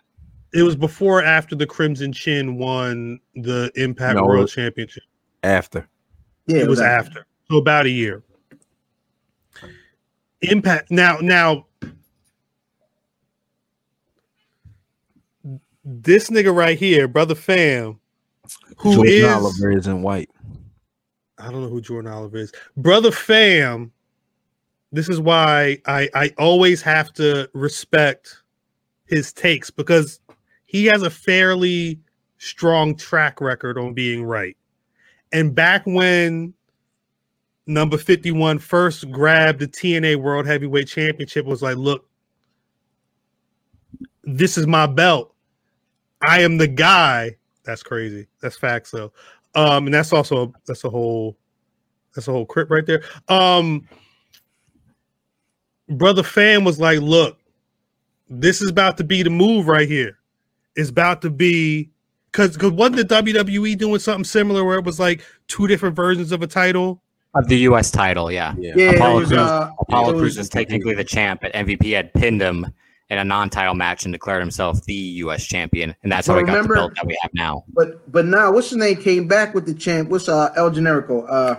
Speaker 2: It was before or after the Crimson Chin won the Impact
Speaker 1: No, it
Speaker 2: World
Speaker 1: was-
Speaker 2: Championship.
Speaker 1: After
Speaker 5: Yeah,
Speaker 2: It, was after. So about a year. Impact now now this nigga right here, brother fam, who
Speaker 1: Jordan
Speaker 2: is-
Speaker 1: Oliver isn't white.
Speaker 2: I don't know who Jordan Oliver is. Brother Fam, this is why I, I always have to respect his takes because he has a fairly strong track record on being right. And back when number 51 first grabbed the TNA World Heavyweight Championship, was like, look, this is my belt. I am the guy. That's crazy. That's facts though. Um, and that's also that's a whole that's a whole crip right there. Um, brother Fan was like, "Look, this is about to be the move right here. is about to be because because wasn't the WWE doing something similar where it was like two different versions of a title?
Speaker 3: Of the U.S. title, yeah.
Speaker 1: Yeah.
Speaker 5: Yeah, it
Speaker 3: Apollo
Speaker 5: was,
Speaker 3: Crews.
Speaker 5: uh,
Speaker 3: Apollo
Speaker 5: it was-
Speaker 3: Crews was technically the champ, but MVP had pinned him in a non-title match and declared himself the U.S. champion, and that's how
Speaker 5: But
Speaker 3: we got the
Speaker 5: remember-
Speaker 3: belt that we have now.
Speaker 5: But but now, what's his name came back with the champ? What's uh El Generico? Uh,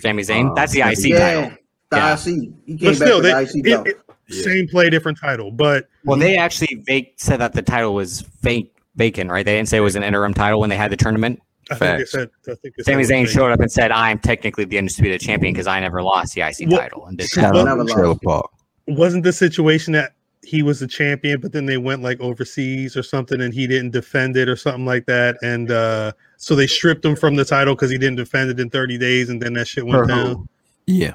Speaker 3: Sami Zayn,
Speaker 1: Uh,
Speaker 3: that's the IC
Speaker 5: yeah,
Speaker 3: title.
Speaker 5: the
Speaker 3: Yeah.
Speaker 5: IC. He came
Speaker 2: But still, they,
Speaker 5: back with
Speaker 2: it,
Speaker 5: the IC belt.
Speaker 2: it- same play, different title. But
Speaker 3: Well, they actually vac- said that the title was fake, vacant, right? They didn't say it was an interim title when they had the tournament.
Speaker 2: I think they
Speaker 1: Facts.
Speaker 2: said I think they
Speaker 3: Sami
Speaker 2: said
Speaker 3: Zayn
Speaker 2: they-
Speaker 3: showed up and said, "I am technically the undisputed champion because I never lost the IC
Speaker 2: Well,
Speaker 3: title." And did
Speaker 1: Shout out
Speaker 5: Never
Speaker 1: to Trailer
Speaker 5: lost.
Speaker 1: Park.
Speaker 2: wasn't the situation that he was the champion, but then they went like overseas or something, and he didn't defend it or something like that, and uh, so they stripped him from the title because he didn't defend it in 30 days, and then that shit went
Speaker 3: For who?
Speaker 2: down
Speaker 1: Yeah.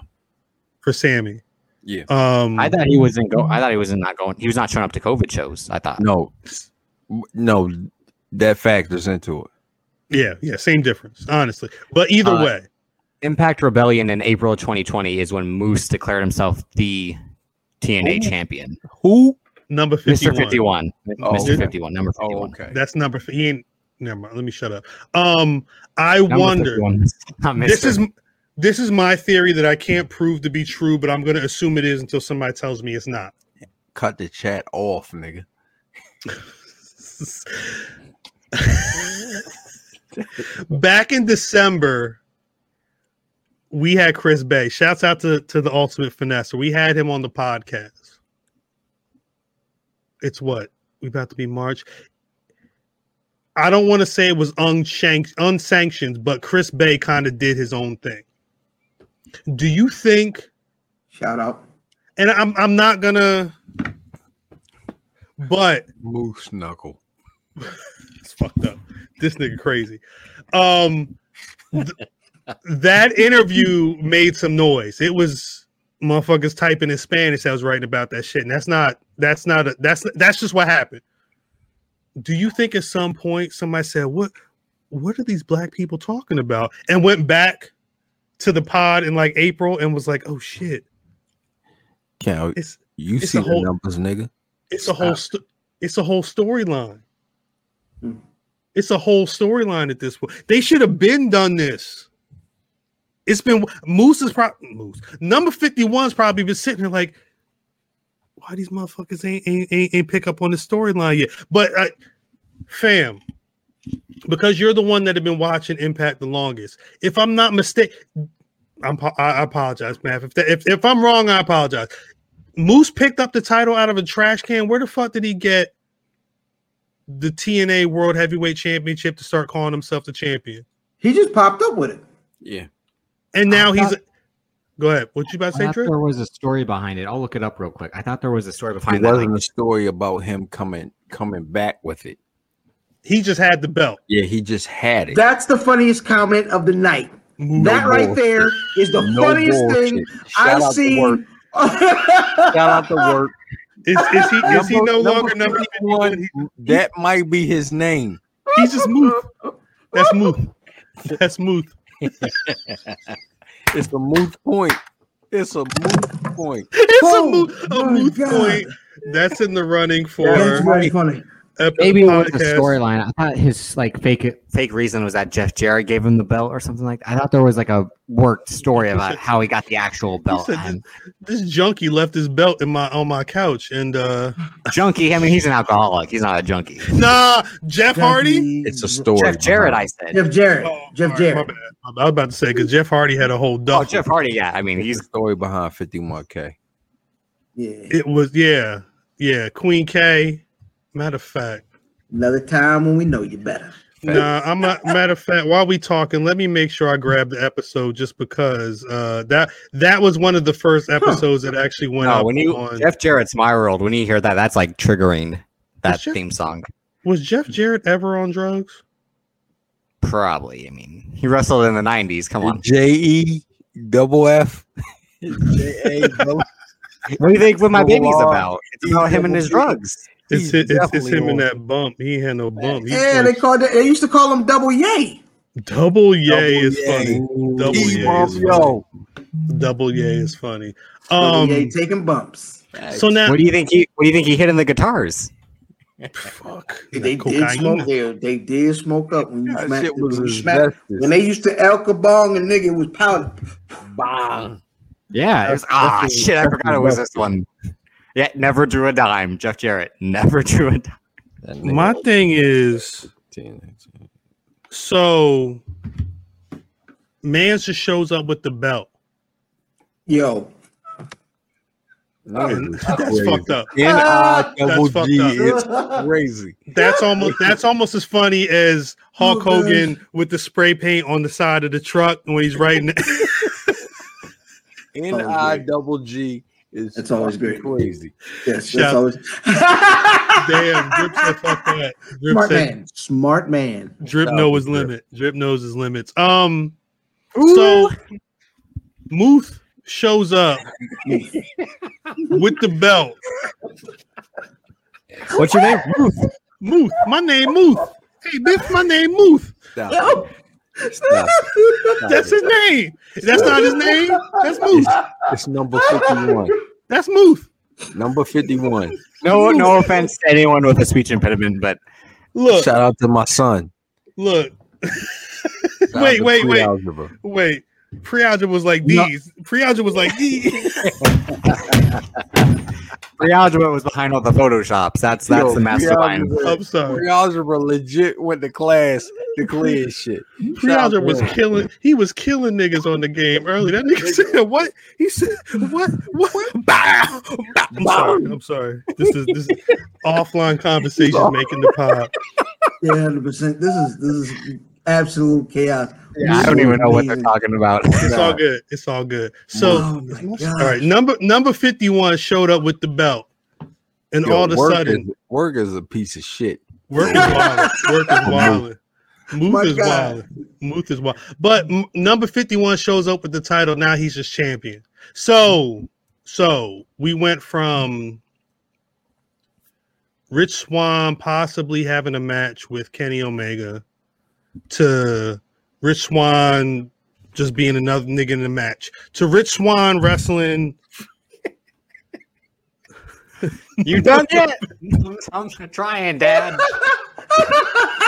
Speaker 2: for Sammy.
Speaker 1: Yeah.
Speaker 2: Um,
Speaker 3: I thought he wasn't go. I thought he was not going. He was not showing up to COVID shows. I thought.
Speaker 1: No. No. That factors into it.
Speaker 2: yeah, yeah, same difference, honestly. But either
Speaker 3: Uh,
Speaker 2: way,
Speaker 3: Impact Rebellion in April of 2020 is when Moose declared himself the TNA champion.
Speaker 1: Who?
Speaker 2: number 51.
Speaker 3: Mr. 51.
Speaker 1: Oh,
Speaker 3: Mr.
Speaker 1: okay.
Speaker 3: 51. Number 51.
Speaker 1: okay.
Speaker 2: That's number. f- He ain't. Never mind. Let me shut up. Um, I
Speaker 3: Number
Speaker 2: wonder.
Speaker 3: 51. (laughs) Not Mr.
Speaker 2: This is this is my theory that I can't prove to be true, but I'm going to assume it is until somebody tells me it's not.
Speaker 1: Cut the chat off, nigga.
Speaker 2: (laughs) Back in December, we had Chris Bay. Shouts out to, to the ultimate finesse. We had him on the podcast. It's what? We about to be March. I don't want to say it was unshank- unsanctioned, but Chris Bay kind of did his own thing. Do you think
Speaker 5: Shout out.
Speaker 2: and I'm I'm not gonna but
Speaker 1: Moose knuckle.
Speaker 2: It's fucked up. This nigga crazy. Um, th- that interview made some noise. It was motherfuckers typing in Spanish. that was writing about that shit, and that's not that's not a, that's that's just what happened. Do you think at some point somebody said what what are these black people talking about and went back to the pod in like April and was like, oh shit,
Speaker 1: Cal,
Speaker 2: it's
Speaker 1: you
Speaker 2: it's
Speaker 1: see
Speaker 2: a
Speaker 1: the
Speaker 2: whole-
Speaker 1: numbers, nigga.
Speaker 2: it's a whole sto- it's a whole storyline.
Speaker 5: Hmm.
Speaker 2: It's a whole storyline at this point. They should have been done this. It's been Moose is probably Moose number fifty one's probably been sitting there like, why these motherfuckers ain't ain't ain't, ain't pick up on the storyline yet? But uh, fam, because you're the one that have been watching Impact the longest. If I'm not mistaken, I'm po- I I apologize, Matt. If, that, if if I'm wrong, I apologize. Moose picked up the title out of a trash can. Where the fuck did he get the TNA World Heavyweight Championship to start calling himself the champion?
Speaker 5: He just popped up with it.
Speaker 1: Yeah.
Speaker 2: And now
Speaker 3: I
Speaker 2: he's.
Speaker 3: thought-
Speaker 2: go ahead. What you about to
Speaker 3: I
Speaker 2: say,
Speaker 3: thought
Speaker 2: Trip?
Speaker 3: there was a story behind it. I'll look it up real quick. I thought there was a story
Speaker 1: It
Speaker 3: behind that.
Speaker 1: wasn't
Speaker 3: Like,
Speaker 1: a story about him coming coming back with it.
Speaker 2: He just had the belt.
Speaker 1: Yeah, he just had it.
Speaker 5: That's the funniest comment of the night.
Speaker 2: Moose.
Speaker 5: that right
Speaker 1: bullshit.
Speaker 5: there is the
Speaker 1: No
Speaker 5: funniest thing
Speaker 1: bullshit. Shout out
Speaker 5: I've
Speaker 1: to work.
Speaker 5: seen. (laughs)
Speaker 1: Shout out the work.
Speaker 2: Is, is he is he no longer number
Speaker 1: 51,
Speaker 2: 51?
Speaker 1: That might be his name.
Speaker 2: He- He's just Moose. That's Moose. That's Moose. (laughs)
Speaker 1: It's a moot point. It's a moot point.
Speaker 2: It's
Speaker 5: Oh,
Speaker 2: a Moose, a
Speaker 5: my
Speaker 2: Moose
Speaker 5: God.
Speaker 2: point. That's in the running for
Speaker 5: That's
Speaker 2: a
Speaker 5: really funny.
Speaker 3: maybe it was the
Speaker 2: podcast.
Speaker 3: storyline. I thought his like fake fake reason was that Jeff Jarrett gave him the belt or something like. that. I thought there was like a worked story about how he got the actual belt.
Speaker 2: said
Speaker 3: And
Speaker 2: This junkie left his belt in my on my couch, and uh (laughs)
Speaker 3: junkie. I mean, he's an alcoholic. He's not a junkie.
Speaker 2: nah, Jeff Hardy.
Speaker 1: It's a story.
Speaker 3: Jeff Jarrett.
Speaker 1: behind
Speaker 3: I said.
Speaker 5: Jeff Jarrett.
Speaker 2: Oh,
Speaker 5: Jeff
Speaker 2: all right, my
Speaker 5: Jarrett.
Speaker 2: bad. My bad. I was about to say because Jeff Hardy had a whole duffel.
Speaker 3: Oh, Jeff Hardy. Yeah, I mean,
Speaker 1: it. It's
Speaker 3: he's
Speaker 1: a story behind 51K.
Speaker 5: Yeah.
Speaker 2: It was yeah, yeah. Queen K. Matter of fact,
Speaker 5: Another time when we know you better.
Speaker 2: nah. I'm not. Matter of fact, while we talking, let me make sure I grab the episode just because uh that that was one of the first episodes that actually went
Speaker 3: no.
Speaker 2: up.
Speaker 3: oh, When you
Speaker 2: on,
Speaker 3: Jeff Jarrett's My World. When you hear that, that's like triggering that
Speaker 2: Is Jeff-
Speaker 3: theme song.
Speaker 2: was Jeff Jarrett ever on drugs?
Speaker 3: Probably. I mean, he wrestled in the '90s. Come on.
Speaker 1: J E double F. (laughs) J A double
Speaker 3: What do you think? What my
Speaker 1: Well,
Speaker 3: baby's
Speaker 1: uh,
Speaker 3: about? It's about
Speaker 2: (laughs)
Speaker 3: him and his drugs.
Speaker 2: It's
Speaker 1: He's
Speaker 2: his, it's, it's
Speaker 1: definitely
Speaker 2: him and
Speaker 1: on.
Speaker 2: that bump. He ain't had no bump. He's
Speaker 5: Yeah, they
Speaker 2: like,
Speaker 5: called it. They used to call him Double Yay.
Speaker 2: double yay
Speaker 1: Double
Speaker 2: is
Speaker 1: yay.
Speaker 2: funny. Double
Speaker 1: E,
Speaker 2: yay
Speaker 1: Mom,
Speaker 2: is funny.
Speaker 1: yo.
Speaker 2: Double yay is funny.
Speaker 5: Double
Speaker 2: Um.
Speaker 5: Yay taking bumps.
Speaker 2: So now
Speaker 3: What do you think he? What do you think he hit in the guitars?
Speaker 2: Fuck.
Speaker 5: They did
Speaker 2: Cocaine.
Speaker 5: smoke there. They did smoke up when you
Speaker 1: That
Speaker 5: smacked
Speaker 1: shit was
Speaker 5: when, you
Speaker 1: his
Speaker 5: smacked-
Speaker 1: bestest.
Speaker 5: when they used to alkabong and nigga it was powder. Bong.
Speaker 3: Yeah. It was,
Speaker 1: That's-
Speaker 3: ah,
Speaker 1: that's the-
Speaker 3: shit. I
Speaker 1: that's
Speaker 3: forgot
Speaker 1: the
Speaker 3: it was
Speaker 1: best
Speaker 3: this one. Yeah. Never drew a dime. Jeff Jarrett never (laughs) drew a dime.
Speaker 1: That nigga
Speaker 2: My
Speaker 1: was
Speaker 2: thing is
Speaker 1: 15, 19.
Speaker 2: so Mans just shows up with the belt.
Speaker 5: Yo.
Speaker 1: Niggas was
Speaker 2: That's
Speaker 1: crazy.
Speaker 2: fucked up. (laughs)
Speaker 1: N I double
Speaker 2: Ah, That's fucked
Speaker 1: G.
Speaker 2: up.
Speaker 1: It's crazy.
Speaker 2: That's almost that's almost as funny as Hulk Hogan with the spray paint on the side of the truck when he's riding. it.
Speaker 1: N I double G is
Speaker 5: It's always
Speaker 1: fucking
Speaker 5: great.
Speaker 1: crazy.
Speaker 5: Yes,
Speaker 2: Shout-
Speaker 5: that's
Speaker 3: (laughs)
Speaker 5: always
Speaker 2: (laughs) Damn, Drip said fuck that. Drip
Speaker 5: (laughs) smart
Speaker 2: said
Speaker 5: man. Smart man.
Speaker 2: Drip
Speaker 1: Shout out
Speaker 2: knows his
Speaker 1: to Drip.
Speaker 2: limit. Drip knows his limits. Um, so Muth shows
Speaker 5: (laughs)
Speaker 2: up with the belt.
Speaker 3: What's your name? Ruth.
Speaker 2: Muth, my name Muth. Hey, bitch, my name Muth.
Speaker 1: Stop. it.
Speaker 5: Yo.
Speaker 1: Stop.
Speaker 2: (laughs)
Speaker 1: Stop
Speaker 2: That's
Speaker 1: it.
Speaker 2: his name. That's not his name. That's Muth.
Speaker 1: It's number 51.
Speaker 2: That's Muth.
Speaker 1: Number 51.
Speaker 3: No, no offense to anyone with a speech impediment, but
Speaker 2: Look,
Speaker 1: Shout out to my son.
Speaker 2: look,
Speaker 1: Shout out
Speaker 2: Wait,
Speaker 1: to
Speaker 2: wait,
Speaker 1: Creed
Speaker 2: wait.
Speaker 1: Algebra.
Speaker 2: wait. Prealja was like
Speaker 3: No.
Speaker 2: these. Prealja was like
Speaker 1: (laughs)
Speaker 2: these.
Speaker 3: Rialdo was behind all the photoshops. That's that's
Speaker 1: Yo,
Speaker 3: the mastermind.
Speaker 1: Creed Algebra-
Speaker 2: I'm sorry.
Speaker 1: Creed Algebra legit went to class to clear his shit. Shout out
Speaker 2: Prealja was
Speaker 1: to him.
Speaker 2: killing. He was killing niggas on the game early.
Speaker 1: (laughs)
Speaker 2: That nigga said what? He said what? What? (laughs) Bow! Bow! I'm sorry. I'm sorry. This is this is
Speaker 1: (laughs)
Speaker 2: offline conversations making the pod.
Speaker 5: Yeah, hundred percent. This is this is absolute chaos.
Speaker 3: Yeah, I don't even know what they're
Speaker 5: Amazing.
Speaker 3: talking about.
Speaker 2: It's all good. It's all good. So
Speaker 5: Oh my
Speaker 2: all
Speaker 5: God.
Speaker 2: right, number number fifty one showed up with the belt, and
Speaker 1: Yo,
Speaker 2: all of a
Speaker 1: work
Speaker 2: sudden,
Speaker 1: Is, work is a piece of shit.
Speaker 2: work is wild. Work is wild.
Speaker 5: My
Speaker 2: Muth is
Speaker 5: God.
Speaker 2: wild. Muth is wild. But m- number fifty one shows up with the title. Now he's just champion. So so we went from Rich Swan possibly having a match with Kenny Omega to Rich Swan just being another nigga in the match to Rich Swan wrestling.
Speaker 3: You done yet? (laughs) I'm trying, Dad. (laughs)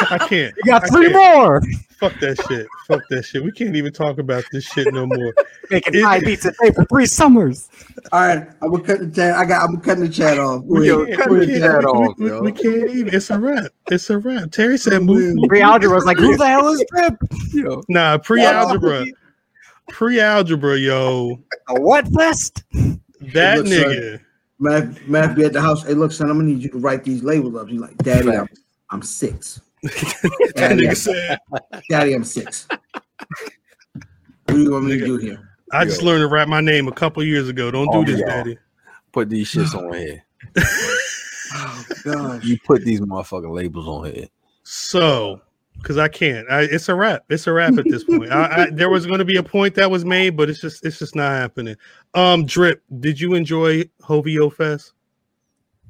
Speaker 2: I can't.
Speaker 3: You got
Speaker 2: I
Speaker 3: three
Speaker 2: can't.
Speaker 3: more.
Speaker 2: Fuck that shit. Fuck that shit. We can't even talk about this shit no more. (laughs)
Speaker 3: Making
Speaker 2: It-
Speaker 3: five beats a day for three summers.
Speaker 5: All right, I'm gonna cut the chat. I got. I'm cutting the chat off.
Speaker 2: We
Speaker 1: Yo,
Speaker 5: Wait,
Speaker 2: can't-
Speaker 1: cut
Speaker 2: we
Speaker 1: the
Speaker 2: can't-
Speaker 1: chat
Speaker 2: we-
Speaker 1: off,
Speaker 2: we-
Speaker 1: yo.
Speaker 2: We can't even. It's a wrap. It's a wrap. Terry said move. move. (laughs)
Speaker 3: Rialdo was like, "Who the hell is Trip?
Speaker 1: Yo,
Speaker 2: Nah, pre-algebra. Pre-algebra, yo.
Speaker 3: A what fest?"
Speaker 2: That
Speaker 5: Look,
Speaker 2: nigga.
Speaker 5: son. Math, math be at the house. Hey, look, son, I'm gonna need you to write these labels up. He's like, Daddy, I'm, I'm six.
Speaker 2: That
Speaker 5: Daddy,
Speaker 2: nigga
Speaker 5: I'm,
Speaker 2: said,
Speaker 5: Daddy, I'm six. What do you want me
Speaker 2: Nigga.
Speaker 5: to do here?
Speaker 2: I just learned to write my name a couple years ago. Don't do
Speaker 1: Oh,
Speaker 2: this,
Speaker 1: yeah.
Speaker 2: daddy.
Speaker 1: put these shits on here.
Speaker 5: Oh
Speaker 1: (laughs)
Speaker 5: gosh.
Speaker 1: You put these motherfucking labels on here.
Speaker 2: So, because I can't. I, it's a wrap. It's a wrap at this point. I, I, there was going to be a point that was made, but it's just it's just not happening. Um, Drip, did you enjoy Hovio Fest?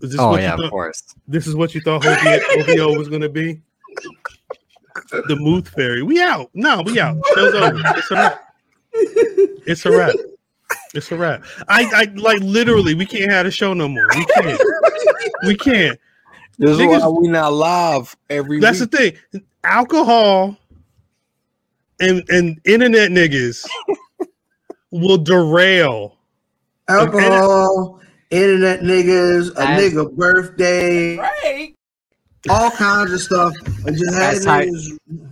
Speaker 2: Is this
Speaker 3: Oh
Speaker 2: what you
Speaker 3: yeah, of
Speaker 2: thought-
Speaker 3: course.
Speaker 2: This is what you thought Hovio, Hovio was going to be? The Mooth Fairy. We out. No, we out. Show's over. It's a wrap. It's a wrap. It's a wrap. I, I like literally, we can't have a show no more. We can't. We can't.
Speaker 1: This
Speaker 2: Niggas-
Speaker 1: is why we not live every
Speaker 2: That's the
Speaker 1: week.
Speaker 2: thing. Alcohol and and internet
Speaker 3: (laughs)
Speaker 2: niggas will derail.
Speaker 5: Alcohol, internet niggas, a
Speaker 3: As-
Speaker 5: nigga birthday, all kinds of stuff. And just had
Speaker 3: As tight-
Speaker 5: niggas-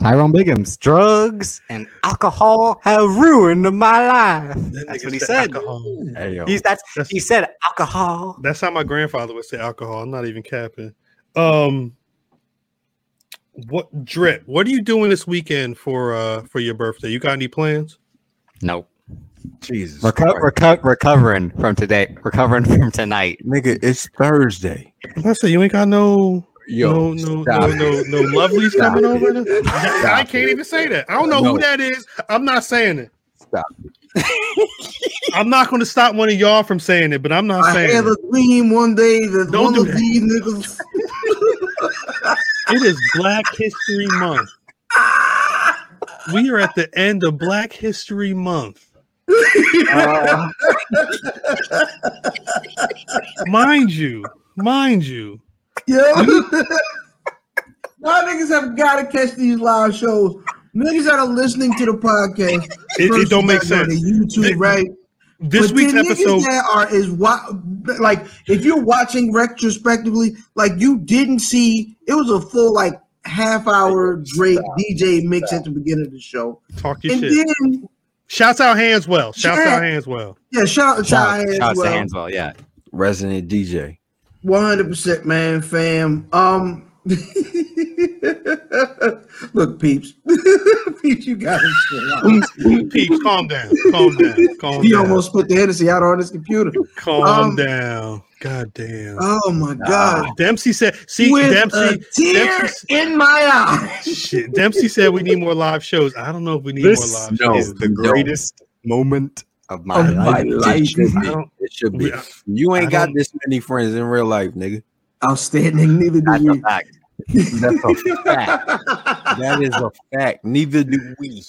Speaker 3: Tyrone Biggums, drugs and alcohol have ruined my life. That's what he said.
Speaker 2: Alcohol.
Speaker 1: Hey, yo.
Speaker 3: He's that's
Speaker 2: That's-
Speaker 3: he said alcohol.
Speaker 2: That's how my grandfather would say alcohol. I'm not even capping. Um what drip? What are you doing this weekend for uh for your birthday? You got any plans?
Speaker 3: Nope.
Speaker 1: Jesus.
Speaker 3: Reco-
Speaker 1: Christ.
Speaker 3: reco- recovering from today. Recovering from tonight.
Speaker 1: Nigga, it's Thursday.
Speaker 2: I said you ain't got no
Speaker 1: Yo,
Speaker 2: no no
Speaker 1: stop
Speaker 2: no,
Speaker 1: it.
Speaker 2: no no lovelies
Speaker 1: Stop
Speaker 2: coming
Speaker 1: it.
Speaker 2: over. there? I
Speaker 1: Stop
Speaker 2: can't
Speaker 1: it.
Speaker 2: even say that. I don't know who
Speaker 1: No.
Speaker 2: that is. I'm not saying it.
Speaker 1: Stop
Speaker 2: (laughs) I'm not going to stop one of y'all from saying it, but I'm not
Speaker 5: I
Speaker 2: saying
Speaker 5: had
Speaker 2: it.
Speaker 5: a dream one day that
Speaker 2: Don't
Speaker 5: one
Speaker 2: do
Speaker 5: of
Speaker 2: that.
Speaker 5: these niggas.
Speaker 2: It is Black History Month. We are at the end of Black History
Speaker 5: (laughs)
Speaker 2: Month.
Speaker 1: Uh,
Speaker 2: Mind you, mind you,
Speaker 5: Yo, (laughs) y'all niggas have got to catch these live shows. Niggas that are listening to the podcast,
Speaker 2: It- it don't make
Speaker 5: first, you gotta go
Speaker 2: sense.
Speaker 5: to YouTube,
Speaker 2: Thi-
Speaker 5: right?
Speaker 2: This
Speaker 5: But
Speaker 2: week's
Speaker 5: the niggas
Speaker 2: episode.
Speaker 5: that are is what like if you're watching retrospectively, like you didn't see it was a full like half hour Drake DJ mix at the beginning of the show,
Speaker 2: Talk your
Speaker 5: and
Speaker 2: shit.
Speaker 5: then
Speaker 2: Shouts out Hanswell. Shouts
Speaker 5: Yeah.
Speaker 2: out Hanswell.
Speaker 5: yeah, shout out to
Speaker 3: Shout,
Speaker 5: Ty
Speaker 3: shout
Speaker 5: as
Speaker 3: to
Speaker 5: well.
Speaker 3: Hanswell, yeah.
Speaker 1: Resident DJ.
Speaker 5: One hundred percent, man, fam. Um, (laughs) look, peeps, (laughs) peeps, you got it.
Speaker 2: Peeps, calm down. Calm down. Calm
Speaker 5: (laughs) He
Speaker 2: down.
Speaker 5: almost put the Hennessy out on his computer.
Speaker 2: calm
Speaker 5: um,
Speaker 2: down. God damn.
Speaker 5: Oh my god!
Speaker 2: Dempsey said, see,
Speaker 5: With uh,
Speaker 2: Dempsey.
Speaker 5: a tear
Speaker 2: Dempsey-
Speaker 5: in my eye.
Speaker 2: Shit. Dempsey said we need more live shows. I don't know if we need more live
Speaker 1: no,
Speaker 2: shows.
Speaker 1: is the greatest
Speaker 3: moment of my
Speaker 5: Of my
Speaker 3: life.
Speaker 5: life.
Speaker 1: It should
Speaker 2: I
Speaker 1: be.
Speaker 2: don't-
Speaker 1: It should be.
Speaker 2: Yeah.
Speaker 1: You
Speaker 2: I
Speaker 1: ain't got
Speaker 2: don't-
Speaker 1: this many friends in real life, nigga.
Speaker 5: Outstanding, neither do
Speaker 3: That's a
Speaker 5: you.
Speaker 3: fact. That's a fact.
Speaker 1: That is (laughs) a fact. Neither do we.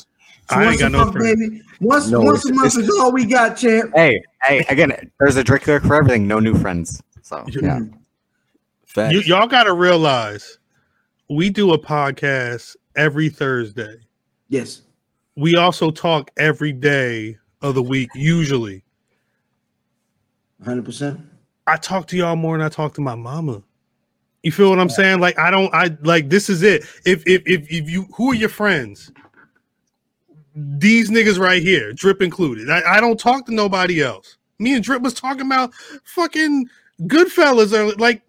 Speaker 2: I ain't
Speaker 5: (laughs) Once a
Speaker 2: got no
Speaker 5: month,
Speaker 2: friends.
Speaker 5: baby. Once,
Speaker 1: No,
Speaker 5: once
Speaker 1: it's-
Speaker 5: a month
Speaker 1: it's-
Speaker 5: is all we got, champ.
Speaker 3: Hey, hey, again, there's a drink there for everything. No new friends. So
Speaker 2: You-
Speaker 3: yeah.
Speaker 5: Mm-hmm.
Speaker 1: Fact.
Speaker 2: You, y'all got to realize we do a podcast every Thursday.
Speaker 5: Yes.
Speaker 2: We also talk every day of the week, usually.
Speaker 5: 100%.
Speaker 2: I talk to y'all more than I talk to my mama. You feel what I'm saying? Like I don't I like this is it. If if if, if you who are your friends? These niggas right here, Drip included. I, I don't talk to nobody else. Me and Drip was talking about fucking Goodfellas or like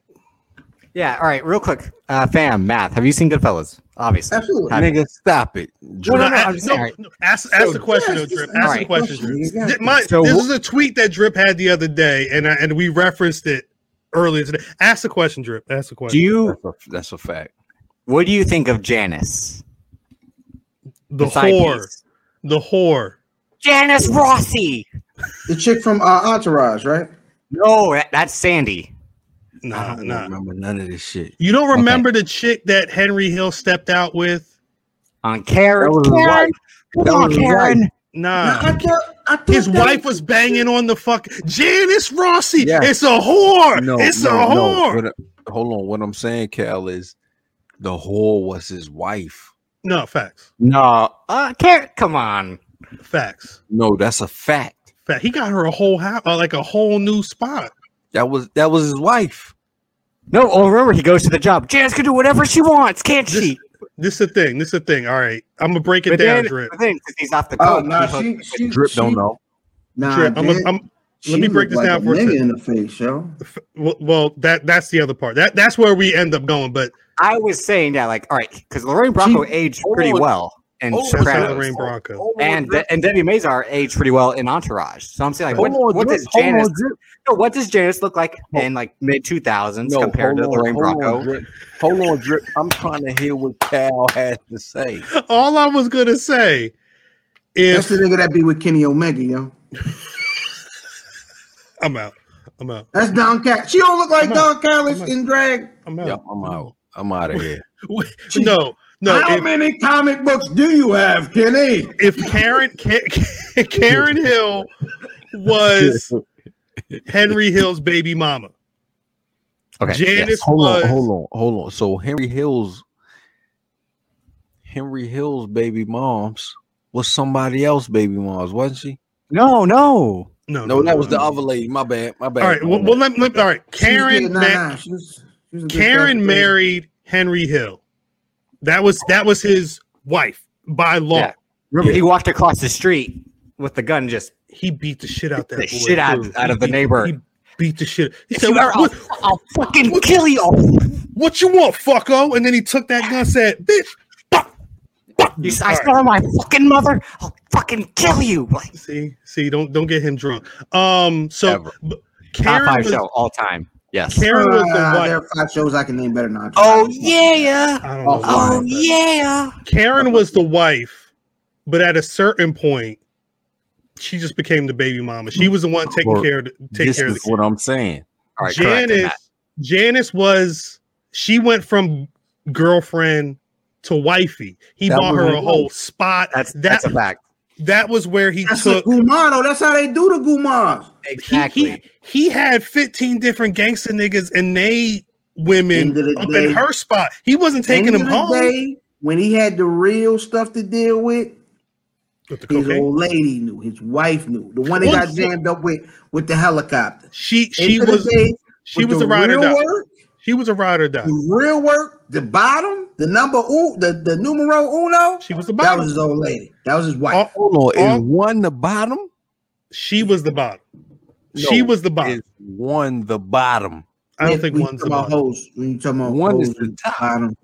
Speaker 3: Yeah. All right. Real quick, uh, fam, math. Have you seen Goodfellas? Obviously.
Speaker 5: Absolutely.
Speaker 3: Have you?
Speaker 1: nigga, stop it.
Speaker 3: No, no, no,
Speaker 2: I-
Speaker 3: I'm just saying,
Speaker 2: no, ask, ask the question
Speaker 5: Yes,
Speaker 2: though, Drip. Ask
Speaker 5: yes,
Speaker 2: the
Speaker 3: alright.
Speaker 2: question.
Speaker 5: Question,
Speaker 2: Drip.
Speaker 5: exactly.
Speaker 2: My-
Speaker 3: So
Speaker 2: this
Speaker 3: wh-
Speaker 2: is a tweet that Drip had the other day, and I, and we referenced it earlier today. Ask the question, Drip. Ask the
Speaker 3: Do
Speaker 2: question.
Speaker 3: you?
Speaker 1: That's a, that's a fact.
Speaker 3: What do you think of Janice?
Speaker 2: The
Speaker 3: Side
Speaker 2: whore.
Speaker 3: piece.
Speaker 2: The whore.
Speaker 3: Janice Rossi.
Speaker 5: The chick from uh, Entourage, right?
Speaker 3: No, that, that's Sandy.
Speaker 2: Nah,
Speaker 1: I don't
Speaker 2: nah.
Speaker 1: remember none of this shit.
Speaker 2: You don't remember the chick that Henry Hill stepped out with?
Speaker 3: On Karen.
Speaker 1: That was his
Speaker 3: Karen. Come
Speaker 1: That
Speaker 3: on,
Speaker 1: was his
Speaker 3: Karen.
Speaker 5: Nah,
Speaker 2: Nah.
Speaker 5: I thought, I thought
Speaker 2: His
Speaker 5: that
Speaker 2: wife was banging on the fuck Janice Rossi.
Speaker 1: Yeah.
Speaker 2: It's a whore.
Speaker 1: No,
Speaker 2: it's
Speaker 1: no,
Speaker 2: a whore.
Speaker 1: No. What I- hold on. What I'm saying, Cal, is the whore was his wife.
Speaker 2: No, facts.
Speaker 3: No, uh, Karen. Come on.
Speaker 2: Facts.
Speaker 1: No, that's a fact.
Speaker 2: Fact. He got her a whole house, uh, like a whole new spot.
Speaker 1: That was that was his wife.
Speaker 3: No, oh, remember he goes to the job. Janice can do whatever she wants, can't
Speaker 2: This-
Speaker 3: she?
Speaker 2: This is the thing. This is the thing. All right. I'm gonna break it
Speaker 3: But
Speaker 2: down,
Speaker 3: then,
Speaker 2: Drip.
Speaker 3: the thing is he's off the
Speaker 5: Oh,
Speaker 3: coke.
Speaker 5: nah,
Speaker 3: He
Speaker 5: she,
Speaker 3: hooked-
Speaker 5: she,
Speaker 1: Drip
Speaker 5: she,
Speaker 1: don't know.
Speaker 5: Nah,
Speaker 2: Drip, I'm,
Speaker 5: dude,
Speaker 2: a, I'm
Speaker 5: she
Speaker 2: let me break
Speaker 5: looked
Speaker 2: this
Speaker 5: like
Speaker 2: down
Speaker 5: a
Speaker 2: for a
Speaker 5: nigga
Speaker 2: second.
Speaker 5: in the face, yo.
Speaker 2: well, well, that that's the other part. That that's where we end up going. But
Speaker 3: I was saying, yeah, like, all right, because Lorraine Bracco aged
Speaker 1: hold
Speaker 3: pretty
Speaker 1: on.
Speaker 3: well in
Speaker 1: Hold on,
Speaker 2: shout out
Speaker 3: Sopranos.
Speaker 1: Bracco.
Speaker 2: Lorraine Bronco.
Speaker 1: Hold on,
Speaker 3: and
Speaker 1: Drip.
Speaker 3: and Debbie Mazar aged pretty well in Entourage. So I'm saying, like, what,
Speaker 1: Hold on,
Speaker 3: what
Speaker 1: Drip.
Speaker 3: does
Speaker 1: Hold on,
Speaker 3: Janice?
Speaker 1: Drip.
Speaker 3: No, what does Janice look like in like mid 2000s compared to
Speaker 1: hold on,
Speaker 3: Lorraine
Speaker 1: hold on,
Speaker 3: Bracco?
Speaker 1: Drip. Hold on, Drip. I'm trying to hear what Cal has to say.
Speaker 2: All I was gonna say
Speaker 5: That's
Speaker 2: is
Speaker 5: the nigga that be with Kenny Omega, yo.
Speaker 2: I'm out. I'm out.
Speaker 5: That's Don Cal. She don't look like
Speaker 2: Come on,
Speaker 5: Don Callis
Speaker 2: come on.
Speaker 5: in drag.
Speaker 2: I'm out.
Speaker 1: Yeah, I'm out. I'm out of here.
Speaker 5: She-
Speaker 2: No, no.
Speaker 5: How
Speaker 2: If,
Speaker 5: many comic books do you have, Kenny?
Speaker 2: if Karen Ka- Karen Hill
Speaker 1: (laughs)
Speaker 2: was Henry Hill's baby mama,
Speaker 3: Okay,
Speaker 2: Janice
Speaker 3: yes.
Speaker 1: (laughs) Hold
Speaker 2: was
Speaker 1: on, hold on, hold on. So Henry Hill's Henry Hill's baby mom's was somebody else baby mom's, wasn't she?
Speaker 3: No, no.
Speaker 2: no,
Speaker 1: No, that was the other lady. My bad. My bad.
Speaker 2: All right.
Speaker 1: My
Speaker 2: Well,
Speaker 1: bad.
Speaker 2: well let, let, all right.
Speaker 5: She was
Speaker 2: Karen
Speaker 5: good, nah,
Speaker 2: Ma-
Speaker 5: nah, she was- she was a good
Speaker 2: Karen
Speaker 5: character.
Speaker 2: married Henry Hill. That was that was his wife by law.
Speaker 3: Yeah. Remember,
Speaker 1: Yeah.
Speaker 3: he walked across the street with the gun, just
Speaker 2: He beat the shit out that
Speaker 3: The
Speaker 2: boy,
Speaker 3: shit out-
Speaker 2: too.
Speaker 3: out
Speaker 2: He
Speaker 3: of the
Speaker 2: beat-
Speaker 3: neighbor.
Speaker 2: He beat the shit. He
Speaker 3: If
Speaker 2: said,
Speaker 3: you are,
Speaker 2: what,
Speaker 3: I'll,
Speaker 2: what,
Speaker 3: I'll fucking kill you.
Speaker 2: what you want, fucko?" And then he took that gun, said, "Bitch." fuck, fuck."
Speaker 3: you
Speaker 2: All
Speaker 3: I
Speaker 2: right.
Speaker 3: saw my fucking mother. I'll fucking kill you. Like,
Speaker 2: See, see, don't don't get him drunk. Um, so
Speaker 1: Ever.
Speaker 2: b-
Speaker 3: top
Speaker 2: Karen
Speaker 3: five
Speaker 2: was,
Speaker 3: show all time. Yes.
Speaker 2: Karen was the
Speaker 5: Uh, there
Speaker 2: wife.
Speaker 5: are five shows I can name better than Entourage.
Speaker 3: Oh yeah.
Speaker 2: I don't know. why,
Speaker 3: Oh
Speaker 2: but-
Speaker 3: yeah.
Speaker 2: Karen was the wife, but at a certain point, she just became the baby mama. She was the one taking
Speaker 1: Well,
Speaker 2: care of the, take
Speaker 1: this
Speaker 2: care of
Speaker 1: is
Speaker 2: the
Speaker 1: what I'm saying.
Speaker 3: All right, correct in
Speaker 2: Janice.
Speaker 3: that.
Speaker 2: Janice was she went from girlfriend to wifey. He
Speaker 1: That
Speaker 2: bought her
Speaker 1: was-
Speaker 2: a whole spot.
Speaker 3: That's
Speaker 2: that
Speaker 3: that's a fact.
Speaker 2: that was where he
Speaker 5: That's a
Speaker 2: took.
Speaker 5: Gumano. That's how they do the Gumas.
Speaker 2: He, he he had fifteen different gangster niggas, and they women
Speaker 5: End of the
Speaker 2: up
Speaker 5: day-
Speaker 2: in her spot. He wasn't taking
Speaker 5: End
Speaker 2: them
Speaker 5: of the
Speaker 2: home
Speaker 5: day, when he had the real stuff to deal with,
Speaker 2: with the
Speaker 5: his
Speaker 2: cocaine.
Speaker 5: old lady knew, his wife knew, the one that
Speaker 2: Well,
Speaker 5: got jammed up with with the helicopter.
Speaker 2: She
Speaker 5: End
Speaker 2: she
Speaker 5: of the
Speaker 2: was
Speaker 5: day,
Speaker 2: she
Speaker 5: with
Speaker 2: was
Speaker 5: the
Speaker 2: a ride or
Speaker 5: real
Speaker 2: die.
Speaker 5: work,
Speaker 2: She was a ride or die.
Speaker 5: the real work, the bottom, the number u- the the numero uno.
Speaker 2: She was the
Speaker 5: That was
Speaker 2: bottom.
Speaker 5: his old lady. That was his wife.
Speaker 2: All-
Speaker 1: Hold on,
Speaker 2: all-
Speaker 1: is one the bottom?
Speaker 2: she was the bottom.
Speaker 1: No,
Speaker 2: she was the bottom.
Speaker 1: Is one the bottom?
Speaker 2: I don't
Speaker 5: When-
Speaker 2: think
Speaker 5: when you
Speaker 2: one's
Speaker 5: talk
Speaker 2: the
Speaker 5: about
Speaker 2: bottom.
Speaker 5: hoes. When you talking about
Speaker 1: One
Speaker 5: hoes,
Speaker 1: is the top.
Speaker 5: bottom,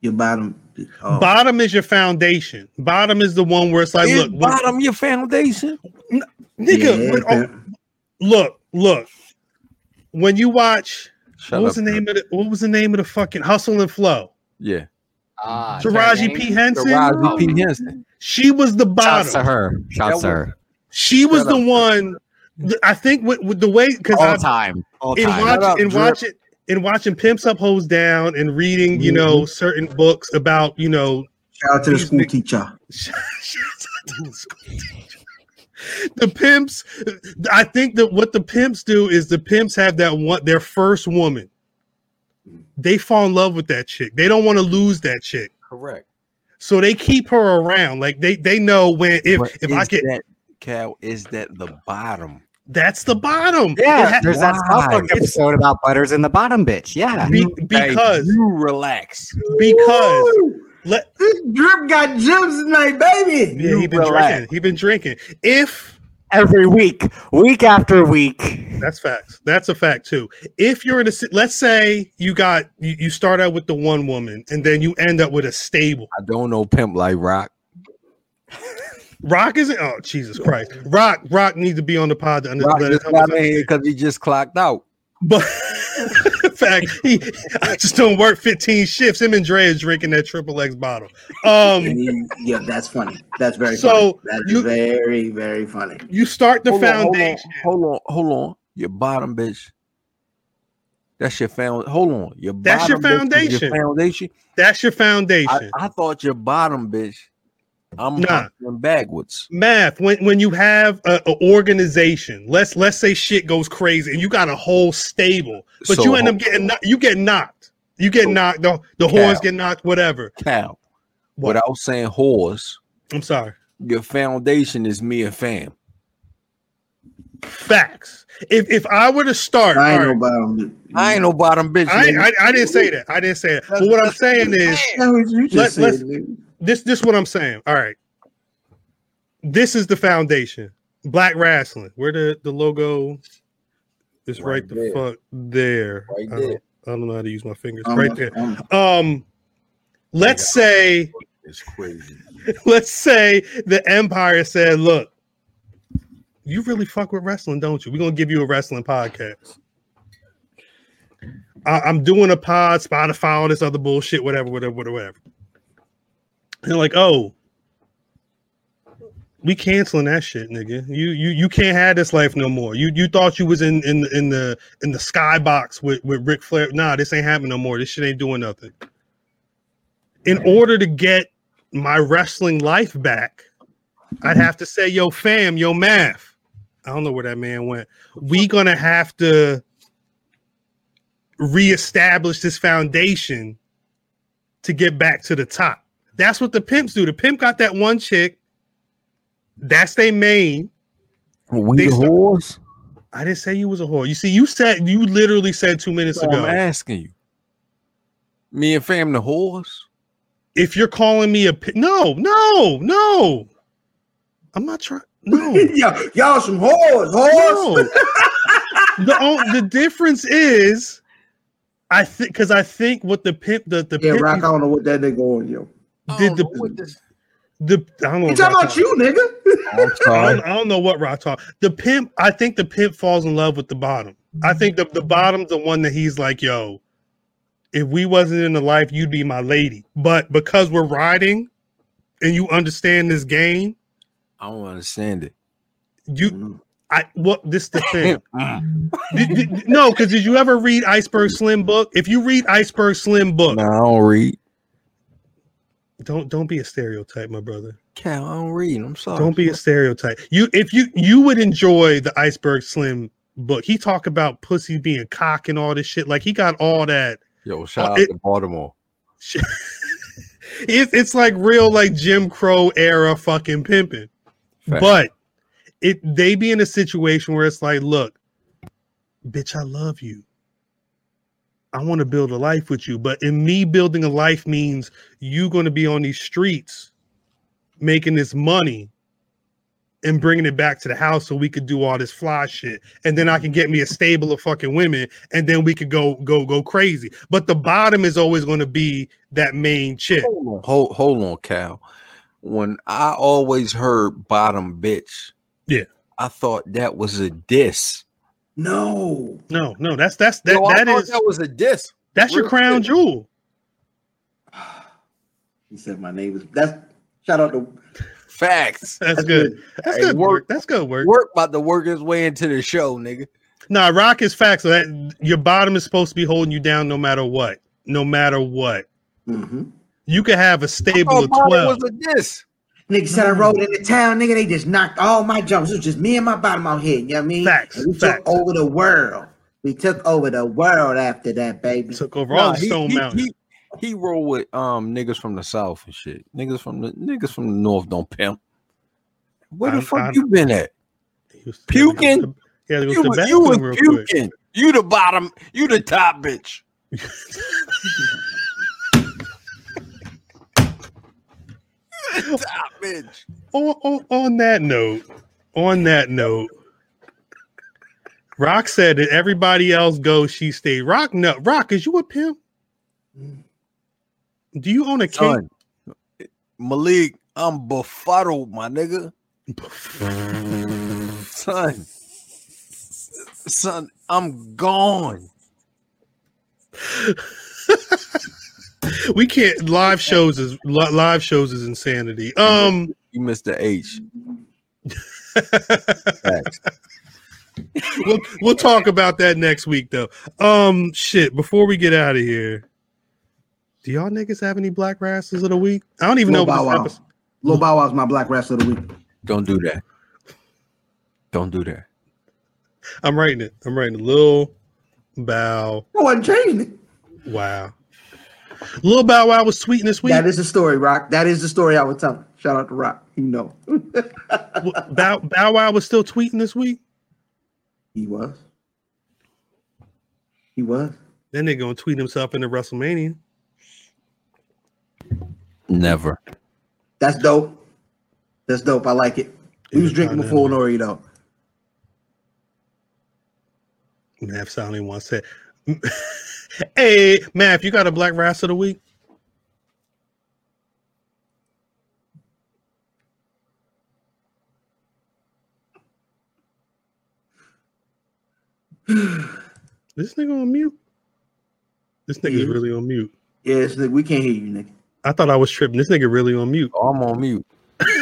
Speaker 5: your bottom. oh.
Speaker 2: Bottom is your foundation. Bottom is the one where it's like,
Speaker 1: is
Speaker 2: look, when-
Speaker 1: bottom your foundation?
Speaker 2: nigga,
Speaker 5: Yeah,
Speaker 2: when- oh,
Speaker 5: fam.
Speaker 2: look, look. When you watch,
Speaker 1: Shut
Speaker 2: what was
Speaker 1: up.
Speaker 2: the name of the, what was the name of the fucking Hustle and Flow?
Speaker 1: yeah,
Speaker 3: Ah,
Speaker 2: Taraji P Henson.
Speaker 1: Taraji P Henson.
Speaker 2: She was the
Speaker 3: Shouts to
Speaker 2: bottom.
Speaker 3: her. Shouts to her.
Speaker 2: She was
Speaker 1: Shut
Speaker 2: the
Speaker 1: up.
Speaker 2: one. th- I think with, with the way because
Speaker 3: All
Speaker 2: I
Speaker 3: time. All
Speaker 2: in
Speaker 3: time.
Speaker 1: Shut up,
Speaker 2: watch in
Speaker 1: Drip.
Speaker 2: watching in watching pimps up hoes down and reading you know certain books about you know (laughs)
Speaker 5: Shout out to the
Speaker 2: These
Speaker 5: school
Speaker 2: niggas-
Speaker 5: teacher.
Speaker 2: the pimps i think that what the pimps do is the pimps have that one their first woman they fall in love with that chick they don't want to lose that chick
Speaker 1: Correct.
Speaker 2: so they keep her around like they they know when if
Speaker 1: But
Speaker 2: if i
Speaker 1: is
Speaker 2: get
Speaker 1: that, Cal, is that the bottom?
Speaker 2: that's the bottom It
Speaker 3: yeah,
Speaker 2: ha-
Speaker 3: there's that
Speaker 1: Why?
Speaker 3: South Park episode about butters in the bottom, bitch. Yeah.
Speaker 2: be-
Speaker 1: Hey,
Speaker 2: because
Speaker 1: you relax.
Speaker 2: because
Speaker 5: Woo!
Speaker 2: let
Speaker 5: this drip got gems tonight, baby.
Speaker 2: yeah, he been
Speaker 1: relax.
Speaker 2: drinking. He been drinking. If
Speaker 3: Every week, week after week.
Speaker 2: That's facts. That's a fact too. If you're in a, si- let's say you got you, you start out with the one woman and then you end up with a stable.
Speaker 1: I don't know pimp like Rock.
Speaker 2: Rock isn't. Oh Jesus Christ! Rock, Rock needs to be on the pod to under,
Speaker 1: Rock
Speaker 2: let
Speaker 1: just
Speaker 2: us help us
Speaker 1: got in
Speaker 2: understand.
Speaker 1: because he just clocked out.
Speaker 2: But (laughs) in fact, he I just don't work 15 shifts. Him and Dre is drinking that triple X bottle.
Speaker 1: (laughs)
Speaker 2: Um,
Speaker 5: And he- yeah, that's funny. That's very
Speaker 2: So,
Speaker 5: funny. That's
Speaker 2: you-
Speaker 5: very, very funny.
Speaker 2: you start the foundation.
Speaker 1: hold on, hold on, hold on. Your bottom bitch. That's your found. Hold on, your
Speaker 2: That's your
Speaker 1: bottom bitch is
Speaker 2: foundation.
Speaker 1: Your foundation.
Speaker 2: That's your
Speaker 1: I,
Speaker 2: foundation.
Speaker 1: I thought your bottom bitch. I'm
Speaker 2: Nah.
Speaker 1: going backwards.
Speaker 2: math when when you have a, a organization let's let's say shit goes crazy and you got a whole stable but
Speaker 1: So-
Speaker 2: you end up getting kno- you get knocked you get knocked the, the
Speaker 1: Cal.
Speaker 2: horns get knocked whatever
Speaker 1: Cal,
Speaker 2: What?
Speaker 1: without saying horse,
Speaker 2: i'm sorry
Speaker 1: your foundation is me and fam.
Speaker 2: facts if if i were to start
Speaker 5: I ain't
Speaker 2: all right,
Speaker 5: no bottom.
Speaker 1: I ain't no bottom bitch.
Speaker 2: I,
Speaker 1: nigga.
Speaker 2: I, I didn't say that i didn't say that but what i'm saying is
Speaker 5: That was you
Speaker 2: Let-
Speaker 5: just said,
Speaker 2: let's-
Speaker 5: nigga.
Speaker 2: this this what i'm saying all right this is the foundation black wrestling where the the logo is right,
Speaker 1: Right
Speaker 2: the
Speaker 1: there.
Speaker 2: fuck there
Speaker 1: Right
Speaker 2: I, don't,
Speaker 1: there.
Speaker 2: I don't know how to use my fingers
Speaker 5: I'm-
Speaker 2: right there
Speaker 5: (laughs) I'm-
Speaker 2: um let's say
Speaker 6: It's crazy.
Speaker 2: (laughs) let's say the empire said look you really fuck with wrestling don't you we're gonna give you a wrestling podcast I- i'm doing a pod spotify all this other bullshit whatever whatever whatever whatever and they're like oh we canceling that shit, nigga. You you you can't have this life no more. You you thought you was in in in the in the skybox with with Ric Flair. Nah, this ain't happening no more. This shit ain't doing nothing. In order to get my wrestling life back, I'd have to say, yo, fam, yo, math. I don't know where that man went. We gonna have to reestablish this foundation to get back to the top. That's what the pimps do. The pimp got that one chick. That's they main.
Speaker 1: we
Speaker 2: They
Speaker 1: the
Speaker 2: start-
Speaker 1: horse.
Speaker 2: I didn't say you was a whore. You see, you said you literally said two minutes
Speaker 1: So I'm
Speaker 2: ago.
Speaker 1: asking you. Me and fam the horse.
Speaker 2: If you're calling me a pi- no, no, no, I'm not trying. No,
Speaker 5: Yeah, y'all some whores, whores.
Speaker 2: No. the on- the difference is, I think because I think what the pimp the the
Speaker 5: Yeah,
Speaker 2: pimp
Speaker 5: Rock, I don't know what that nigga on, yo.
Speaker 2: did the, the I don't know.
Speaker 5: He talking
Speaker 2: Rock
Speaker 5: about
Speaker 2: Hall.
Speaker 5: you, nigga.
Speaker 1: I'm
Speaker 2: (laughs) I
Speaker 1: sorry.
Speaker 2: don't, I don't know what Rock talk. The pimp, I think the pimp falls in love with the bottom. I think the the bottom's the one that he's like, yo, if we wasn't in the life, you'd be my lady. But because we're riding, and you understand this game,
Speaker 1: I don't understand it.
Speaker 2: you I what this the thing. Did- did- no, because did you ever read Iceberg Slim book? If you read Iceberg Slim book,
Speaker 1: No, I don't read.
Speaker 2: don't don't be a stereotype, my brother.
Speaker 1: Cal, I don't read. I'm sorry.
Speaker 2: Don't be a stereotype. You if you you would enjoy the Iceberg Slim book. He talk about pussy being cock and all this shit. Like he got all that
Speaker 1: Yo, shout out
Speaker 2: it-
Speaker 1: to Baltimore.
Speaker 2: It, it's like real like Jim Crow era fucking pimping.
Speaker 1: Fact.
Speaker 2: But it they be in a situation where it's like, look, bitch, I love you. I want to build a life with you. But in me building a life means you going to be on these streets making this money and bringing it back to the house so we could do all this fly shit and then I can get me a stable of fucking women and then we could go go go crazy but the bottom is always going to be that main chick
Speaker 1: Hold on, hold, hold on, Cal. When I always heard bottom bitch,
Speaker 2: Yeah.
Speaker 1: I thought that was a diss.
Speaker 5: (laughs) No.
Speaker 2: No, no, that's that's that
Speaker 1: Yo, I
Speaker 2: that
Speaker 1: thought
Speaker 2: is
Speaker 1: that was a diss.
Speaker 2: that's your
Speaker 1: real
Speaker 2: crown
Speaker 1: shit.
Speaker 2: jewel.
Speaker 5: He said my name is that's shout out to
Speaker 1: Facts.
Speaker 2: That's good. That's
Speaker 1: Hey,
Speaker 2: good
Speaker 1: work-
Speaker 2: work. That's good work.
Speaker 1: Work about to work his way into the show, nigga.
Speaker 2: Nah, rock is facts. So that your bottom is supposed to be holding you down no matter what. No matter what.
Speaker 5: Mhm.
Speaker 2: You could have a stable
Speaker 1: Oh,
Speaker 2: of
Speaker 1: bottom
Speaker 2: twelve.
Speaker 1: was a diss.
Speaker 5: Nigga said I rode into town, nigga. They just knocked all my jumps. It was just me and my bottom out here. You know what I mean?
Speaker 2: Facts,
Speaker 5: And we
Speaker 2: facts.
Speaker 5: took over the world. We took over the world after that, baby.
Speaker 2: Took over all
Speaker 1: Nah,
Speaker 2: the
Speaker 1: he,
Speaker 2: Stone
Speaker 1: he,
Speaker 2: Mountain.
Speaker 1: he, he roll with um niggas from the south and shit. Niggas from the niggas from the north don't pimp. Where the
Speaker 2: I'm-
Speaker 1: fuck
Speaker 2: I'm-
Speaker 1: you been at?
Speaker 2: He was-
Speaker 1: puking.
Speaker 2: Yeah, it was
Speaker 1: You,
Speaker 2: the
Speaker 1: was-
Speaker 2: best
Speaker 1: you was
Speaker 2: one real quick.
Speaker 1: puking. You the bottom. You the top bitch. You the top bitch.
Speaker 2: On, on, on that note, on that note, Rock said that everybody else goes, she stayed. Rock, no, Rock, is you a pimp? Do you own a cake?
Speaker 1: Son, Malik, I'm befuddled, my nigga. Son, son, I'm gone.
Speaker 2: we can't live shows is li- live shows is insanity. Um,
Speaker 1: You missed the H. Facts.
Speaker 2: we'll, we'll talk about that next week though. Um, shit. Before we get out of here, do y'all niggas have any black wrestlers of the week? I don't even
Speaker 5: Lil
Speaker 2: know
Speaker 5: Bow
Speaker 2: what this
Speaker 5: Wow.
Speaker 2: episode.
Speaker 5: Lil Bow Wow's my black wrestler of the week.
Speaker 1: Don't do that. Don't do that.
Speaker 2: I'm writing it. I'm writing it. Lil Bow
Speaker 5: I wasn't changing it.
Speaker 2: Wow. Lil Bow Wow was tweeting this week.
Speaker 5: That is the story, Rock. That is the story I would tell. Shout out to Rock. You know
Speaker 2: Bow, Bow Wow was still tweeting this week.
Speaker 5: he was. He was.
Speaker 2: Then they're gonna tweet himself into WrestleMania.
Speaker 1: Never.
Speaker 5: That's dope. That's dope. I like it. We was
Speaker 2: Yeah,
Speaker 5: drinking
Speaker 2: I
Speaker 5: before
Speaker 2: know.
Speaker 5: Nori though.
Speaker 2: Math soundly once said, (laughs) "Hey, Math, you got a black wrestler of the week." (sighs) this nigga on mute. This nigga's
Speaker 5: Yeah.
Speaker 2: really on mute.
Speaker 5: Yes, nigga, we can't hear you, nigga.
Speaker 2: I thought I was tripping. This nigga really on mute.
Speaker 1: Oh, I'm on mute.
Speaker 2: Shout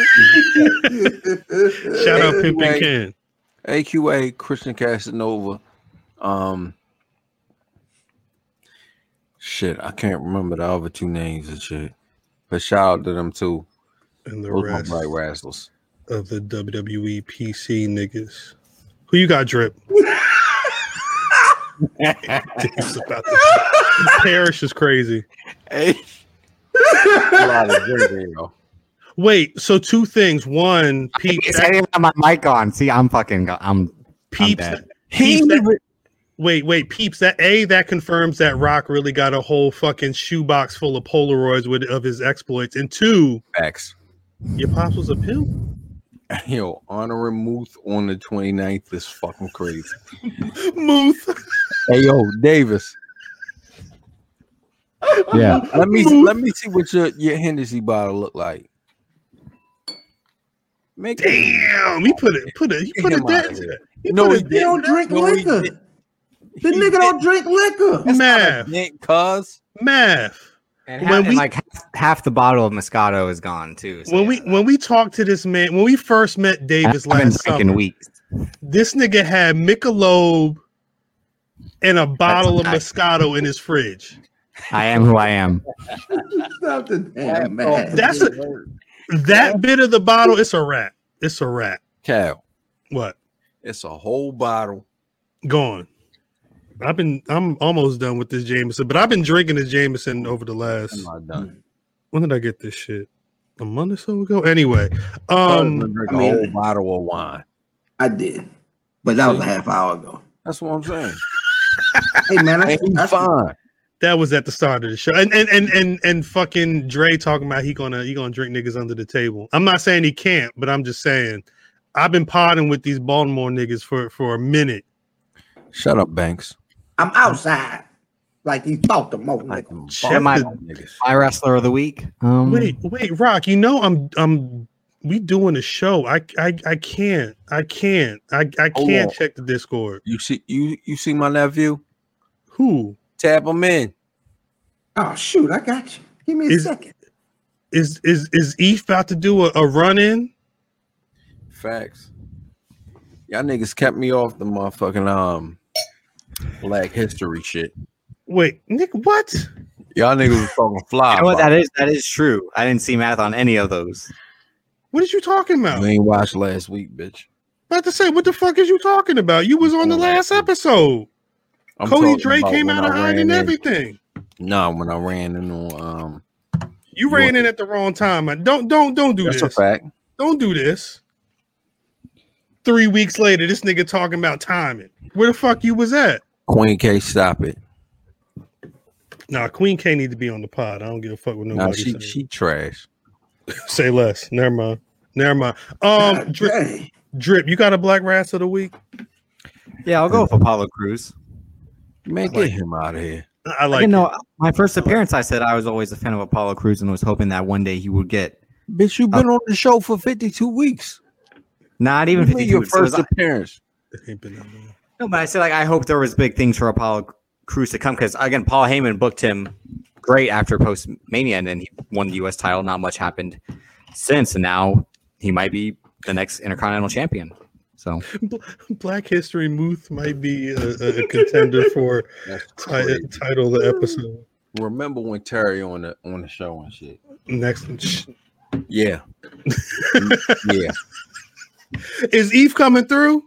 Speaker 2: out Pimp
Speaker 1: Anyway.
Speaker 2: and Ken.
Speaker 1: AQA Christian Casanova. Um shit, I can't remember the other two names and shit. But shout out to them too.
Speaker 2: And the
Speaker 1: Those my
Speaker 2: rest
Speaker 1: bright razzles.
Speaker 2: of the WWE PC niggas. Who you got,
Speaker 1: (laughs)
Speaker 2: Drip? He's about to- Parrish is crazy.
Speaker 1: Hey. (laughs) A lot of good video.
Speaker 2: Wait, so two things. One, peeps,
Speaker 3: It's I didn't have my mic on. See, I'm fucking. go- I'm
Speaker 2: peeps.
Speaker 3: dead.
Speaker 2: He ain't even- Wait, wait, peeps. That a that confirms that Rock really got a whole fucking shoebox full of Polaroids with of his exploits. And two,
Speaker 1: Facts.
Speaker 2: your pops was a pimp.
Speaker 1: Yo, honoring Muth on the 29th is fucking crazy.
Speaker 2: Muth.
Speaker 1: Hey yo, Davis.
Speaker 8: Yeah.
Speaker 1: Let me let me see what your, your Hennessy bottle look like. Make
Speaker 2: Damn, he put it, put it, he
Speaker 1: Get
Speaker 2: put
Speaker 1: him
Speaker 2: it
Speaker 1: out of
Speaker 2: down.
Speaker 1: here.
Speaker 2: He
Speaker 1: No,
Speaker 2: put
Speaker 1: he
Speaker 2: it
Speaker 5: They
Speaker 2: down.
Speaker 5: don't drink
Speaker 1: No, he
Speaker 5: liquor.
Speaker 1: didn't.
Speaker 5: The nigga don't drink liquor. (laughs)
Speaker 1: That's not a
Speaker 2: Math.
Speaker 1: dick, cuz.
Speaker 2: Math.
Speaker 3: And,
Speaker 2: When
Speaker 3: half, and
Speaker 2: we-
Speaker 3: like half, half the bottle of Moscato is gone too. so
Speaker 2: when
Speaker 3: yeah.
Speaker 2: we when we talked to this man when we first met Davis
Speaker 3: I haven't
Speaker 2: last
Speaker 3: drank in
Speaker 2: summer,
Speaker 3: weeks.
Speaker 2: this nigga had Michelob and a bottle of
Speaker 3: nice.
Speaker 2: Moscato in his fridge.
Speaker 3: I am who I am.
Speaker 5: Stop the damn man.
Speaker 2: That's a, that bit of the bottle. It's a wrap. It's a wrap.
Speaker 1: Cal,
Speaker 2: What
Speaker 1: it's a whole bottle
Speaker 2: gone? I've been I'm almost done with this Jameson, but I've been drinking this Jameson over the last
Speaker 1: I'm not done.
Speaker 2: when did I get this shit? A month or so ago. Anyway,
Speaker 1: Um,
Speaker 2: um,
Speaker 1: drink
Speaker 5: I
Speaker 1: a
Speaker 5: mean-
Speaker 1: whole bottle of wine.
Speaker 5: I did, but that was a half hour ago.
Speaker 1: That's what I'm saying.
Speaker 5: Hey man, I,
Speaker 1: And he's
Speaker 5: I,
Speaker 1: fine.
Speaker 2: that was at the start of the show, and and and and, and fucking Dre talking about he gonna he gonna drink niggas under the table. I'm not saying he can't, but I'm just saying I've been potting with these Baltimore niggas for for a minute.
Speaker 1: Shut up, Banks.
Speaker 5: I'm outside, like he's Baltimore.
Speaker 1: Like,
Speaker 5: nigga.
Speaker 2: Shut
Speaker 1: fuck
Speaker 2: the-
Speaker 1: them niggas.
Speaker 3: My wrestler of the week. Um,
Speaker 2: Wait, wait, Rock. You know I'm I'm we doing a show. I I I can't I can't I I
Speaker 1: Hold
Speaker 2: can't
Speaker 1: on.
Speaker 2: check the Discord.
Speaker 1: You see, you you see my nephew?
Speaker 2: Who
Speaker 1: Tap him in.
Speaker 5: Oh shoot, I got you. Give me a
Speaker 2: Is-
Speaker 5: second.
Speaker 2: is is is Eve about to do a, a run in?
Speaker 1: Facts. Y'all niggas kept me off the motherfucking um black history shit.
Speaker 2: Wait, Nick, what?
Speaker 1: Y'all niggas was talking fly.
Speaker 3: You know what?
Speaker 1: about
Speaker 3: That is that is true. I didn't see math on any of those.
Speaker 2: What is you talking
Speaker 1: it.
Speaker 2: about?
Speaker 1: You ain't watched last week, bitch.
Speaker 2: About to say, what the fuck is you talking about? You was on the last episode.
Speaker 1: I'm
Speaker 2: Cody
Speaker 1: talking
Speaker 2: Dre
Speaker 1: about
Speaker 2: came
Speaker 1: when
Speaker 2: out
Speaker 1: I
Speaker 2: of hiding
Speaker 1: ran
Speaker 2: and
Speaker 1: in-
Speaker 2: everything.
Speaker 1: Nah, when I ran in on um
Speaker 2: You
Speaker 1: You
Speaker 2: ran
Speaker 1: want-
Speaker 2: in at the wrong time. I- Don't don't don't do
Speaker 1: that's a
Speaker 2: this.
Speaker 1: fact.
Speaker 2: Don't do this. Three weeks later, this nigga talking about timing. Where the fuck you was at?
Speaker 1: Queen K, stop it.
Speaker 2: Nah, Queen K need to be on the pod. I don't give a fuck with nobody.
Speaker 1: Nah, she
Speaker 2: say.
Speaker 1: she trash.
Speaker 2: say less. Never mind. Never mind. Um,
Speaker 5: God
Speaker 2: drip,
Speaker 5: dang.
Speaker 2: drip. You got a black rats of the week?
Speaker 3: Yeah, I'll go with Apollo Cruz.
Speaker 1: Man,
Speaker 2: Like-
Speaker 1: get him out of here.
Speaker 2: I- I
Speaker 3: Like,
Speaker 2: like.
Speaker 3: you
Speaker 2: it.
Speaker 3: know, my
Speaker 1: uh,
Speaker 3: first appearance, I said I was always a fan of Apollo Cruz and was hoping that one day he would get
Speaker 1: Bitch, you've been on the show for 52 weeks.
Speaker 3: not even
Speaker 1: Even you made
Speaker 3: 52.
Speaker 1: your
Speaker 3: weeks. It was-
Speaker 1: first appearance.
Speaker 2: It ain't been that long. (laughs)
Speaker 3: No, but I said like I hope there was big things for Apollo Cruz to come because again, Paul Heyman booked him great after post Mania, and then he won the U.S. title. Not much happened since, and now he might be the next Intercontinental Champion. So
Speaker 2: Bl- Black History Month might be a, a- a contender for
Speaker 1: That's
Speaker 2: ti-
Speaker 1: crazy.
Speaker 2: title of the episode.
Speaker 1: Remember when Terry on the on the show and shit?
Speaker 2: Next,
Speaker 1: Yeah. yeah.
Speaker 2: is Eve coming through?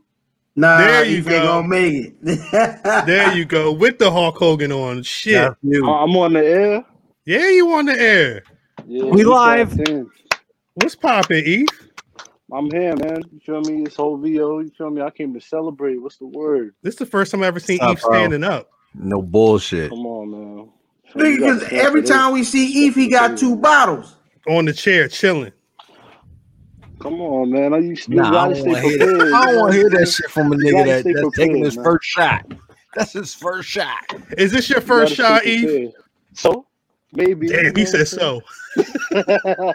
Speaker 5: Nah,
Speaker 2: There
Speaker 5: you
Speaker 2: you
Speaker 5: ain't
Speaker 2: go.
Speaker 5: gonna make it. (laughs)
Speaker 2: There you go with the Hulk Hogan on. Shit,
Speaker 8: Oh, I'm on the air.
Speaker 2: yeah, you on the air?
Speaker 8: Yeah,
Speaker 3: We
Speaker 8: you
Speaker 3: live.
Speaker 8: tapped in.
Speaker 2: What's poppin', Eve?
Speaker 8: I'm here, man. You feel me? This whole VO. You feel me? I came to celebrate. What's the word?
Speaker 2: This is the first time I ever seen
Speaker 3: What's up,
Speaker 2: Eve
Speaker 3: bro?
Speaker 2: standing up.
Speaker 1: No bullshit.
Speaker 8: Come on, man. You got
Speaker 5: Because
Speaker 8: to
Speaker 5: every
Speaker 8: cancel
Speaker 5: time we see Eve, he got two bottles.
Speaker 2: On the chair, chilling.
Speaker 8: this. Come on, man. Are you still
Speaker 1: Nah, I
Speaker 8: gotta
Speaker 1: don't
Speaker 8: stay
Speaker 1: want to hear
Speaker 8: prepared?
Speaker 1: that. I don't want to hear that shit from a nigga
Speaker 8: gotta
Speaker 1: that,
Speaker 8: stay
Speaker 1: that's taking
Speaker 8: prepared,
Speaker 1: his
Speaker 8: man.
Speaker 1: first shot. That's his first shot.
Speaker 2: Is this your
Speaker 8: You gotta
Speaker 2: first shot,
Speaker 1: E.
Speaker 8: stay
Speaker 2: Eve?
Speaker 8: prepared. So maybe.
Speaker 2: Damn, he
Speaker 8: you know
Speaker 2: said
Speaker 8: what
Speaker 2: so.
Speaker 8: I'm saying?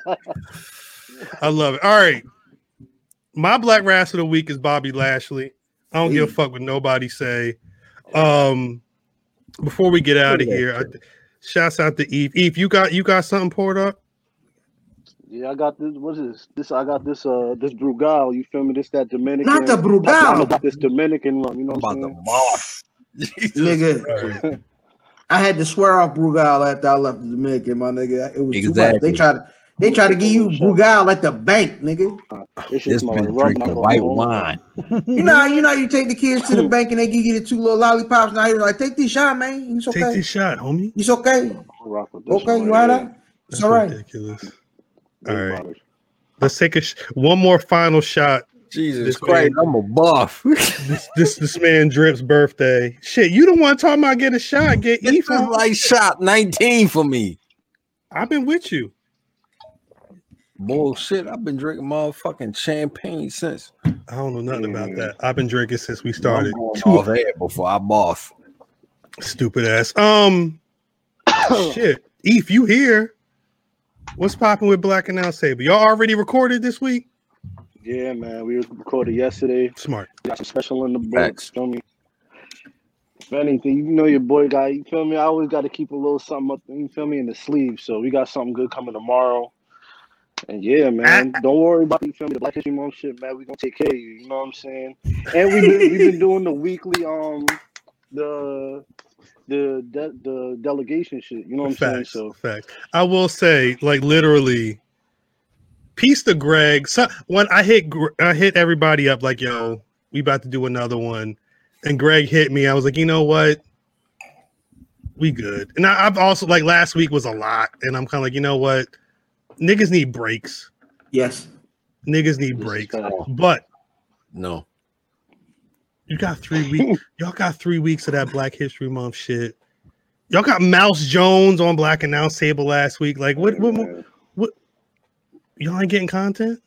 Speaker 2: I love it. All right. My black rass of the week is Bobby Lashley. I don't give a fuck what nobody say. Um before we get out of here, I, shouts out to Eve. Eve, you got you got something poured up?
Speaker 8: (laughs) yeah, I got this. What is this? This I got this. Uh, this Brugal. You feel me? This that Dominican.
Speaker 5: Not the
Speaker 8: I know
Speaker 5: Brugal,
Speaker 8: about this Dominican one. You know what
Speaker 1: about
Speaker 8: I'm
Speaker 1: the
Speaker 8: saying?
Speaker 1: moth.
Speaker 5: nigga. I had to swear off Brugal after I left the Dominican, my nigga. It was too much. They
Speaker 1: Exactly.
Speaker 5: tried to they tried to give you Brugal at the bank, nigga.
Speaker 8: This shit
Speaker 1: This
Speaker 8: smell like
Speaker 1: been
Speaker 8: rum,
Speaker 1: drinking
Speaker 8: alcohol.
Speaker 1: white wine.
Speaker 5: You know, how- you know, how you take the kids
Speaker 8: (laughs)
Speaker 5: to the bank and they give you the two little lollipops. Now you're like, take this shot, man. It's
Speaker 2: Take
Speaker 5: okay.
Speaker 2: this shot, homie.
Speaker 5: It's okay.
Speaker 8: I'll rock with this
Speaker 5: Okay,
Speaker 8: one
Speaker 5: you
Speaker 8: right
Speaker 5: all
Speaker 8: here.
Speaker 5: right? It's all right.
Speaker 2: ridiculous.
Speaker 8: Big
Speaker 2: All right.
Speaker 8: bottles. (clears throat)
Speaker 2: Let's take a sh- one more final shot.
Speaker 1: Jesus
Speaker 2: This
Speaker 1: Christ,
Speaker 2: man-
Speaker 1: I'm a buff.
Speaker 2: This this this man drips birthday. Shit, you the one talking about get a shot. Get
Speaker 1: this
Speaker 2: Eve.
Speaker 1: is like shot 19 for me.
Speaker 2: I've been with you.
Speaker 1: Bullshit, I've been drinking motherfucking champagne since
Speaker 2: I don't know nothing about
Speaker 8: Mm.
Speaker 2: that. I've been drinking since we started.
Speaker 1: I'm going
Speaker 2: Two-
Speaker 1: off air before I buff.
Speaker 2: Stupid ass.
Speaker 1: (coughs)
Speaker 2: Um, shit. Eve, you here? What's popping with Black and Out Saber? Y'all already recorded this week?
Speaker 8: Yeah, man. We recorded yesterday.
Speaker 2: Smart.
Speaker 8: Got some special in the
Speaker 1: Facts.
Speaker 8: books. Feel me? If anything, you know your boy guy. You feel me? I always got to keep a little something up. You feel me? In the sleeve. So we got something good coming tomorrow. And yeah,
Speaker 2: Ah.
Speaker 8: man, don't worry about you feel me. The Black History Month shit, man. We gonna take care of you. You know what I'm saying? And we've been we've been doing the weekly um the the de- the delegation shit. You know what I'm saying?
Speaker 2: Facts.
Speaker 8: So
Speaker 2: Facts. I will say, like literally, peace to Greg. So when I hit, Gr- I hit everybody up like, yo, we about to do another one. and Greg hit me. I was like, you know what? We good. And I, I've also like last week was a lot, and I'm kind of like, you know what? Niggas need breaks.
Speaker 5: Yes.
Speaker 2: Niggas need
Speaker 8: This is
Speaker 2: breaks.
Speaker 8: bad.
Speaker 2: But
Speaker 1: No.
Speaker 2: you got three
Speaker 8: (laughs)
Speaker 2: weeks. Y'all got three weeks of that Black History Month shit. Y'all got Mouse Jones on Black Announce Table last week. Like, what? What? more y'all ain't getting content.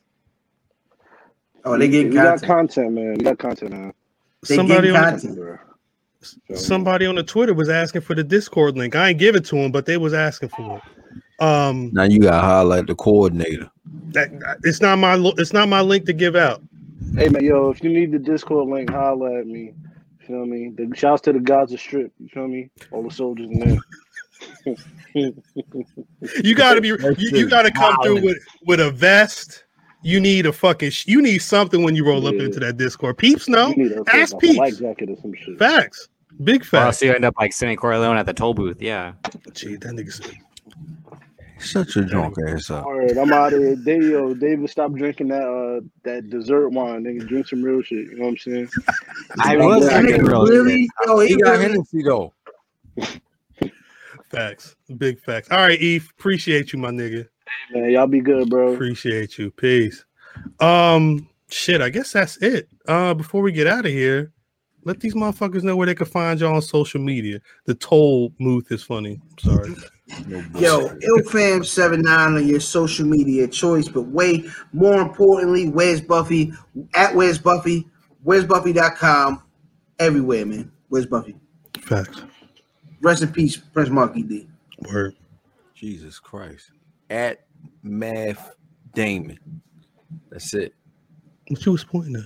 Speaker 5: Oh, they
Speaker 8: we
Speaker 5: get
Speaker 8: got
Speaker 5: content.
Speaker 8: content, man. We got content, man.
Speaker 5: They
Speaker 2: somebody
Speaker 5: get
Speaker 2: on
Speaker 5: content.
Speaker 8: Bro.
Speaker 2: somebody on the Twitter was asking for the Discord link. I ain't give it to him, but they was asking for it. Um,
Speaker 1: Now you gotta highlight the coordinator.
Speaker 2: that, that- it's not my lo- it's not my link to give out.
Speaker 8: Hey man, yo, if you need the Discord link, holla at me. You feel me? The shouts to the Gaza Strip. You feel me? All the soldiers in there.
Speaker 2: You got to be you, you got to come through with with a vest. You need a fucking sh- you need something when you roll up
Speaker 8: Yeah.
Speaker 2: into that Discord. Peeps, no
Speaker 8: you need a,
Speaker 2: ask
Speaker 8: like a
Speaker 2: Pete.
Speaker 8: light jacket or some shit.
Speaker 2: facts, big
Speaker 3: Well,
Speaker 2: facts.
Speaker 3: so you end up like sitting Corleone at the toll booth. Yeah.
Speaker 2: Gee, that nigga's
Speaker 1: Shut your drunk ass up.
Speaker 8: All right, I'm out of here. Dave, yo, David, stop drinking that uh that dessert wine. Nigga, drink some real shit. You know what I'm saying?
Speaker 3: I
Speaker 8: Yeah,
Speaker 3: was
Speaker 8: yeah.
Speaker 3: drinking real
Speaker 5: Really? Yo, he
Speaker 1: He got
Speaker 5: really,
Speaker 1: Hennessy though.
Speaker 2: facts, big facts. All right, Eve, appreciate you, my nigga.
Speaker 8: Man, y'all be good, bro.
Speaker 2: Appreciate you. Peace. Um, shit. I guess that's it. Uh, before we get out of here, let these motherfuckers know where they can find y'all on social media. The toll booth is funny. I'm sorry.
Speaker 5: yo, IlFam79 on your social media choice, but way more importantly, where's Buffy? At where's Buffy? Where's Buffy.com? Everywhere, man. Where's Buffy?
Speaker 2: Facts.
Speaker 5: Rest in peace, Prince Marky D.
Speaker 2: Word.
Speaker 1: Jesus Christ. At Math Damon. That's it.
Speaker 2: What you was pointing at?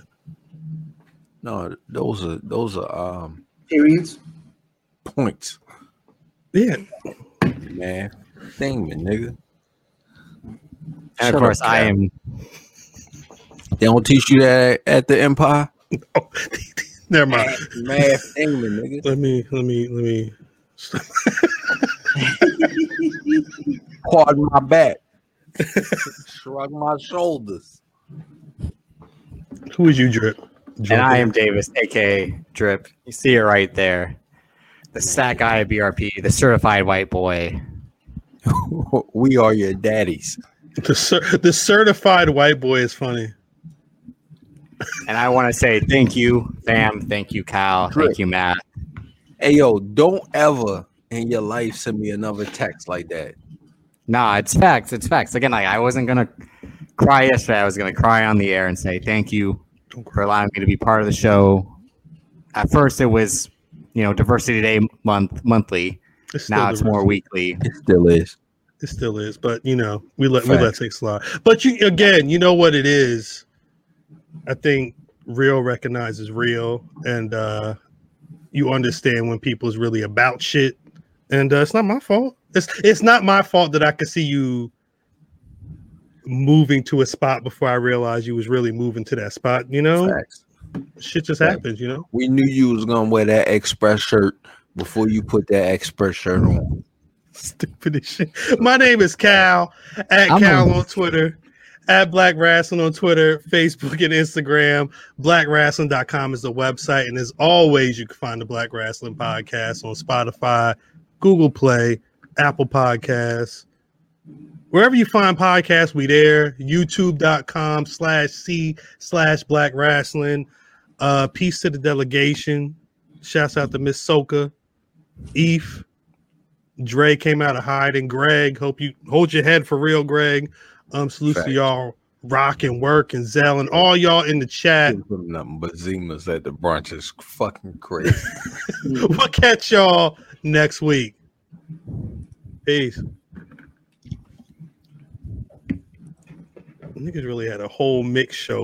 Speaker 1: No, those are those are um
Speaker 5: Periods.
Speaker 1: points.
Speaker 2: Yeah.
Speaker 1: Math Damon, nigga.
Speaker 3: And
Speaker 1: Shut
Speaker 3: of
Speaker 1: up,
Speaker 3: course, I
Speaker 1: Cap.
Speaker 3: am.
Speaker 1: They don't teach you that at the Empire.
Speaker 2: Never mind.
Speaker 1: Math Damon, (laughs) nigga.
Speaker 2: Let me. Let me. Let me.
Speaker 1: Pardon my back. (laughs) Shrug my shoulders.
Speaker 2: Who is you, drip? Drip.
Speaker 3: And I am Davis, aka Drip. You see it right there. The sack guy of BRP, the certified white boy.
Speaker 1: (laughs) we are your daddies.
Speaker 2: the cer- the certified white boy is funny.
Speaker 3: And I want to say thank you, fam. Thank you, Cal. Thank you, Matt.
Speaker 1: Hey yo, don't ever in your life send me another text like that.
Speaker 3: Nah, it's facts. It's facts. Again, like I wasn't gonna cry yesterday. I was gonna cry on the air and say thank you for allowing me to be part of the show. At first, it was, you know, Diversity Day month monthly.
Speaker 2: It's still
Speaker 3: Now it's
Speaker 2: the-
Speaker 3: more weekly.
Speaker 1: It still is.
Speaker 2: It still is, but you know, we let we let
Speaker 1: Facts.
Speaker 2: things slide. But you again, you know what it is. I think real recognizes real, and uh you understand when people is really about shit. And uh, it's not my fault. It's it's not my fault that I could see you moving to a spot before I realized you was really moving to that spot. You know,
Speaker 1: Facts.
Speaker 2: shit just
Speaker 1: Fact.
Speaker 2: happens. You know,
Speaker 1: We knew you was gonna wear that express shirt before you put that express shirt on.
Speaker 2: (laughs) stupid as shit. My name is Cal at
Speaker 3: I'm
Speaker 2: Cal
Speaker 3: a-
Speaker 2: on Twitter, at Black Wrestling on Twitter, Facebook, and Instagram. BlackWrestling.com is the website. And as always, you can find the Black Wrestling Podcast on Spotify, Google Play, Apple Podcasts. Wherever you find podcasts, we there. YouTube.com slash C slash Black Wrestling. Uh, peace to the delegation. Shouts out to Miss Soka, Eve, Dre came out of hiding. Greg, hope you hold your head for real, Greg. Um, salutes to
Speaker 1: Facts.
Speaker 2: y'all, Rock and Work and Zell and all y'all in the chat.
Speaker 1: Couldn't put Nothing but Zima's at the brunch is fucking crazy.
Speaker 2: (laughs) We'll catch y'all next week. Peace. Niggas really had a whole mix show.